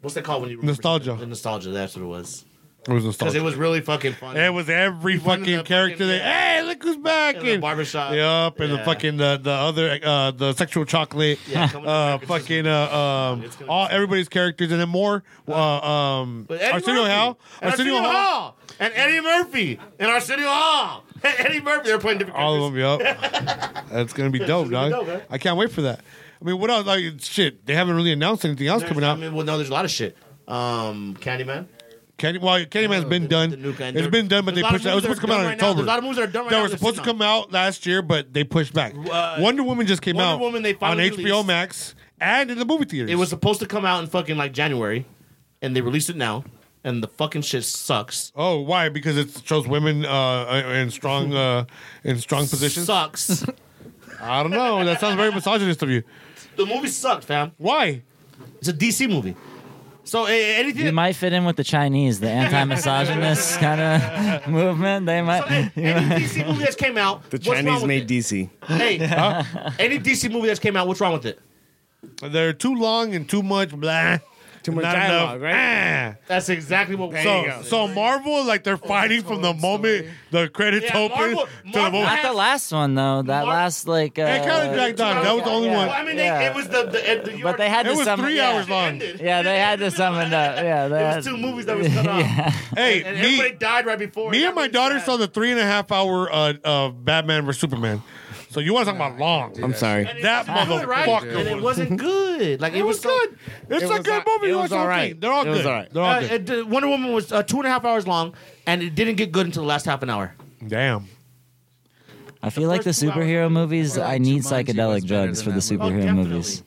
S5: what's that called when you remember
S2: Nostalgia.
S5: something? Nostalgia. That's what it was.
S2: It was
S5: Because
S2: nostalgic.
S5: it was really fucking funny.
S2: It was
S5: went
S2: every
S5: in
S2: fucking
S5: the
S2: character.
S5: fucking-
S2: that, hey, look who's back!
S5: In the barbershop.
S2: Yup, and the
S5: Yeah.
S2: fucking the the other uh, the sexual chocolate.
S5: Yeah, coming to
S2: Uh,
S5: America, it's just-
S2: fucking uh, um,
S5: It's gonna be
S2: all everybody's characters and then more. Uh, um,
S5: But Eddie
S2: Arsenio
S5: Murphy.
S2: Hall.
S5: And oh, Arsenio, Hall. and Eddie Murphy and Arsenio Hall and Eddie Murphy. They're playing different.
S2: All of
S5: characters.
S2: them. Yup. That's gonna be dope,
S5: gonna be
S2: dog.
S5: dope, man.
S2: I can't wait for that. I mean, what else? Like, shit, they haven't really announced anything else
S5: There's-
S2: coming
S5: I
S2: out.
S5: mean, well, no, there's a lot of shit. Um, Candyman.
S2: Candy, well, Candyman's been done.
S5: Oh, The new Candy-
S2: It's been done, but they
S5: There's a lot of
S2: pushed. It was
S5: movies
S2: supposed to
S5: that
S2: come
S5: are
S2: out
S5: done
S2: in
S5: right now.
S2: October.
S5: There's a lot of movies that are done right
S2: that
S5: now.
S2: were
S5: They're
S2: supposed to
S5: sitting on
S2: come out last year, but they pushed back.
S5: Uh,
S2: Wonder Woman just came
S5: Wonder
S2: out
S5: Woman, they
S2: on
S5: finally
S2: HBO
S5: released.
S2: Max and in the movie theaters.
S5: It was supposed to come out in fucking like January, and they released it now, and the fucking shit sucks.
S2: Oh, why? Because it shows women uh, in strong uh, in strong positions.
S5: Sucks.
S2: I don't know. That sounds very misogynist of you.
S5: the movie sucked, fam.
S2: Why?
S5: It's a DC movie. So a- anything.
S9: You might fit in with the Chinese, the anti-misogynist kind of movement. They
S5: so, hey,
S9: might.
S5: any DC movie that's came out,
S15: The
S5: what's wrong
S15: Chinese
S5: with
S15: made DC.
S5: it? Hey, any DC movie that's came out, what's wrong with it?
S2: They're too long and too much blah.
S15: Too much
S2: Not
S15: dialogue,
S2: enough.
S15: right?
S2: Ah.
S5: That's exactly what.
S15: There you go.
S2: So, so Marvel, like
S15: Oh,
S2: they're fighting from the moment the credits
S5: Yeah,
S2: open
S5: Marvel-
S2: to the
S5: Marvel
S2: moment.
S9: Not the last one though. That
S5: Mark-
S9: last like. Uh,
S2: It kind of dragged on. That was the only
S9: Yeah.
S2: one.
S5: Well, I mean, they,
S9: Yeah.
S5: it was the, the, the,
S9: but they had
S2: It
S9: to
S2: was
S9: sum
S2: three
S9: yeah.
S2: hours long.
S9: Yeah, they had to sum it up. Yeah, they
S5: It
S9: had,
S5: was two movies that was cut off,
S2: Hey,
S5: and
S2: me,
S5: everybody died right before.
S2: Me
S5: That
S2: and my
S5: really
S2: daughter
S5: sad.
S2: saw the three and a half hour uh, of Batman vs Superman. So you want to talk about long?
S15: I'm sorry.
S5: And it
S2: That
S5: wasn't good, right?
S2: motherfucker
S5: And it
S2: was-
S5: wasn't good. Like it, was, so-
S2: good. It's
S15: It
S2: a
S15: was
S2: good
S15: all-
S2: movie.
S15: it
S2: You
S15: was
S2: watch the whole
S15: all right.
S2: thing. They're all
S15: It was
S2: good.
S15: all right.
S2: They're all
S5: Uh,
S2: good.
S5: it, uh, Wonder Woman was uh, two and a half hours long, and it didn't get good until the last half an hour.
S2: Damn.
S9: I feel like the
S5: first two hours-
S9: superhero movies. I need
S10: Jumanji was
S9: psychedelic
S10: better
S9: drugs
S10: than
S9: for the
S10: that
S5: movie. Oh,
S9: superhero
S5: definitely.
S9: movies.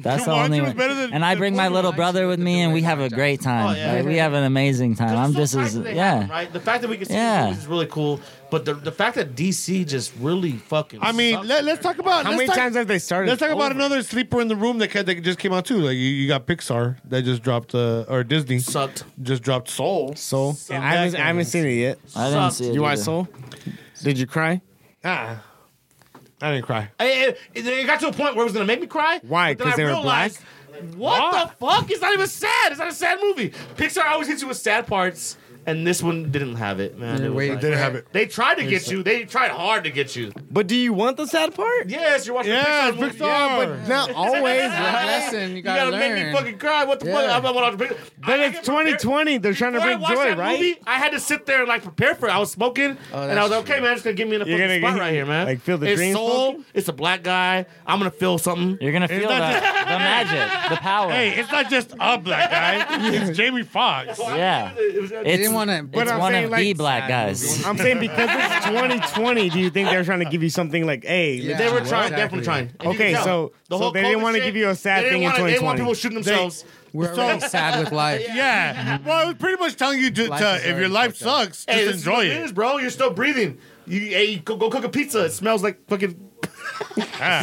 S9: That's the
S2: Jumanji
S9: only
S2: was
S9: one.
S2: better than-
S9: And I
S2: than
S9: bring my
S2: Wonder
S9: little
S10: Woman.
S9: brother with me, and we have a great time.
S5: Oh, yeah.
S9: Like, we have an amazing time. I'm
S5: It's
S9: just
S5: so nice
S9: as
S5: that they have them,
S9: yeah.
S5: right. The fact that we can see
S9: Yeah.
S5: movies is really cool, but the the fact that DC just really fucking.
S2: I mean,
S5: sucks.
S2: let, us talk about
S15: How
S2: let's
S15: many
S2: talk-
S15: times have they started?
S2: Let's talk about
S15: over?
S2: another sleeper in the room that ca- that just came out too. Like you, you got Pixar that just dropped uh, or Disney
S5: sucked.
S2: just dropped Soul.
S15: Soul. I haven't, I haven't seen it yet.
S9: I didn't see it.
S15: You want
S9: either.
S15: Soul? Did you cry?
S2: Ah, I didn't cry.
S5: I- I- It, it got to a point where it was gonna make me cry.
S15: Why?
S5: but then
S15: 'Cause
S5: I
S15: they were
S5: realized, What the fuck? It's not even sad. It's not a sad movie. Pixar always hits you with sad parts, and this one didn't have it, man. It was
S10: wait,
S5: like-
S10: didn't
S2: have it.
S5: They tried to get you. They tried hard to get you.
S15: But do you want the sad part?
S5: Yes, you're watching
S2: Yeah,
S5: a Pixar movie.
S2: Pixar.
S15: Not always.
S10: It's a lesson you
S5: You gotta,
S10: gotta,
S5: make me
S10: learn.
S5: fucking cry. What the fuck?
S10: Yeah.
S5: I'm not one of the Pixar.
S15: But
S5: I- I
S15: it's
S5: get prepared.
S15: 2020. They're trying to
S5: Before I
S15: bring
S5: watched
S15: joy,
S5: that
S15: right?
S5: movie, I had to sit there and like prepare for it. I was smoking,
S10: Oh,
S5: and I was
S10: that's
S5: like, okay, man, it's gonna get me in a
S15: You're
S5: fucking
S15: gonna
S5: spot
S15: get-
S5: right here, man.
S15: like, feel the
S5: it's
S15: dream
S5: soul. It's a black guy. I'm gonna feel something.
S9: You're gonna feel that. the magic, the power.
S2: Hey, it's not just a black guy. It's Jamie Foxx.
S9: yeah, it's,
S10: didn't wanna- but
S9: it's
S10: I'm
S9: one
S10: saying,
S9: of
S10: like,
S9: the black guys.
S1: I'm saying because it's 2020, do you think they're trying to give you something like, hey,
S10: Yeah.
S5: They were
S10: Well,
S5: trying,
S10: exactly.
S5: definitely trying. And you
S1: Okay,
S5: can tell.
S1: so- so they didn't
S5: COVID
S1: wanna
S5: shit,
S1: give you a sad
S5: they didn't
S1: thing in
S5: wanna- They didn't want
S1: 2020.
S5: people shooting themselves.
S10: We're already sad with life.
S2: Yeah. Well, it was pretty much telling you to,
S10: Life
S2: to
S10: is
S2: if your
S10: already
S2: life
S10: fucked up.
S2: sucks,
S5: Hey,
S2: just
S5: this is what
S2: enjoy
S5: it is,
S2: it.
S5: bro. You're still breathing. You, hey, go, go cook a pizza. It smells like fucking.
S1: Ah,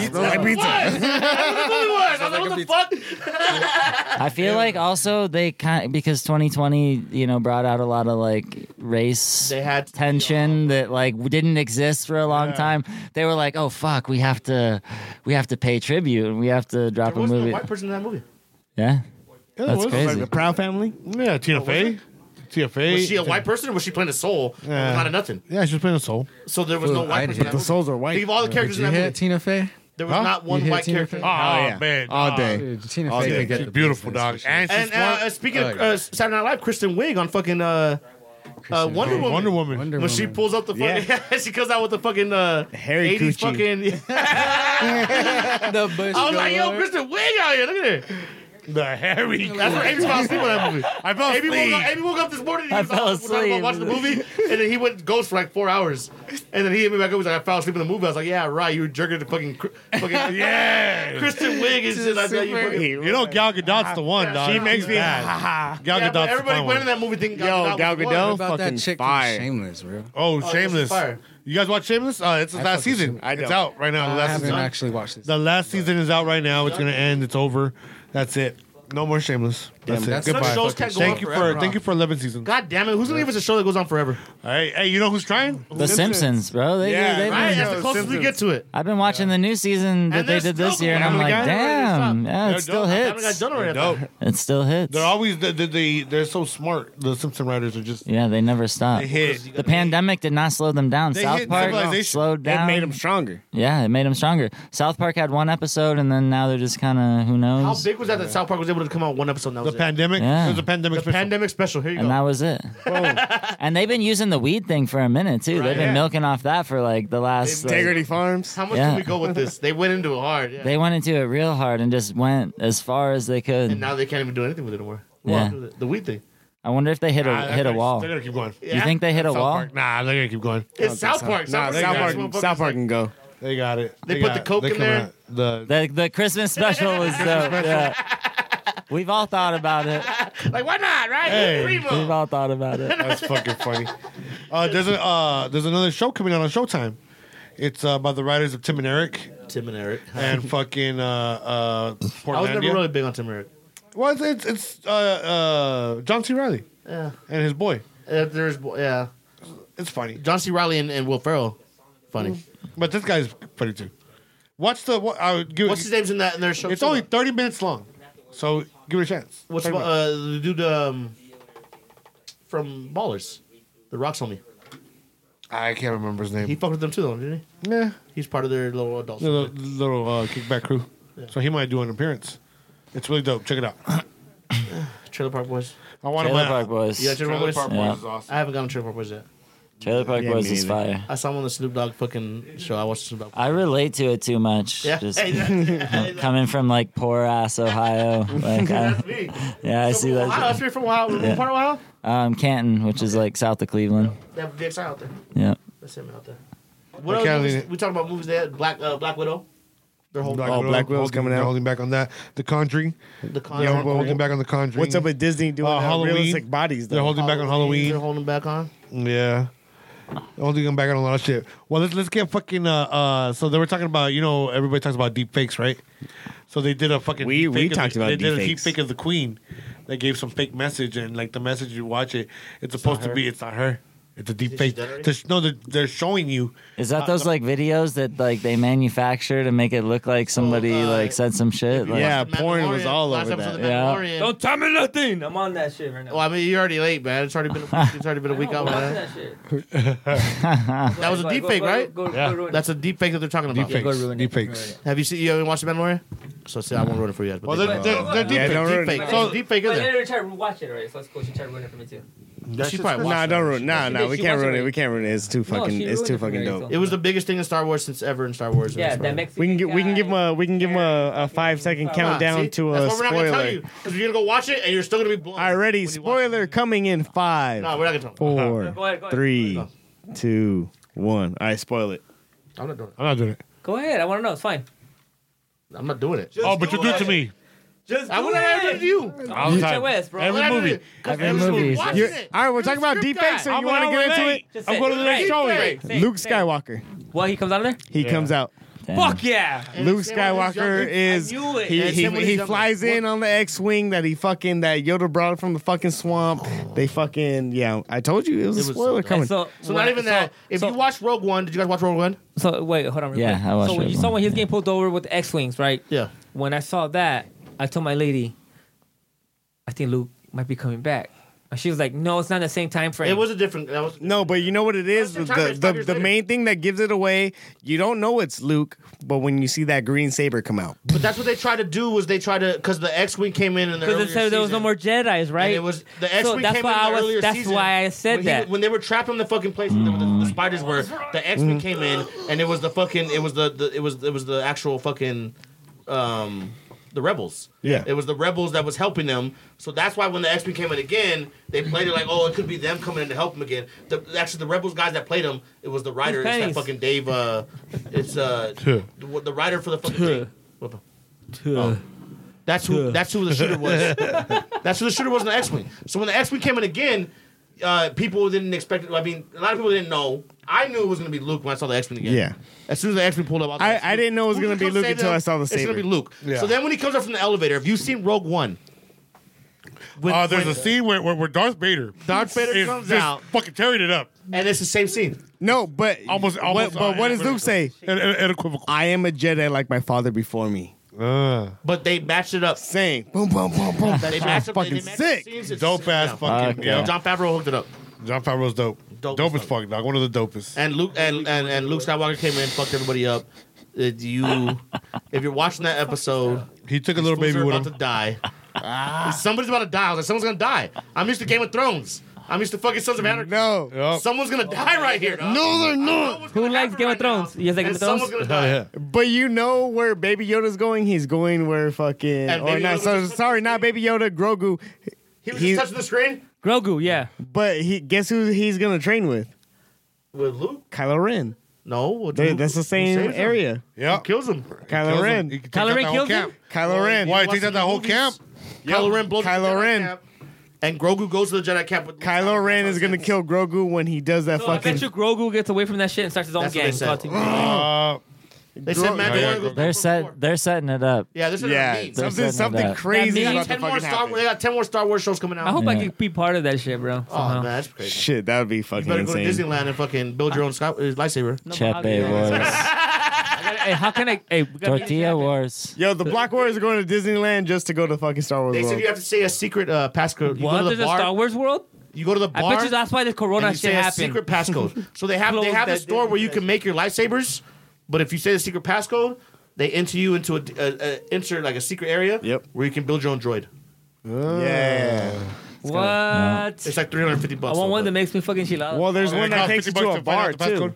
S2: Yeah.
S5: I was like, what the fuck?
S9: I feel like also they kind because 2020, you know, brought out a lot of like race
S5: They had to-
S9: tension that like didn't exist for a long time. They were like, "Oh fuck, we have to, we have to pay tribute and we have to drop
S5: There
S9: a
S5: wasn't a
S9: movie."
S5: white person in that movie.
S9: yeah, that's
S16: was.
S9: crazy.
S1: the Proud Family?
S2: Yeah, Tina Fey.
S16: Tia Fey.
S5: Was she a white person or was she playing a soul?
S16: Yeah.
S5: Not a nothing.
S16: Yeah, she was playing a soul.
S5: So there was no
S10: Ooh,
S5: white
S10: I
S5: person. in
S10: did.
S5: that
S1: The
S5: movie.
S1: souls are white.
S5: Leave all the
S10: Did
S5: characters
S10: you
S5: in that
S10: hear
S5: movie.
S10: Tina Fey?
S5: There was
S16: Huh?
S5: not
S10: You
S5: one
S10: hear
S5: white
S10: Tina
S5: character.
S10: Fey?
S2: Oh,
S1: yeah.
S2: man.
S1: All
S2: Oh,
S1: day.
S10: Dude, Tina
S1: All
S10: Fey
S1: day.
S10: could get
S2: She's
S10: the
S2: beautiful,
S10: business,
S2: dog.
S10: for sure.
S2: And she's
S5: And uh, uh,
S2: smart.
S5: speaking
S10: Oh,
S5: of
S10: yeah.
S5: uh, Saturday Night Live, Kristen Wiig on fucking uh, uh, Wonder Woman.
S2: Wonder Woman.
S10: Wonder
S5: When she
S10: Woman.
S5: pulls up the fucking, she comes out with the fucking uh,
S1: Hairy
S5: 80s
S1: coochie.
S5: fucking.
S10: the bush.
S5: I was like, yo,
S10: goer.
S5: Kristen Wiig out here. Look at her.
S2: The hairy.
S5: That's where Amy's fell asleep on that movie.
S2: I felt
S5: Amy woke, up,
S2: sleep.
S5: Amy woke up this morning. And he was
S9: I fell
S5: like, "We're talking about watching the movie, and then he went ghost for like four hours, and then he hit me back up. He's like, "I fell asleep in the movie." I was like, "Yeah, right. You were jerking the fucking, cr- fucking
S2: Yeah.
S5: Kristen Wiig is just like that. You fucking,
S2: You know Gal Gadot's the one, dog. She makes me Gal
S5: yeah, but
S2: Gadot's
S5: everybody
S2: the
S5: went
S2: one.
S5: in that movie thinking
S1: Yo,
S5: Gal
S1: Gal
S5: Gadot. was
S1: Gadot,
S5: one.
S10: about that
S1: fucking
S10: chick from
S1: fire.
S10: Shameless, bro?
S2: Oh,
S5: it's
S2: Shameless.
S5: fire.
S2: You guys watch Shameless? Uh, it's the last
S10: fucking
S2: season.
S1: I
S2: it's
S1: don't.
S2: out right now. The
S10: I
S2: last
S10: haven't
S2: season.
S10: actually watched this.
S2: The last season is out right now. It's gonna end. It's over. That's it. No more Shameless. That's
S10: that's
S2: it.
S5: Some
S2: Goodbye.
S5: shows can't go
S2: Thank
S5: on
S2: you for
S5: forever,
S2: thank you for 11 seasons.
S5: God damn it! Who's gonna give us a show that goes on forever?
S2: All right. Hey, you know who's trying?
S9: the Simpsons, bro. They,
S16: Yeah,
S9: they've
S5: Right,
S9: been-
S5: that's the closest we get to it.
S9: I've been watching the new season that
S5: And
S9: they
S5: they're
S9: did this
S5: still
S9: year, and I'm
S5: going.
S9: like,
S5: Family Guy already
S9: damn,
S5: stopped.
S9: yeah, it
S2: They're
S9: still
S2: dope.
S5: Family Guy
S9: hits.
S5: done already. I
S2: Dope.
S5: thought.
S9: It still hits.
S2: They're always they, they, they they're so smart. The Simpson writers are just
S9: Yeah, they never stop.
S2: they hit.
S9: The pandemic did not slow them down.
S2: They
S9: South
S2: hit
S9: Park
S2: civilization.
S9: slowed down.
S1: It made them stronger.
S9: Yeah, it made them stronger. South Park had one episode, and then now they're just kind of who
S5: How
S9: knows.
S5: big was that that South Park was able to come out one episode? and That
S2: The
S5: was it?
S2: pandemic.
S9: Yeah.
S2: There's a pandemic.
S5: The
S2: special.
S5: pandemic special. Here you
S9: And that
S5: go.
S9: was it. and they've been using the weed thing for a minute too. they've been
S5: yeah.
S9: milking off that for like the last. like-
S1: Integrity Farms.
S5: How much
S9: Yeah.
S5: can we go with this? They went into it hard. Yeah.
S9: they went into it real hard and just went as far as they could.
S5: And now they can't even do anything with it anymore.
S9: Yeah.
S5: Well, the weed thing.
S9: I wonder if they hit a
S2: Nah,
S9: hit a
S2: they're-
S9: wall.
S2: They're gonna keep going.
S9: You think they hit a
S2: South
S9: wall?
S2: Park. Nah, they're gonna keep going.
S5: It's South Park.
S1: Nah,
S5: South
S1: South
S5: Park.
S1: Park, South Park can go.
S2: They got it.
S5: They put
S2: got
S5: the
S2: it.
S5: Coke
S2: They
S5: in
S2: come
S5: there.
S2: out. The
S9: The the Christmas special was dope. Yeah. We've all thought about it.
S5: Like, why not, right?
S2: Hey.
S9: We've
S5: Primo.
S9: all thought about it.
S2: That's fucking funny. Uh, there's a uh, there's another show coming out on Showtime. It's uh, by the writers of Tim and Eric
S5: Tim and Eric.
S2: and fucking uh, uh,
S5: I was never
S2: Portlandia.
S5: really big on Tim and Eric.
S2: Well, it's it's, it's uh, uh, John C. Riley
S5: Yeah.
S2: and his boy.
S5: Uh, there's, yeah.
S2: It's funny,
S5: John C. Riley and, and Will Ferrell. Funny.
S2: but this guy's funny too. Watch the what I would give.
S5: What's his name's in that in their show?
S2: It's
S5: too?
S2: only thirty minutes long, so give it a chance.
S5: What's
S2: 30
S5: about,
S2: minutes.
S5: uh, the dude um, from Ballers? The Rock's homie.
S2: I can't remember his
S5: He
S2: name.
S5: fucked with them too, though, didn't he?
S2: Yeah,
S5: He's part of their little adult.
S2: the little, little uh, kickback crew. So he might do an appearance. It's really dope. Check it out.
S5: Trailer Park Boys.
S2: I want
S9: Trailer
S2: to.
S9: Park Boys.
S5: Yeah, Trailer Park Boys.
S9: Yeah.
S5: I haven't gotten Trailer Park Boys yet.
S9: Trailer Park
S1: Yeah,
S9: Boys
S1: me
S9: is
S1: neither.
S9: fire.
S5: I saw him on the Snoop Dogg fucking show. I watched Snoop Dogg.
S9: I relate to it too much.
S5: Yeah.
S9: Just
S5: Hey, that-
S9: coming from like poor ass Ohio. Like, I,
S5: that's me.
S9: yeah, I see
S5: Ohio,
S9: that.
S5: that's me from Ohio. What part of Ohio?
S9: Um, Canton, which is like south of Cleveland.
S5: They have dicks out there.
S9: Yeah.
S5: That's him out there. What
S2: Okay,
S5: other movies-
S2: I'll leave it.
S5: we talking about movies they had Black uh, Black Widow. They're holding
S1: Oh,
S2: Widow,
S1: Black Widow's
S2: holding-
S1: coming
S2: they're
S1: out.
S2: Holding back on that. The Conjuring.
S5: the con.
S2: They're
S1: Yeah, well,
S2: holding back on the Conjuring.
S1: What's up with Disney doing
S2: Uh,
S1: uh,
S2: Halloween.
S1: realistic bodies?
S2: They're
S1: Though?
S2: holding back on
S5: They're
S2: Halloween.
S5: holding back on.
S2: Yeah. Holding them back on a lot of shit. Well, let's let's get fucking uh uh. So they were talking about you know everybody talks about deep fakes, right? So they did a fucking
S1: We-
S2: deep
S1: we
S2: fake of
S1: talked
S2: the,
S1: about
S2: they did a
S1: deepfakes.
S2: deep fake of the Queen. They gave some fake message and like the message you watch it, it's supposed to be it's not her. It's a deep
S5: she
S2: fake.
S5: dead already?
S2: They're- No, they're, they're showing you.
S9: Is
S5: Uh,
S9: that those like videos that like they manufacture to make it look like somebody
S5: uh,
S9: like said some shit? Like,
S1: yeah,
S5: The
S1: porn was
S5: Mandalorian,
S1: all
S5: last
S1: over
S5: episode
S1: that.
S5: of The
S9: Yeah.
S5: Mandalorian.
S17: Don't tell me nothing. I'm on that shit right now.
S5: Well, I mean, you're already late, man. It's already been a, it's already been a week out. Man.
S17: that
S5: was a deep fake, right?
S17: Yeah.
S5: That's a deep fake that they're talking about.
S2: Deep fakes.
S17: ruin it.
S2: Deep fakes.
S5: Have you seen? You haven't watched The Mandalorian? So see, I won't ruin it for you guys. But
S2: Well,
S5: they-
S2: they're, they're, they're deep
S1: Yeah,
S2: fakes.
S1: don't ruin
S5: deep fake.
S17: it.
S5: So deep fake
S17: My
S5: is it?
S17: editor tried to watch it already, so let's go. She tried to ruin it for me too.
S2: That
S1: She
S2: shit's
S1: probably
S2: good.
S1: nah, don't ruin. Nah,
S2: She
S1: nah,
S2: did.
S1: we
S2: She
S1: can't
S2: watched
S1: ruin
S2: it.
S1: it. We can't ruin it. It's too fucking.
S2: she
S1: it's
S2: ruined
S1: too
S2: it for
S1: fucking
S2: me,
S1: dope.
S5: It was the biggest thing in Star Wars since ever in Star Wars.
S1: Yeah, that
S5: Mexican.
S1: We can get, we can give him a we can give him a, a five second countdown to a
S5: That's why we're not gonna
S1: spoiler.
S5: tell you because you're gonna go watch it and you're still gonna be blown.
S1: Already, spoiler coming in five.
S5: No, we're not gonna
S1: four,
S5: talk about it. Go ahead, go ahead.
S1: three, two, one. All right, spoil it.
S5: I'm not doing it.
S2: I'm not doing it.
S17: Go ahead. I want to know. It's fine.
S5: I'm not doing it.
S2: oh, but you're good to me.
S17: Just
S5: I
S17: do
S5: wouldn't have
S17: it.
S5: done it to you.
S2: All the
S17: Get
S2: time.
S17: your ass, bro.
S2: Every
S17: What
S2: movie.
S17: happened?
S2: Every,
S1: movie.
S2: Watch
S1: You're-
S2: it.
S1: all right, we're talking about
S2: script
S1: deepfakes, so
S2: guy.
S1: you
S2: I'm
S1: want to
S2: an
S1: get
S2: hour
S1: into
S2: late.
S1: it?
S17: Just
S2: I'm
S17: say
S2: going to the
S17: it.
S2: next
S17: Right.
S2: show.
S17: Right. Say it,
S1: Luke
S17: say it.
S1: Skywalker.
S17: Well, he comes out of there.
S1: He comes out.
S17: Fuck yeah.
S1: Luke
S5: Sam Wilson's
S1: Skywalker
S5: younger.
S1: is
S17: I knew it.
S1: he
S17: And
S1: he,
S5: Sam Wilson's
S1: he
S5: younger.
S1: flies in on the X-wing that he fucking that Yoda brought from the fucking swamp. They fucking yeah. I told you it was,
S5: It was
S1: a spoiler
S5: so-
S1: coming.
S17: So,
S5: So not even that. If you watch Rogue One, did you guys watch Rogue One?
S17: So wait, hold on. real
S9: Yeah,
S17: quick.
S9: I watched
S17: So when
S9: Rogue
S17: you saw
S9: One,
S17: when he was getting pulled over with the X-wings, right?
S5: Yeah.
S17: When I saw that, I told my lady, I think Luke might be coming back. And she was like, No, it's not the same time frame.
S5: It was a different. That was
S1: No, but you know what it is?
S5: Well,
S1: The,
S5: it's the time, it's
S1: the,
S5: five
S1: the,
S5: years
S1: the
S5: later.
S1: main thing that gives it away, you don't know it's Luke, but when you see that green saber come out.
S5: But that's what they tried to do was they tried to because the X Wing came in and
S17: because it said there was no more Jedi's, right?
S5: And it was the X
S17: so
S5: Wing
S17: that's
S5: came
S17: why
S5: in
S17: I
S5: the
S17: was,
S5: earlier
S17: That's
S5: season.
S17: why I said
S5: when he-
S17: that.
S5: when they were trapped in the fucking place where the, the, the spiders were. The X Wing came in and it was the fucking it was the, the it was it was the actual fucking um the rebels.
S1: Yeah.
S5: it was the rebels that was helping them. So that's why when the X Wing came in again, they played it like oh it could be them coming in to help them again. The, actually, the rebels guys that played them, it was the writer. It's that
S17: pennies.
S5: fucking Dave. Uh, it's uh the, the writer for the fucking thing. What the- Oh. That's who. That's who the shooter was. that's who the shooter was in the X Wing. So when the X Wing came in again, uh, people didn't expect. I mean, a lot of people didn't know. I knew it was going to be Luke when I saw the X Wing again.
S1: Yeah.
S5: As soon as the X Wing pulled up, was
S1: I-
S5: like,
S1: I didn't know it was
S5: who's
S1: gonna
S5: gonna
S1: be
S5: come
S1: Luke
S5: save
S1: until
S5: them?
S1: I saw the
S5: It's going to
S1: saber.
S5: be Luke.
S2: Yeah.
S5: So then when he comes up from the elevator, have you seen Rogue One? When-
S2: Uh, there's
S5: when-
S2: a scene where, where, where Darth Vader,
S5: Darth Vader
S2: is
S5: comes
S2: just
S5: out.
S2: fucking tearing it up.
S5: and it's the same scene.
S1: No, but
S2: Almost, almost.
S1: what, but what does Luke say?
S2: An, an, an equivocal.
S1: I am a Jedi like my father before me.
S2: Uh,
S5: But they matched it up.
S1: Saying boom, boom, boom, boom.
S5: They
S1: That's
S5: matched up.
S1: fucking
S5: they matched the
S1: sick.
S5: scenes. It's
S2: dope
S5: the same
S2: ass
S5: now.
S2: fucking.
S9: Fuck
S2: yeah.
S9: yeah.
S5: John Favreau hooked it up.
S2: John Favreau's dope.
S5: Dope
S2: Dope,
S5: as
S2: as fuck, dog. One of the dopest.
S5: and Luke and, and, and Luke Skywalker came in, fucked everybody up. If you, if you're watching that episode,
S2: He took a little baby
S5: fools are about
S2: with him.
S5: to die.
S1: Ah.
S5: Somebody's about to die. I was like, someone's gonna die. I'm used to Game of Thrones. I'm used to fucking Sons of Anarchy.
S1: No.
S2: Yup.
S5: someone's gonna die right here. dog.
S1: No, they're not. Oh,
S17: Who likes Game of Thrones? You guys like Game
S5: And
S17: of Thrones?
S5: someone's gonna
S2: Hell
S5: die.
S2: yeah.
S1: But you know where Baby Yoda's going? He's going where fucking.
S5: And
S1: Or
S5: Baby
S1: not,
S5: Yoda
S1: so,
S5: was-
S1: sorry, not Baby Yoda, Grogu.
S5: He was
S1: He-
S5: just touching the screen
S17: Grogu, yeah.
S1: But he guess who he's going to train with?
S5: with Luke.
S1: Kylo Ren.
S5: No, well,
S1: They-
S5: Luke-
S1: that's the
S5: Luke
S1: same
S5: saves him.
S1: area.
S2: Yeah.
S5: He kills him.
S1: Kylo Ren.
S17: Kylo Ren kills him?
S1: Kylo Ren.
S2: Why?
S5: You
S2: He takes
S5: watch
S2: out that whole
S5: movies?
S2: camp?
S5: Kylo Ren blows up the
S1: Kylo
S5: Jedi
S1: Ren.
S5: cap, and Grogu goes to the Jedi camp with Luke
S1: Kylo
S5: Skywalker.
S1: Ren is gonna kill Grogu when he does that
S17: So I bet
S1: fucking.
S17: you Grogu gets away from that shit and starts his own
S5: That's what
S17: gang.
S5: they said.
S17: called-
S2: Uh,
S5: They said
S2: Grogu-
S5: Mandalorian
S2: Yeah,
S5: goes
S2: Grogu.
S5: back
S9: They're
S5: for more.
S9: set. They're setting it up.
S5: Yeah, this is
S1: Yeah,
S5: what it means.
S9: That's
S1: something
S9: what I
S1: something
S9: mean.
S1: crazy
S17: That
S1: is
S17: means
S1: about to
S5: ten more
S1: fucking
S5: Star Wars.
S1: happen.
S5: They got ten more Star Wars shows coming out.
S17: I hope I
S9: Yeah.
S17: can be part of that shit, bro.
S5: oh
S17: somehow.
S5: man, that's crazy.
S1: Shit, that would be fucking
S5: You better go to
S1: insane.
S5: Disneyland and fucking build your own sky- uh, lightsaber.
S17: No, but I'll
S9: Chepe
S17: do that.
S9: Wars,
S17: I gotta- Hey, how can I? Hey, we gotta beat
S9: Tortilla
S17: Chepe.
S9: Wars.
S1: Yo, the Black Warriors are going to Disneyland just to go to fucking Star Wars
S5: They said
S1: World.
S5: you have to say a secret uh, passcode. You
S17: What?
S5: go to
S17: There's
S5: the
S17: a
S5: bar.
S17: Star Wars world?
S5: You go to the
S17: I
S5: bar.
S17: bet you that's why the
S5: and
S17: Corona
S5: you say
S17: shit
S5: a
S17: happened.
S5: secret passcode. so they have they
S17: Close
S5: have a
S17: that
S5: store where you
S17: Disney
S5: can make your lightsabers, but if you say the secret passcode, they enter you into a, a, a enter like a secret area.
S1: Yep.
S5: Where you can build your own droid. Uh,
S1: yeah.
S17: what?
S5: It's like 350
S17: I
S5: bucks.
S17: want
S5: though,
S17: one that
S5: but-
S17: makes me fucking enchiladas.
S1: Well, there's one that
S2: cost
S1: takes you
S2: 50
S1: to
S2: bucks
S1: a
S2: find out
S1: bar
S2: the passcode.
S1: too.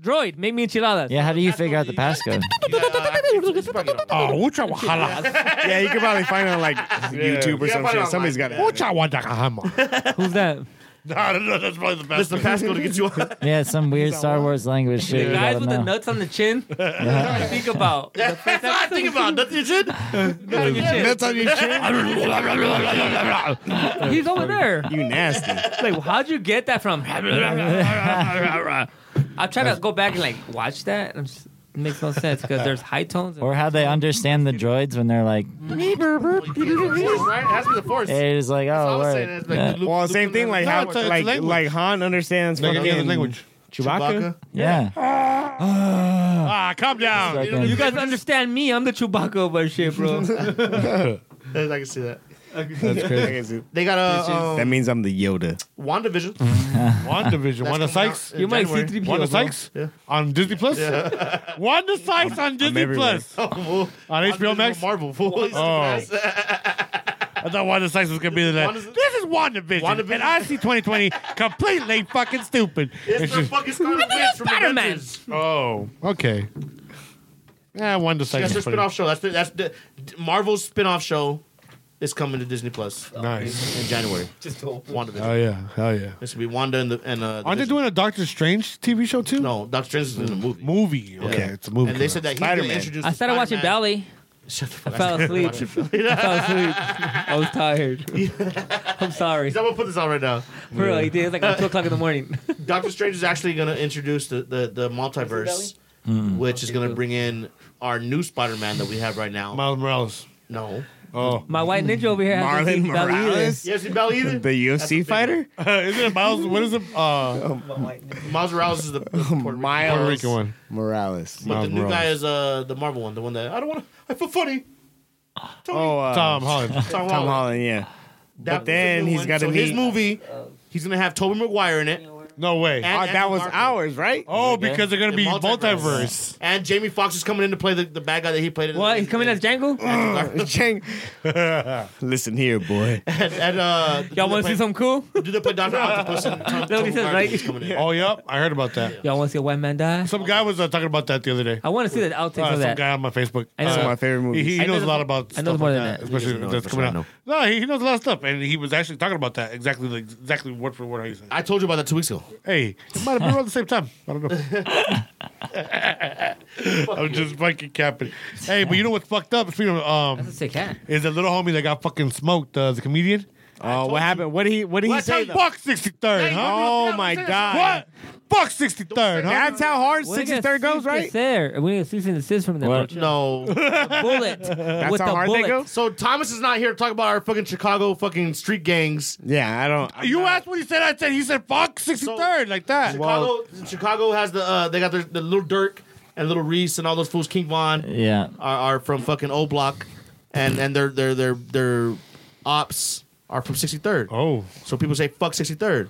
S17: Droid, make me enchiladas.
S9: Yeah, how do you figure out the passcode?
S5: Yeah, I- it's fucking-
S2: Oh, mucha wahala.
S1: Yeah, you could probably find it on like YouTube or
S5: Yeah,
S1: some
S5: find it
S1: shit. Somebody's got
S5: online.
S1: it.
S2: Mucha wadakahama.
S17: Who's that?
S2: Nah, no, no, that's probably the
S5: That's
S2: best.
S5: the passcode to get you.
S9: Yeah, it's some weird Star Wars language
S17: The
S9: shit. you
S17: guys
S9: gotta
S17: with the
S9: know.
S17: nuts on the chin. I think about. The
S5: That's all I think about. Nothing you should.
S17: nuts on your chin.
S1: That's on your chin.
S17: He's over there.
S1: You nasty.
S17: Like, how'd you get that from? I try to go back and like watch that. And I'm just, it makes no sense because there's high tones.
S9: Or how they understand the droids when they're like,
S5: Right? It has to be the force.
S9: it is like,
S5: I
S9: oh,
S5: was saying
S9: word.
S5: that, like, Luke-
S1: Well,
S5: Luke
S1: same
S5: and
S1: thing.
S5: them-
S1: Like
S5: No,
S1: how
S5: it's a- it's a
S1: like
S5: language.
S1: like Han understands
S2: Like any other
S1: fucking
S2: language.
S1: Chewbacca.
S9: yeah.
S2: Ah, calm down.
S9: Fucking-
S17: You guys understand me? I'm the Chewbacca of our shit, bro.
S5: I can see that.
S2: That's crazy.
S5: They got a uh,
S1: That
S5: um,
S1: means I'm the Yoda.
S5: WandaVision.
S2: WandaVision. Wanda
S5: coming out
S2: Sykes.
S5: in
S17: You might
S5: January.
S17: see three
S2: Wanda
S17: people.
S2: Sykes
S5: Yeah.
S2: on Disney Plus. Wanda Sykes on Disney
S1: everywhere.
S2: Plus
S5: Oh, well,
S2: on HBO
S5: WandaVision
S2: Max.
S5: Marvel. fool.
S2: Oh. I thought Wanda Sykes was gonna be the
S5: Wanda's-
S2: This is WandaVision. And I see 2020 completely fucking stupid.
S7: It's the
S2: just-
S7: fucking Scarlet Witch from
S2: Spider-Man.
S7: Avengers.
S2: Oh, okay. Yeah, one
S5: So
S2: decided.
S5: that's their spin-off show. That's the, that's the Marvel's spin-off show is coming to Disney Plus.
S2: Nice.
S5: in January.
S17: Just
S5: WandaVision.
S2: Oh yeah, hell yeah.
S5: This will be Wanda and the and uh, the
S2: Aren't they
S5: Vision.
S2: doing a Doctor Strange TV show too?
S5: No, Doctor Strange is in the movie.
S2: Movie. Okay, it's a movie.
S5: And they said that he's going to
S2: Spider-Man.
S5: introduce.
S17: I started watching Belly.
S5: Shut the
S17: I
S5: fuck
S17: fell
S5: up.
S17: asleep.
S5: Watching Belly.
S17: I fell asleep. I was tired. I'm sorry.
S5: I'm gonna put this on right now.
S17: For real, it is like at two o'clock in the morning.
S5: Doctor Strange is actually going to introduce the the, the multiverse, which is going to bring in our new Spider-Man that we have right now.
S2: Miles Morales.
S5: No.
S2: Oh,
S17: My white ninja over here hasn't
S15: Marlon
S17: seen Belly either.
S15: Morales?
S5: Yes, in Belly either.
S15: The UFC fighter?
S2: is it Miles? What is it? Uh,
S5: Miles Morales is the Puerto
S2: Puerto
S15: Miles
S2: Rican one.
S15: Morales.
S5: But
S2: Miles
S5: the new
S2: Morales.
S5: guy is uh, the Marvel one, the one that I don't want to. I feel funny. Tony.
S15: Oh, uh,
S2: Tom Holland.
S5: Tom
S15: Tom
S5: Holland.
S15: Holland, yeah.
S5: That
S15: But then
S5: was a new
S15: he's
S5: one.
S15: got to
S5: so
S15: meet.
S5: his movie. He's gonna have Tobey Maguire in it.
S2: No way.
S5: And
S15: Oh,
S5: Andrew
S15: that was
S5: Garfield.
S15: ours, right?
S2: Oh, because they're gonna
S5: The
S2: be
S5: multiverse.
S2: multiverse.
S5: And Jamie Foxx is coming in to play the, the bad guy that he played. In
S17: What?
S5: The,
S17: He's coming as Django?
S15: Chang. Listen here, boy.
S5: And, and, uh,
S17: Y'all want to see something cool?
S5: Do they play Doctor Octopus? And Tom,
S17: That's what
S5: Tobey
S17: he says,
S5: Maguire
S17: right?
S5: is coming in.
S2: Oh, yep. I heard about that.
S17: Y'all want to see a white man die?
S2: Some guy was uh, talking about that the other day.
S17: I want to see the outtakes
S2: Uh,
S17: of
S2: some
S17: that.
S2: guy on my Facebook.
S17: I know.
S2: Uh,
S17: Some of
S15: my favorite movies.
S2: He,
S17: I
S2: he
S17: know
S2: knows a
S17: the-
S2: lot about.
S17: I know
S2: stuff
S17: more
S2: like
S17: than that. He
S2: especially that's coming out. No, he, he knows a lot of stuff, and he was actually talking about that exactly, like, exactly word for word how you said. it.
S5: I told you about that two weeks ago.
S2: Hey, it might have been around the same time. I don't know. I'm just fucking capping. Hey, but you know what's fucked up? Speaking of, um,
S17: That's a sick hat.
S2: is the little homie that got fucking smoked, uh, the comedian?
S15: Oh, what happened? What did he? What did he
S2: That's
S15: say?
S2: how
S15: though?
S2: Buck 63rd, huh?
S15: Oh my god!
S2: What? Buck 63rd, huh?
S15: That's how hard
S17: We're gonna
S15: 63rd goes,
S17: cease
S15: right?
S17: There. We need to cease and desist from them.
S9: What?
S17: bitch.
S5: No.
S17: Bullet. That's with
S15: how
S17: the
S15: hard they
S17: bullet.
S15: go?
S5: so Thomas is not here to talk about our fucking Chicago fucking street gangs.
S15: Yeah, I don't.
S2: you asked what he said. I said he said Buck 63rd, like that.
S5: Chicago, Chicago has the uh, they got their the little Dirk and little Reese and all those fools. King Von
S9: Yeah.
S5: are, are from fucking O Block, and and their their their their ops are from 63rd.
S2: Oh,
S5: So people say fuck 63rd.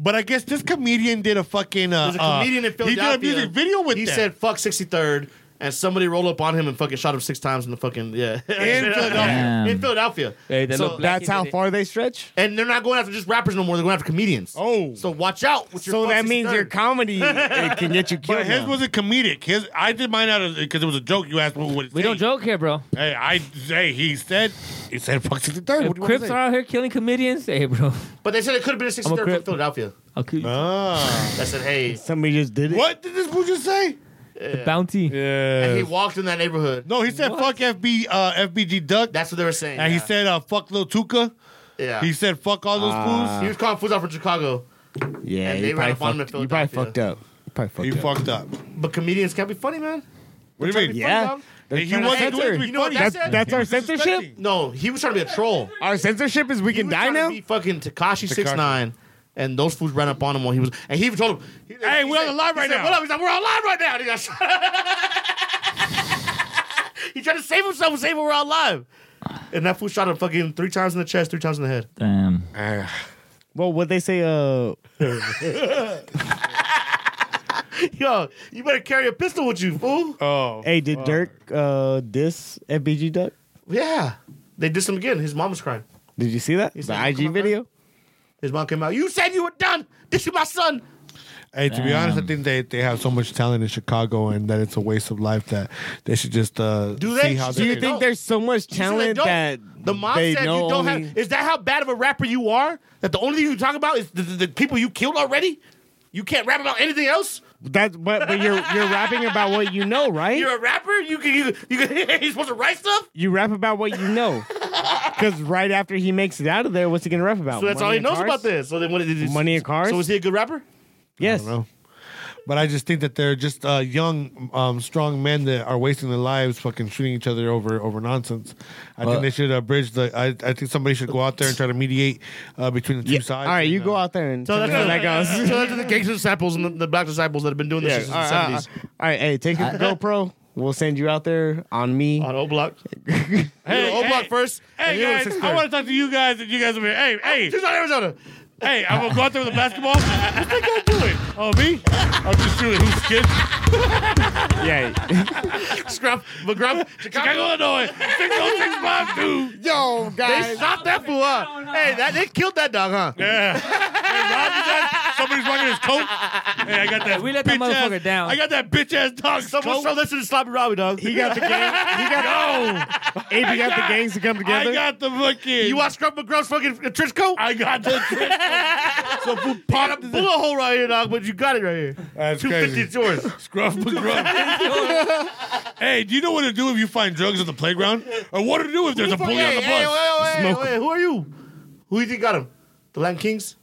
S2: but I guess this comedian did a fucking. Uh,
S5: There's a comedian
S2: uh,
S5: in Philadelphia.
S2: He did a music video with
S5: He
S2: that.
S5: said fuck 63rd, and somebody rolled up on him and fucking shot him six times in the fucking yeah in
S9: Damn.
S5: Philadelphia. in Philadelphia.
S17: Hey, that
S5: So
S17: look black
S15: That's how far they stretch.
S5: And they're not going after just rappers no more. They're going after comedians.
S2: Oh.
S5: so watch out. With your
S15: So
S5: fuck
S15: that means
S5: 63rd.
S15: your comedy it can get you killed.
S2: But his
S15: now.
S2: wasn't comedic. His I did mine out of because it was a joke. You asked what would it
S17: We
S2: say.
S17: don't joke here, bro.
S2: Hey, I hey he said he said fuck sixty third.
S17: If
S2: What do you want
S17: Crips
S2: to
S17: are
S2: say?
S17: out here killing comedians, hey, bro.
S5: But they said it could have been a 63rd from
S17: Crip.
S5: Philadelphia.
S17: I'll kill you.
S2: Ah.
S5: That said, hey,
S15: Somebody just did it.
S2: what did this fool just say?
S17: The bounty.
S5: and he
S2: Yeah.
S5: walked in that neighborhood.
S2: No, he said fuck FB uh, FBG Duck,
S5: That's what they were saying.
S2: and he
S5: yeah.
S2: said uh, fuck Lil Tuka.
S5: yeah. Ah.
S2: He said fuck all those
S5: he was calling fools out from Chicago,
S15: Yeah,
S5: And
S15: you
S5: they
S15: probably,
S5: ran up on him in
S15: fucked, you probably
S5: Philadelphia.
S15: fucked up. You probably
S2: fools. He
S15: fucked up.
S2: fucked up.
S5: but comedians can't be funny, man.
S2: What do you mean?
S15: Yeah,
S2: And
S15: They're
S2: he
S15: trying to
S2: wasn't doing it to
S15: censor.
S2: be
S5: You know what
S2: funny.
S5: that
S15: That's, that's
S5: said?
S15: our
S2: He was
S15: censorship.
S2: disrespecting.
S5: No, he was trying to be a troll.
S15: Our censorship is we
S5: He
S15: can
S5: was
S15: die
S5: trying to
S15: now.
S5: Be fucking Takashi six nine, and those fools ran up on him while he was, and he even told him, he- he
S2: Hey, we're on
S5: said-
S2: the live
S5: he
S2: right
S5: said,
S2: now.
S5: What up? He's like, we're on live right now. And he got shot. he tried to save himself and save him. We're on live. And that fool shot him fucking three times in the chest, three times in the head.
S9: Damn.
S15: Well, what they say? Uh,
S5: Yo, you better carry a pistol with you, fool.
S2: Oh,
S15: hey, did Dirk uh diss FBG Duck?
S5: Yeah. They dissed him again. His mom was crying.
S15: Did you see that?
S5: said,
S15: The IG
S5: "Come on, man."
S15: video.
S5: His mom came out. You said you were done. This is my son.
S2: Hey, to be honest, I think they, they have so much talent in Chicago, and that it's a waste of life that they should just uh,
S5: Do they?
S2: see how
S5: Do
S15: Do
S2: they
S15: you
S5: They
S15: think
S5: don't.
S15: there's so much
S5: You said
S15: talent
S5: they don't.
S15: that
S5: the mom
S15: they
S5: said you
S15: know
S5: don't
S15: only-
S5: have. Is that how bad of a rapper you are? That the only thing you talk about is the, the, the people you killed already. You can't rap about anything else.
S15: That's but but you're you're rapping about what you know, right?
S5: You're a rapper. You can. You, you can. You're supposed to write stuff.
S15: you rap about what you know. Because right after he makes it out of there, what's he gonna rap about?
S5: So that's
S15: Money
S5: all he
S15: and
S5: knows
S15: cars?
S5: about this. So then, what did he
S15: Money and cars?
S5: So is he a good rapper?
S15: Yes.
S2: know. But I just think that they're just uh, young, um, strong men that are wasting their lives fucking shooting each other over over nonsense. I think they should uh, bridge the. I, I think somebody should go out there and try to mediate uh, between the two
S15: Yeah. All
S2: sides.
S15: right, you
S2: and,
S15: go
S2: uh,
S15: out there and
S5: So
S15: tell
S5: that's,
S15: me how that goes.
S5: so that's the gangster disciples and the, the black disciples that have been doing this
S15: Yeah. uh,
S5: since
S15: All right,
S5: the
S15: all right,
S5: seventies.
S15: all right, hey, take your GoPro. We'll send you out there on me.
S5: On O Oh, Block.
S2: Hey,
S5: O Block
S2: hey.
S5: first. and
S2: Hey
S5: you were
S2: guys,
S5: sixth
S2: I
S5: third.
S2: want to talk to you guys, and you guys over here. Hey, hey,
S5: Tucson, Arizona.
S2: Hey, I'm gonna go out there with a basketball. What's that guy doing? Oh, me? I'm just shooting who's kid.
S3: Yeah.
S5: Scruff, McGruff,
S2: Chicago, Illinois. 60652.
S3: Yo,
S5: They
S3: guys.
S5: shot that fool up. Hey, that they killed that dog, huh?
S2: Yeah. Hey, Rob, you got- somebody's rocking his coat. Hey, I got that.
S17: We let that
S2: bitch ass-
S17: motherfucker down.
S2: I got that bitch ass dog.
S5: Someone
S2: coat.
S5: show this to the sloppy Robbie dog.
S3: He got the gang. He got the, AB got the gangs to come together.
S2: I got the fucking.
S5: You watch Scruff McGruff's fucking uh, trench coat?
S2: I got the. so who
S5: Pop
S2: popped
S5: a
S2: the
S5: bullet hole right here, dog, but you got it right here.
S2: That's
S5: Two fifty, it's yours.
S2: Scruff McGruff. hey, do you know what to do if you find drugs on the playground, or what to do if there's a bully on
S5: hey,
S2: the
S5: hey,
S2: bus?
S5: wait, wait, wait, who are you? Who you think got him? The Latin Kings?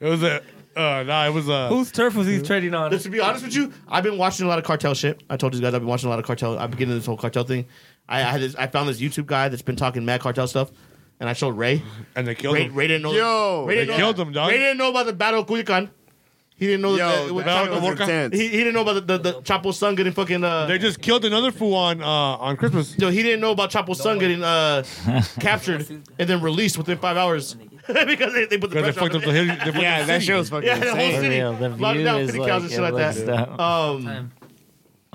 S2: It was a. Uh, nah, it was a.
S17: Whose turf was he treading on?
S5: Just to be honest with you, I've been watching a lot of cartel shit. I told these guys I've been watching a lot of cartel. I've been getting into this whole cartel thing. I, I had this. I found this YouTube guy that's been talking mad cartel stuff, and I showed Ray.
S2: and they killed
S5: Ray,
S2: him.
S5: Ray didn't know.
S3: Yo.
S5: Ray didn't
S2: They
S5: know,
S2: killed him, dog.
S5: Ray didn't know about the battle of Culiacan. He didn't know that.
S3: Yo,
S5: it was-
S3: that
S2: Metallica
S3: was
S2: workout.
S3: intense.
S5: he, he didn't know about the, the, the Chapo's son getting fucking. Uh,
S2: They just killed another fool on uh, on Christmas.
S5: Yo, he didn't know about Chapo's son getting uh, captured and then released within five hours because they, they put the
S2: Because they
S5: pressure on
S2: fucked up
S5: him.
S2: the hill. they fucked
S3: Yeah,
S2: up
S3: that
S2: the city.
S3: shit was fucking
S5: Yeah, the whole
S3: insane.
S5: city.
S9: real, the
S5: Locked
S9: view
S5: down
S9: is
S5: 50
S9: like,
S5: cows and shit
S9: it
S5: like
S9: looks
S5: that.
S9: dope.
S17: Oh,
S5: Um,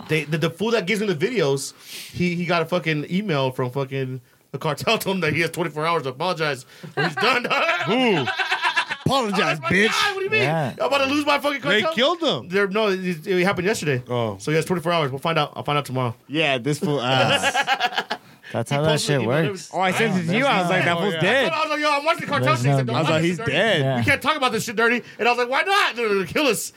S5: they, the, the fool that gives me the videos, he, he got a fucking email from fucking the cartel told him that he has 24 hours to apologize. Or he's done. Who?
S3: Apologize,
S5: my
S3: bitch.
S5: God, what do you mean?
S9: Yeah.
S5: I'm about to lose my fucking
S2: They
S5: cartel.
S2: killed them.
S5: They're- no, it, it happened yesterday.
S2: Oh.
S5: So he has 24 hours. We'll find out. I'll find out tomorrow.
S3: Yeah, this fool. Uh,
S9: That's how that
S5: posted
S9: shit
S5: an email.
S9: works.
S3: oh, I sent it to you. I was like, that
S2: Oh,
S3: fool's
S2: yeah.
S3: dead.
S5: I was like, yo, I'm watching the cartel.
S9: There's
S5: shit. He said,
S9: no
S5: "Don't
S3: I was
S5: watch
S3: like,
S5: this
S3: he's
S5: dirty.
S3: dead.
S9: Yeah.
S5: We can't talk about this shit dirty. And I was like, why not? They're gonna kill us.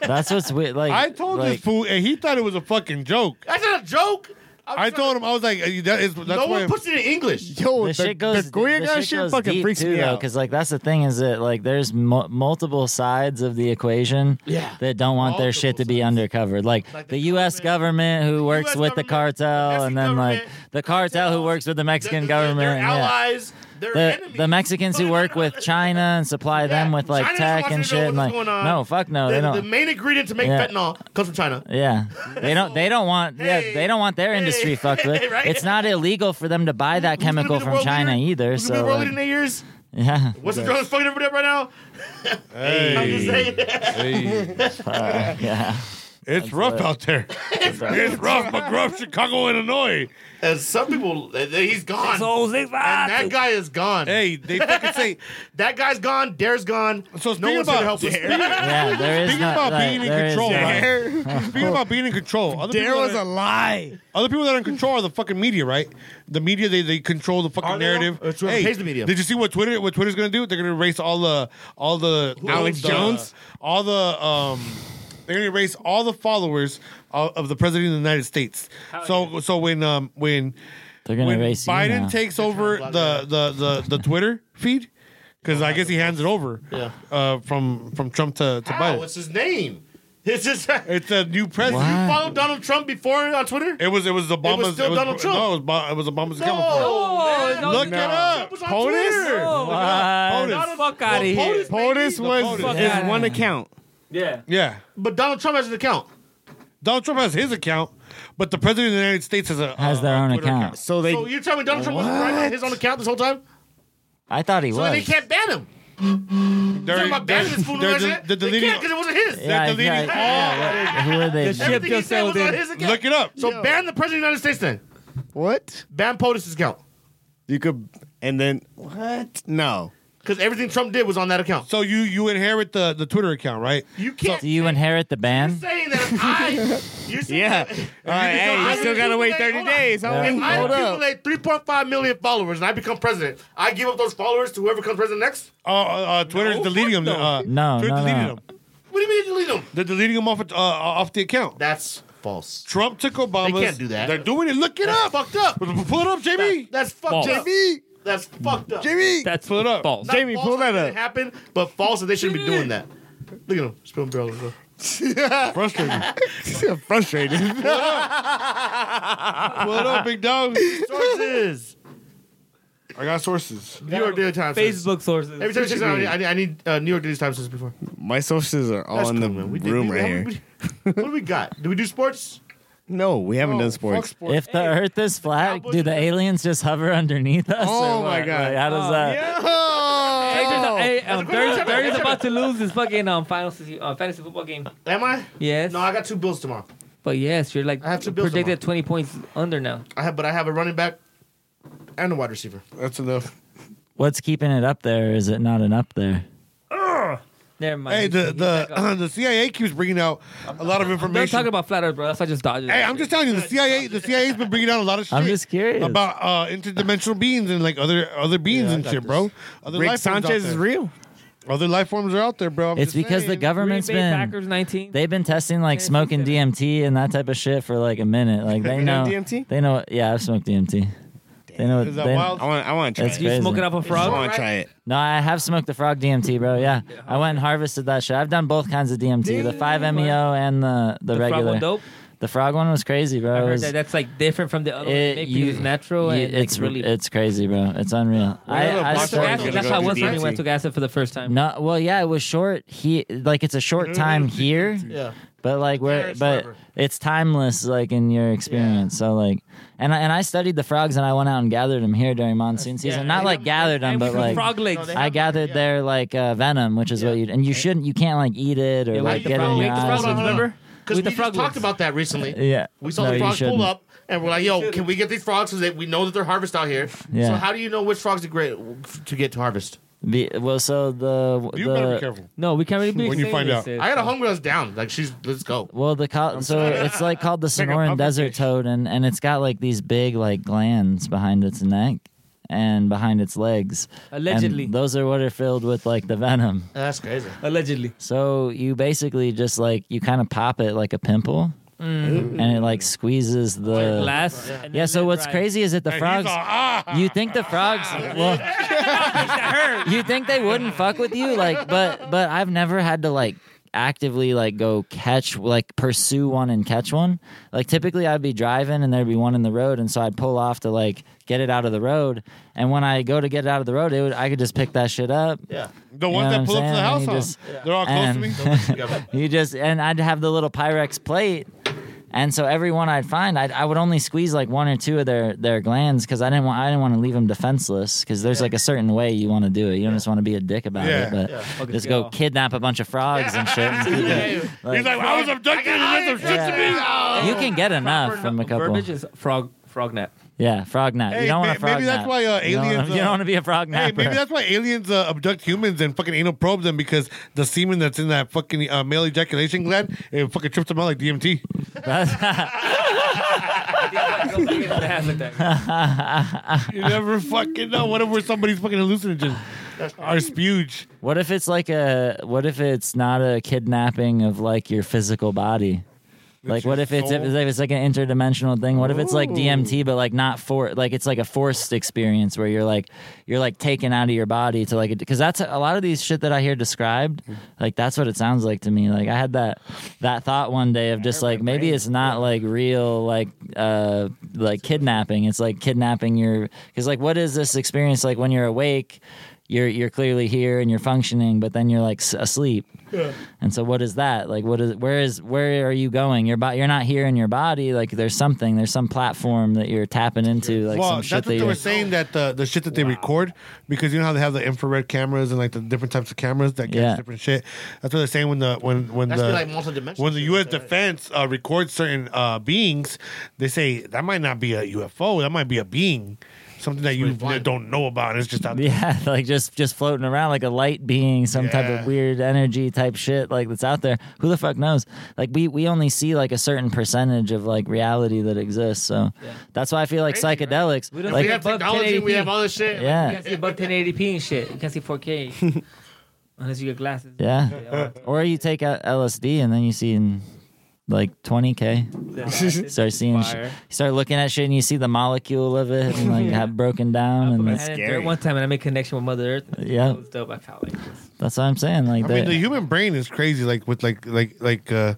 S9: That's what's weird. Like
S2: I told
S9: like,
S2: this fool, and he thought it was a fucking joke.
S5: That's not a joke. I'm
S2: I
S5: trying-
S2: told him, I was like, eh, that is, that's
S5: No
S2: why.
S5: one puts it in English.
S3: Yo,
S9: the shit goes
S3: the
S9: the
S3: Goya guy
S9: shit
S3: shit
S9: goes
S3: fucking
S9: deep
S3: freaks
S9: too,
S3: me
S9: though,
S3: out.
S9: because like that's the thing is that like there's mu- multiple sides of the equation
S5: Yeah.
S9: that don't want their
S5: Multiple
S9: shit to be undercovered. Like,
S5: Like the
S9: the, U.S. government who works
S5: US
S9: with the
S5: government,
S9: cartel,
S5: the
S9: and
S5: Mexican
S9: then like
S5: government,
S9: the cartel who
S5: cartels,
S9: works with the
S5: They're-
S9: Mexican
S5: they're-
S9: government.
S5: they're
S9: yeah.
S5: allies, they're
S9: The,
S5: enemies.
S9: the Mexicans who work with China and supply them with like
S5: China doesn't
S9: tech
S5: want you
S9: and
S5: to know
S9: shit and
S5: what's
S9: like
S5: going on.
S9: no fuck no they
S5: the,
S9: don't
S5: the main ingredient to make
S9: Yeah.
S5: fentanyl comes from China.
S9: Yeah, they don't. They don't want. yeah, they don't want their industry
S5: hey,
S9: fucked with.
S5: right?
S9: It's not illegal for them to buy that
S5: Who's gonna be
S9: chemical
S5: the
S9: from
S5: world
S9: China
S5: leader?
S9: either.
S5: Who's gonna be
S9: so
S5: the world
S9: like,
S5: leader in eight years?
S9: yeah,
S5: What's the drug that's fucking everybody up right now? I'm just saying.
S2: Hey,
S9: uh, yeah.
S2: it's rough out there. it's rough, but rough Chicago, Illinois.
S5: And some people, they- they- he's gone.
S17: So they
S5: and that guy is gone.
S2: Hey, they fucking say.
S5: That guy's gone. Dare's gone.
S2: So
S5: no
S2: speaking
S5: one's gonna
S2: about
S5: help us.
S9: Yeah, there is
S2: speaking
S9: not,
S2: about
S9: like,
S2: being in
S9: there is
S2: control,
S9: not-
S2: right? speaking about being in control, other
S3: There
S2: people
S3: was
S2: that
S3: a
S2: are,
S3: lie.
S2: other people that are in control are the fucking media, right? The media they, they control the fucking
S5: Are they though?
S2: narrative.
S5: It's whoever pays the media.
S2: Did you see what Twitter what Twitter's gonna do? They're gonna erase all the all the
S3: Alex
S2: the-
S3: Jones?
S2: all the um. They're gonna erase all the followers of, of the president of the United States. So so when um when
S9: They're gonna
S2: when
S9: erase you
S2: Biden
S9: now.
S2: takes over
S5: block
S2: the, the, the, the Twitter feed, because I guess he hands it over
S5: Yeah.
S2: uh, from from Trump to, to
S5: How?
S2: Biden.
S5: What's his name? It's just. You
S2: It's a new president.
S9: Wow.
S5: follow Donald Trump before on Twitter?
S2: It was it was Obama's.
S5: still Donald Trump.
S2: No, it was, Ba- it was Obama's. government.
S17: Oh, no,
S2: Look
S17: no.
S2: it up.
S5: was on
S2: POTUS.
S5: Twitter.
S17: No,
S2: Look it
S17: Get
S2: up.
S17: the
S2: POTUS.
S17: fuck out of
S5: Well,
S17: here.
S5: POTUS
S3: POTUS was
S2: POTUS.
S3: his
S17: Yeah.
S3: one account.
S17: Yeah.
S2: Yeah,
S5: But Donald Trump has an account.
S2: Donald Trump has his account, but the president of the United States has a
S9: Has
S2: a-
S9: their
S2: a
S9: own
S2: Twitter
S9: account.
S3: So they
S5: So you're telling me Donald Trump wasn't right on his own account this whole time?
S9: I thought he
S5: So
S9: was.
S5: then they can't ban him.
S2: They're,
S5: Talking about banning this fool
S2: they're-
S5: and all that shit.
S2: they're
S5: They
S2: deleting-
S5: can't because it wasn't his.
S9: yeah, I-
S2: deleting
S9: yeah,
S2: all-
S9: yeah, what- who are they?
S17: The ship
S5: Everything he
S17: just
S5: said was
S17: sailed
S5: on
S17: in.
S5: his account.
S2: Look it up.
S5: So ban the president of the United States then.
S3: what?
S5: Ban POTUS's account
S3: You could and then what? No.
S5: because everything Trump did was on that account.
S2: So you you inherit the, the Twitter account, right?
S5: You can't.
S9: Do you inherit the
S5: you're
S9: ban?
S5: saying that if I. You're saying
S3: Yeah. All
S5: that-
S3: right. Hey, you still gotta wait thirty
S5: Hold on.
S3: days.
S5: If
S3: homie.
S5: I
S3: Hold up.
S5: accumulate 3.5 million followers and I become president, I give up those followers to whoever comes president next.
S2: Uh, uh, uh, Twitter's deleting them. Uh,
S9: No,
S2: Twitter's
S9: no,
S2: deleting
S9: no.
S2: them.
S5: What do you mean delete them?
S2: They're deleting them off of- uh, off the account.
S5: That's false.
S2: Trump took Obama's.
S5: can't do that.
S2: They're doing it. Look it
S5: That's
S2: up.
S5: fucked up.
S2: Pull it up, JB.
S5: That's fucked
S17: False.
S5: up.
S3: Jimmy,
S5: That's fucked up.
S3: Jimmy.
S17: That's
S2: Pull it up.
S17: false.
S5: Not
S3: Jamie,
S5: false
S3: pull that
S5: it
S3: up.
S5: didn't Happen, but false that they shouldn't be doing that. Look at him, spilling barrel. Bro.
S2: Frustrating.
S3: Frustrated.
S2: Pull it up, big dog.
S5: Sources.
S2: I got sources.
S5: New York Daily Times. says-
S17: Facebook sources.
S5: Every time she says that, I need, I need, I need uh, New York Daily Times says before.
S3: My sources are all
S5: That's
S3: in the
S5: cool, man. We did-
S3: room
S5: we-
S3: right
S5: how-
S3: here.
S5: we- What do we got? Do we do sports?
S15: No, we haven't done sports.
S9: If the Earth is flat, do the aliens just hover underneath us?
S15: Oh
S9: or
S15: my
S9: what?
S15: God.
S9: Like, how
S2: Oh,
S9: does that?
S17: Hey, there's a- hey, um, Barry's- Barry's about to lose his fucking um, finals, uh, fantasy football game.
S5: Am I?
S17: Yes.
S5: No, I got two bills tomorrow.
S17: But yes, you're like
S5: I have two bills
S17: predicted 20 points under now.
S5: I have, but I have a running back and a wide receiver.
S2: That's enough.
S9: What's keeping it up there? Is it not an up there?
S17: Never mind.
S2: Hey, the
S17: He's back up.
S2: the the CIA keeps bringing out a lot of
S17: I'm not
S2: information.
S17: talking about flat earth, bro. That's why I just dodged it.
S2: Hey, I'm just telling you, the CIA, the CIA's been bringing out a lot of shit.
S9: I'm just curious.
S2: about uh, interdimensional beings and like other other beings and shit, bro. Other
S15: Rick
S2: life forms out
S15: Sanchez is
S2: there.
S15: real.
S2: Other life forms are out there, bro. I'm
S9: it's
S2: just
S9: because
S2: saying.
S9: the
S17: Green
S9: government's
S17: Bay
S9: been
S17: Packers 19.
S9: they've been testing like
S17: Yeah,
S9: smoking
S17: it's
S9: DMT and that type of shit for like a minute. Like they
S15: you
S9: know
S15: done DMT?
S9: They know. Yeah, I've smoked DMT. They know.
S2: Is that
S9: they-
S2: wild?
S15: I want. I want to try.
S9: That's
S15: it.
S17: you
S9: crazy.
S17: smoking up a
S15: I
S17: frog?
S15: want to try it.
S9: No, I have smoked the frog DMT, bro. Yeah, I went and harvested that shit. I've done both kinds of DMT, the five MEO and the the,
S17: The frog
S9: regular.
S17: one dope.
S9: The frog one was crazy, bro.
S17: I
S9: It
S17: heard
S9: was-
S17: that that's like different from the other. one.
S9: it-
S17: Maybe
S9: you-
S17: it's natural.
S9: you-
S17: and like,
S9: it's
S17: really.
S9: it's crazy, bro. It's unreal.
S2: other
S9: I, I
S2: black
S17: I took
S2: Sorry,
S17: acid.
S2: gotta
S17: That's
S2: go
S17: how I
S2: do
S17: was when I
S2: DMT.
S17: went to acid for the first time.
S9: no, well, yeah, it was short. He like it's a
S17: Mm-hmm.
S9: short time here.
S5: Yeah.
S9: But like
S5: Yeah,
S9: where,
S5: it's
S9: but
S5: forever.
S9: it's timeless, like in your experience. So like, and I, and I studied the frogs, and I went out and gathered them here during monsoon season.
S17: and
S9: Not
S17: they
S9: like gathered them,
S17: and we
S9: but
S17: got
S9: like
S17: frog legs.
S9: I gathered their like uh, venom, which is what you and you shouldn't, you can't like eat it or
S17: Yeah, we
S9: like
S17: ate the
S9: get it
S17: frog-
S9: in
S17: we
S9: your
S17: ate the
S9: eyes.
S17: frog legs, remember?
S5: Because we
S17: With the
S5: just
S17: frog
S5: talked
S17: legs.
S5: about that recently.
S9: Yeah,
S5: We saw
S9: No,
S5: the
S9: you
S5: frogs pull
S9: shouldn't.
S5: up, and we're like, "Yo, can we get these frogs? Because we know that they're harvest out here. So
S9: Yeah.
S5: how do you know which frogs are great to get to harvest?
S9: Be, well, so the
S2: You
S9: the
S2: better be careful.
S17: No, we can't really be
S2: When you
S17: saying
S2: find
S17: this,
S2: out.
S17: sis.
S5: I got a homegirl that's down. Like she's, let's go.
S9: well the col- so it's like called the
S2: a
S9: Sonoran
S2: puffer
S9: Desert
S2: fish.
S9: Toad, and and it's got like these big like glands behind its neck and behind its legs. And
S17: Allegedly.
S9: those are what are filled with like the venom.
S5: That's crazy.
S17: Allegedly.
S9: So you basically just like you kind of pop it like a pimple,
S17: Mm.
S9: and it like squeezes the.
S17: Glass. and
S9: yeah.
S17: then
S9: So
S17: let
S9: what's
S17: dry.
S9: crazy is that the frogs.
S2: "Ah,
S9: you think the frogs? Well, you think they wouldn't fuck with you, like, but but I've never had to like actively like go catch like pursue one and catch one. Like typically I'd be driving and there'd be one in the road, and so I'd pull off to like get it out of the road. And when I go to get it out of the road, it would I could just pick that shit up.
S5: Yeah.
S2: The
S9: You
S2: ones
S9: know
S2: that pull
S9: what
S2: up
S9: I'm
S2: to the house, huh?
S9: saying? And you just-
S2: They're all close to
S9: and-
S2: me.
S9: You just and I'd have the little Pyrex plate, and so every one I'd find, I'd, I would only squeeze like one or two of their their glands because I didn't want I didn't want to leave them defenseless because there's like a certain way you want to do it. You don't just want to be a dick about
S2: Yeah.
S9: it, but just go kidnap a bunch of frogs and shit. and keep it.
S2: He's like, I was abducted and did some shit to me.
S9: you can get enough
S17: Proper
S9: from a
S17: no-
S9: couple.
S17: Verbiage is frog frog nap.
S9: Yeah, frog nap.
S2: Hey,
S9: you don't want
S2: may-
S9: a frog
S2: maybe that's
S9: nap.
S2: why, uh,
S9: you don't wanna-
S2: aliens,
S9: you
S2: uh,
S9: don't want to be a frog
S2: Hey,
S9: napper.
S2: maybe that's why aliens uh, abduct humans and fucking anal probe them because the semen that's in that fucking uh, male ejaculation gland it fucking trips them out like DMT. You never fucking know. What if we're somebody's fucking hallucinogen or spuge?
S9: What if it's like a what if it's not a kidnapping of like your physical body? Like
S2: your
S9: what if it's if
S2: soul.
S9: it's like- it's like an interdimensional thing? What if it's like DMT but like not for like it's like a forced experience where you're like you're like taken out of your body to like because that's a lot of these shit that I hear described like that's what it sounds like to me. Like I had that that thought one day of just like maybe it's not like real like uh like kidnapping. It's like kidnapping your because like what is this experience like when you're awake? you're you're clearly here and you're functioning, but then you're like s- asleep. And so, what is that? Like, what is where is where are you going? Your body, you're not here in your body. Like, there's something, there's some platform that you're tapping into, like
S2: well,
S9: some
S2: that's
S9: shit
S2: what
S9: that
S2: they
S9: you.
S2: were saying that the the shit that they record because you know how they have the infrared cameras and like the different types of cameras that get
S9: Yeah.
S2: different shit. That's what they're saying when the when when
S5: That's
S2: the
S5: like multidimensional
S2: when the
S5: shit,
S2: U.S.
S5: that's right.
S2: defense uh, records certain uh, beings, they say that might not be a UFO, that might be a being, something that you
S5: flying.
S2: don't know about. It's just out there.
S9: Yeah, like just just floating around like a light being, some type
S2: Yeah.
S9: of weird energy type shit like that's out there. Who the fuck knows? Like we we only see like a certain percentage of like reality that exists. So that's why I feel like psychedelics.
S17: We don't
S9: like,
S5: we have
S17: above
S5: technology. We
S17: 1080p.
S5: have all this shit.
S17: You
S9: yeah,
S17: can see above 1080p and shit. You can see 4K. Unless you get glasses.
S9: Yeah. or you take out LSD and then you see in like 20k. Start seeing, sh- you
S17: Fire.
S9: start looking at shit and you see the molecule of it and like have broken down and
S17: I
S9: that's,
S17: had it there one time and I made connection with Mother Earth.
S9: Yeah.
S17: It was dope. I felt like this.
S9: that's what I'm saying. Like
S2: I mean,
S9: that-
S2: the human brain is crazy. Like with like like like uh,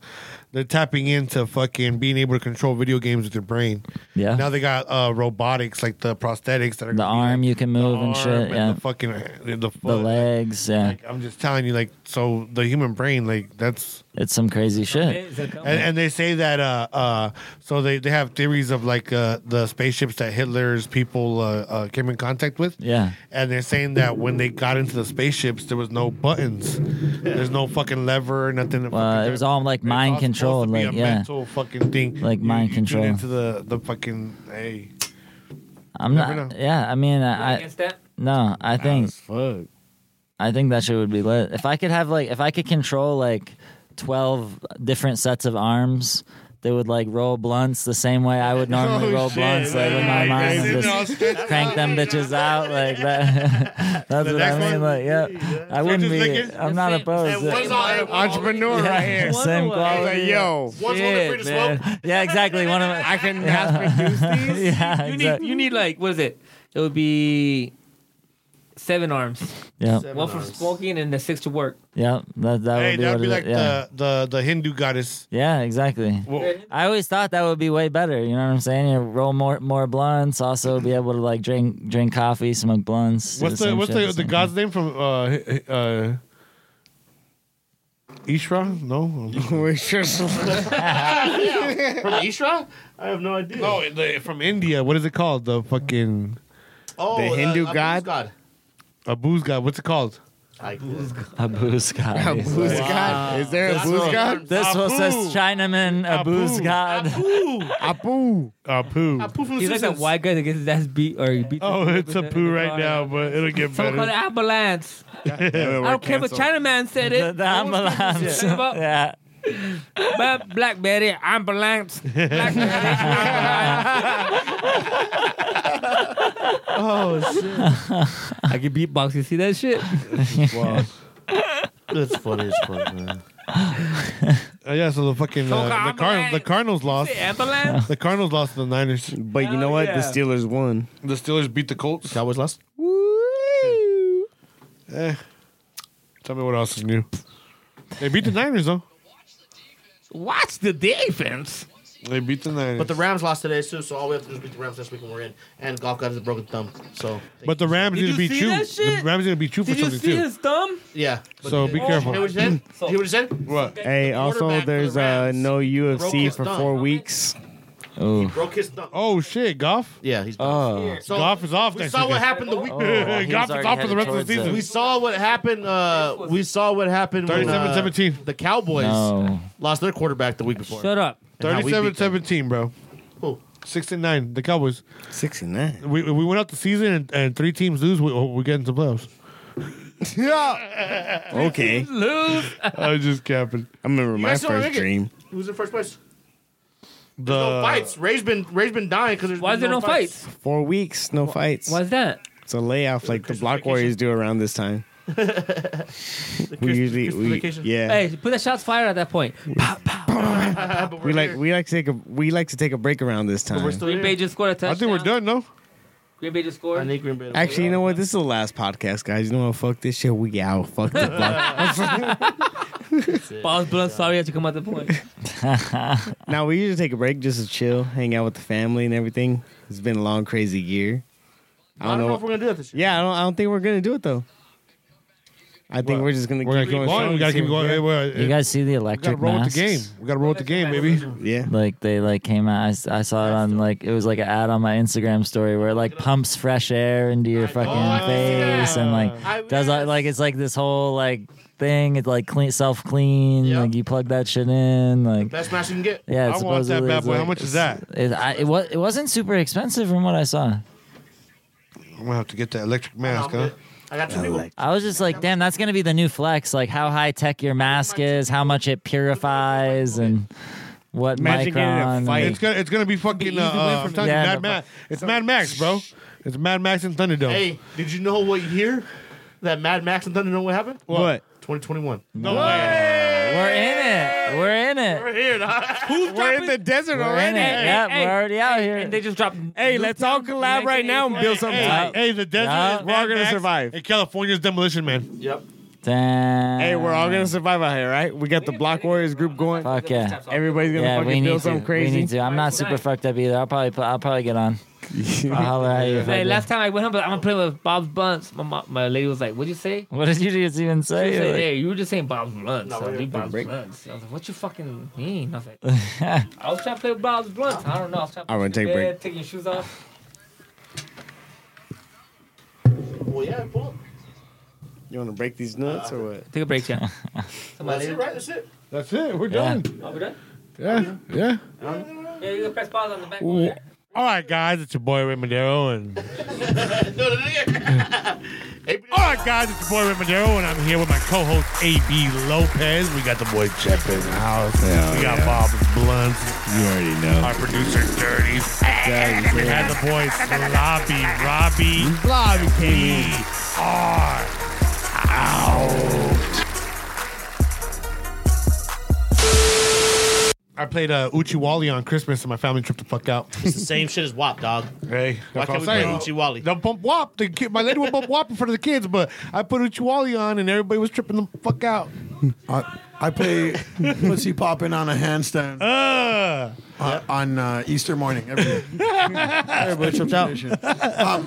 S2: they're tapping into fucking being able to control video games with your brain.
S9: Yeah.
S2: Now they got uh, robotics like the prosthetics that are
S9: The
S2: gonna be,
S9: arm
S2: like,
S9: you can move
S2: arm
S9: and shit, yeah.
S2: The fucking the,
S9: the
S2: foot.
S9: legs. Yeah,
S2: Like, I'm just telling you, like, so the human brain, like, that's
S9: it's some crazy shit.
S2: and, and they say that uh, uh, so they, they have theories of like uh, the spaceships that Hitler's people uh, uh, came in contact with.
S9: Yeah.
S2: And they're saying that when they got into the spaceships, there was no buttons, there's no fucking lever, nothing. to
S9: Well,
S2: fucking-
S9: Uh, it was all like
S2: It's
S9: mind
S2: all supposed
S9: controlled,
S2: to be
S9: like,
S2: a
S9: yeah.
S2: mental fucking thing.
S9: Like mind
S2: you tune
S9: control.
S2: into the the fucking hey.
S9: I'm
S2: never
S9: not.
S2: know.
S9: Yeah, I mean, I, I
S17: against that?
S9: no, I think. I think that shit would be lit. If I could have like, if I could control like twelve different sets of arms. They would like roll blunts the same way I would normally roll blunts, like with my mind, and just crank them bitches out like that. That's what I
S2: next
S9: mean.
S2: one?
S9: Like, yeah, I wouldn't be. I'm not opposed.
S15: entrepreneur right here.
S9: Same quality.
S15: Like, yo,
S17: One's one free to smoke.
S9: Yeah, exactly. One of them.
S15: I can mass produce these.
S9: Yeah,
S17: You need
S9: exactly.
S17: you need like what is it? It would be seven arms.
S9: Yeah,
S17: One for smoking and the six to work.
S9: yeah. That that
S2: Hey,
S9: would be,
S2: that'd
S9: what
S2: be
S9: it-
S2: like
S9: yeah.
S2: the, the the Hindu goddess.
S9: yeah, exactly.
S2: Well,
S9: I always thought that would be way better. You know what I'm saying? You roll more more blunts, also be able to like drink drink coffee, smoke blunts. do
S2: What's the
S9: same
S2: what's
S9: shit,
S2: the, the
S9: same-
S2: god's name from uh hi- hi- uh Ishra? No,
S15: We just-
S5: From Ishra? I have no idea.
S2: no, the, from India. What is it called? The fucking
S5: oh,
S2: uh,
S15: the Hindu
S5: Abu's
S15: god?
S5: god.
S2: Abu's god. What's it called?
S5: I god.
S9: Abu's
S15: A
S9: god.
S15: booze god? Is there a booze god?
S9: This one says Chinaman Abu's
S2: Abu.
S9: god.
S15: Abu.
S2: Apu.
S17: He's like that white guy that gets his ass beat or he beat.
S2: Oh, it's
S17: a
S2: Apu right now, but it'll get
S17: Someone called
S2: better.
S17: the ambulance. I don't care if a Chinaman said
S9: The,
S17: it.
S9: the ambulance.
S17: Shut up.
S9: yeah.
S17: But Blackberry ambulance. Blackberry oh shit! I can beatbox. You see that shit?
S5: That's funny as fuck, man.
S2: Uh, yeah, so the fucking
S17: So
S2: uh, the,
S17: I'm
S2: Car-
S17: like-
S2: the Cardinals lost.
S17: The ambulance.
S2: The Cardinals lost to the Niners.
S15: But you know what?
S17: yeah.
S15: The Steelers won.
S2: The Steelers beat the Colts.
S5: Cowboys lost.
S2: Eh. Tell me what else is new. They beat the Niners though.
S5: Watch the defense.
S2: They beat the Niners.
S5: But the Rams lost today too, so all we have to do is beat the Rams next week and we're in. And golf got his broken thumb, so
S2: But the Rams
S17: Did
S2: gonna
S17: you
S2: beat
S17: see
S2: you.
S17: that
S2: The
S17: shit?
S2: Rams gonna beat you for
S17: Did you
S2: something
S17: see
S2: too.
S17: his thumb?
S5: yeah.
S2: So be
S5: You
S2: careful.
S5: know what he said? You know what he said?
S2: What?
S15: Hey, also
S5: quarterback for
S15: there's
S5: the
S15: uh,
S5: Rams
S15: no
S5: broke
S15: UFC
S5: his
S15: for
S5: thumb.
S15: four weeks.
S9: Ooh.
S5: Broke his thumb.
S2: Oh shit, Goff.
S5: Yeah, he's done.
S9: Oh.
S5: so
S2: Goff is off
S5: We
S2: next
S5: saw what
S2: weekend.
S5: happened the week.
S9: Oh, he
S2: Goff
S9: was
S2: is
S9: already
S2: off for the
S9: headed
S2: rest of the
S9: towards
S2: season.
S5: We saw what happened. Uh, we saw what happened. when, uh,
S2: 37-17.
S5: The Cowboys
S9: No.
S5: lost their quarterback the week before.
S17: Shut up.
S5: And how we beat them.
S2: 37-17, bro.
S5: Who?
S2: 69. The Cowboys.
S15: 69.
S2: We, we went out the season and, and three teams lose. We, we get into playoffs.
S15: Okay.
S17: Lose.
S2: I was just capping.
S15: I remember my
S5: guys don't
S15: first
S5: like it.
S15: dream.
S5: Who's in first place?
S2: The
S5: no fights. Ray's been Ray's been dying because there's
S17: Why is there
S5: been
S17: no fights?
S15: Four weeks, no fights.
S17: Why's that?
S15: It's a layoff like the Block Warriors do around this time. we usually, we,
S5: Christmas vacation.
S15: yeah,
S17: Hey, put the shots fired at that point. Pow, pow.
S15: we like we like to take a we like to take a break around this time.
S5: We're still
S17: Green
S5: here.
S17: Bay just scored a touchdown.
S2: I think we're done, no?
S17: Green Bay
S5: I
S17: just scored.
S5: think Green Bay.
S15: Actually, you know what? This is the last podcast, guys. You know what? Fuck this shit. We out. Fuck the block.
S17: Balls blunt. Sorry, I had to come out the point.
S15: now we usually take a break just to chill, hang out with the family and everything. It's been a long, crazy year.
S5: I don't know if we're gonna do that this year.
S15: Yeah, I don't. I don't think we're gonna do it though. I think we're just gonna
S2: We're going
S15: keep
S2: to keep
S15: going.
S2: going.
S15: strong
S2: We got to
S15: and
S2: keep
S15: see what
S2: going. Hey,
S15: we
S2: we're-
S9: You guys see the
S2: we got to
S9: electric
S2: roll with
S9: masks?
S2: the game. We got to roll with the game, baby.
S15: get. Yeah.
S9: Like they like came out. I s- I, saw it on like it was like an ad on my Instagram story where it like pumps fresh air into your fucking face and
S5: I-
S9: like does like, like it's like this whole like thing. It's like clean self clean.
S5: Yeah.
S9: Like you plug that shit in. Like
S5: Best match you can get.
S9: yeah, it's
S2: I want that
S9: supposedly
S2: bad
S9: it's,
S2: boy. How
S9: like-
S2: much is that?
S9: It, I, it was it wasn't super expensive from what I saw.
S2: I'm going to have to get that electric
S5: I'm
S2: mask, huh?
S5: good. I got two people.
S9: I was just like, damn, that's gonna be the new flex. Like how high tech your mask is, how much it purifies, and what
S15: Imagine getting in a
S9: micron.
S15: fight.
S2: It's gonna, it's gonna be fucking. Uh, uh, I'm telling you,
S9: Yeah,
S2: Mad
S9: no,
S2: Max. It's Mad Max, bro. It's Mad Max and Thunderdome.
S5: Hey, did you know what year that Mad Max and Thunder know what happened?
S15: What?
S5: 2021.
S2: no way.
S9: We're in it. We're in it.
S5: We're here.
S15: We're in the desert
S9: We're in
S15: already.
S9: it. yeah,
S17: hey,
S9: we're already out here.
S17: and they just dropped.
S15: Hey, let's all collab right now and build something.
S2: Hey, hey, the desert
S9: Yeah.
S2: is
S15: We're all
S2: Mad
S15: gonna
S2: Max
S15: survive.
S2: And California's Demolition Man.
S5: Yep.
S9: Damn.
S15: Hey, we're all gonna survive out here, right? We got the Block Warriors group going.
S9: Fuck yeah.
S15: Everybody's gonna
S9: Yeah, we
S15: fucking feel
S9: need
S15: something
S9: to.
S15: crazy.
S9: We need to. I'm not super fucked up either. I'll probably put, I'll probably get on. I'll holler at you. if I
S17: Like
S9: do.
S17: last time I went home, but I'm gonna play with Bob's Buns. My, mom, my lady was like, "What'd you say?"
S9: What did you just even
S17: She was
S9: say?
S17: like,
S9: Like-
S17: "Hey, you were just saying Bob's Blunts.
S9: No,
S17: so
S9: we're
S17: do
S9: gonna
S17: Bob's
S9: break.
S17: Blunts." I was like, "What you fucking mean?" I was like, "I was trying to play with Bob's Blunts. I don't know. I was trying to
S15: All right,
S17: put
S15: take a
S17: you to
S15: break.
S17: bed, Take your shoes off.
S3: Well, yeah, pull up.
S15: You want to break these nuts or what?
S17: Take a break, yeah.
S3: That's it, right? That's it.
S2: That's it. We're
S15: Yeah.
S2: done.
S17: Are we done?
S2: Yeah. Yeah.
S17: Yeah, you can press pause on the back.
S2: Ooh. All right, guys, it's your boy Ray Madero, and all right, guys, it's your boy Ray Madero, and I'm here with my co-host AB Lopez. We got the boy Jeff in the house.
S1: Yeah,
S2: we got
S1: yeah.
S2: Bob Blunt.
S1: You already know.
S2: Our producer Dirty. We had the boy Sloppy Robbie. Sloppy came in. Are out. I played uh, Uchiwali on Christmas, and my family tripped the fuck out.
S5: It's the same shit as WAP, dog.
S2: Hey,
S5: Why
S2: that's
S5: can't we
S2: what I'm
S5: play
S2: saying.
S5: Uchi Wally?
S2: They'll bump wop. The kid, my lady would bump wop in front of the kids, but I put Uchiwali on and everybody was tripping the fuck out.
S3: I, I play pussy popping on a handstand
S5: Ah.
S2: uh,
S3: on uh, Easter morning every day.
S5: Everybody tripped out.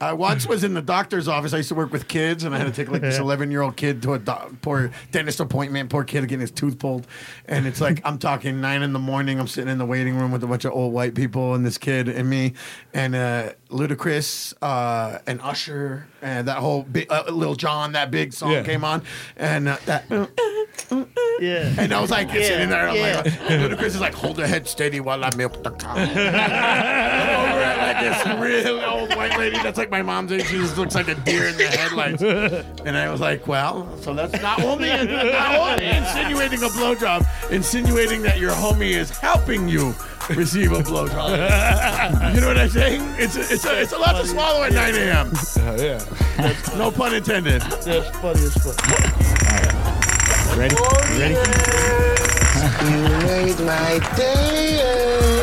S3: I once was in the doctor's office. I used to work with kids, and I had to take like this 11 year old kid to a doc- poor dentist appointment. Poor kid getting his tooth pulled, and it's like I'm talking nine in the morning. I'm sitting in the waiting room with a bunch of old white people and this kid and me and uh, Ludacris uh, and Usher and that whole big, uh, Lil John. That big song
S2: Yeah.
S3: came on, and uh, that.
S5: Yeah.
S3: And I was like sitting there, I'm
S5: yeah.
S3: like, Ludacris is like, hold your head steady while I milk the cow. I'm over at like this real old white lady that's like my mom's age. She just looks like a deer in the headlights. And I was like, well, so that's not only, not only insinuating a blowjob, insinuating that your homie is helping you receive a blowjob. You know what I'm saying? It's a, it's a, it's a lot to swallow at 9 a.m.
S2: yeah.
S3: No pun intended.
S5: That's funny as fuck.
S1: Ready? You ready?
S3: made my day.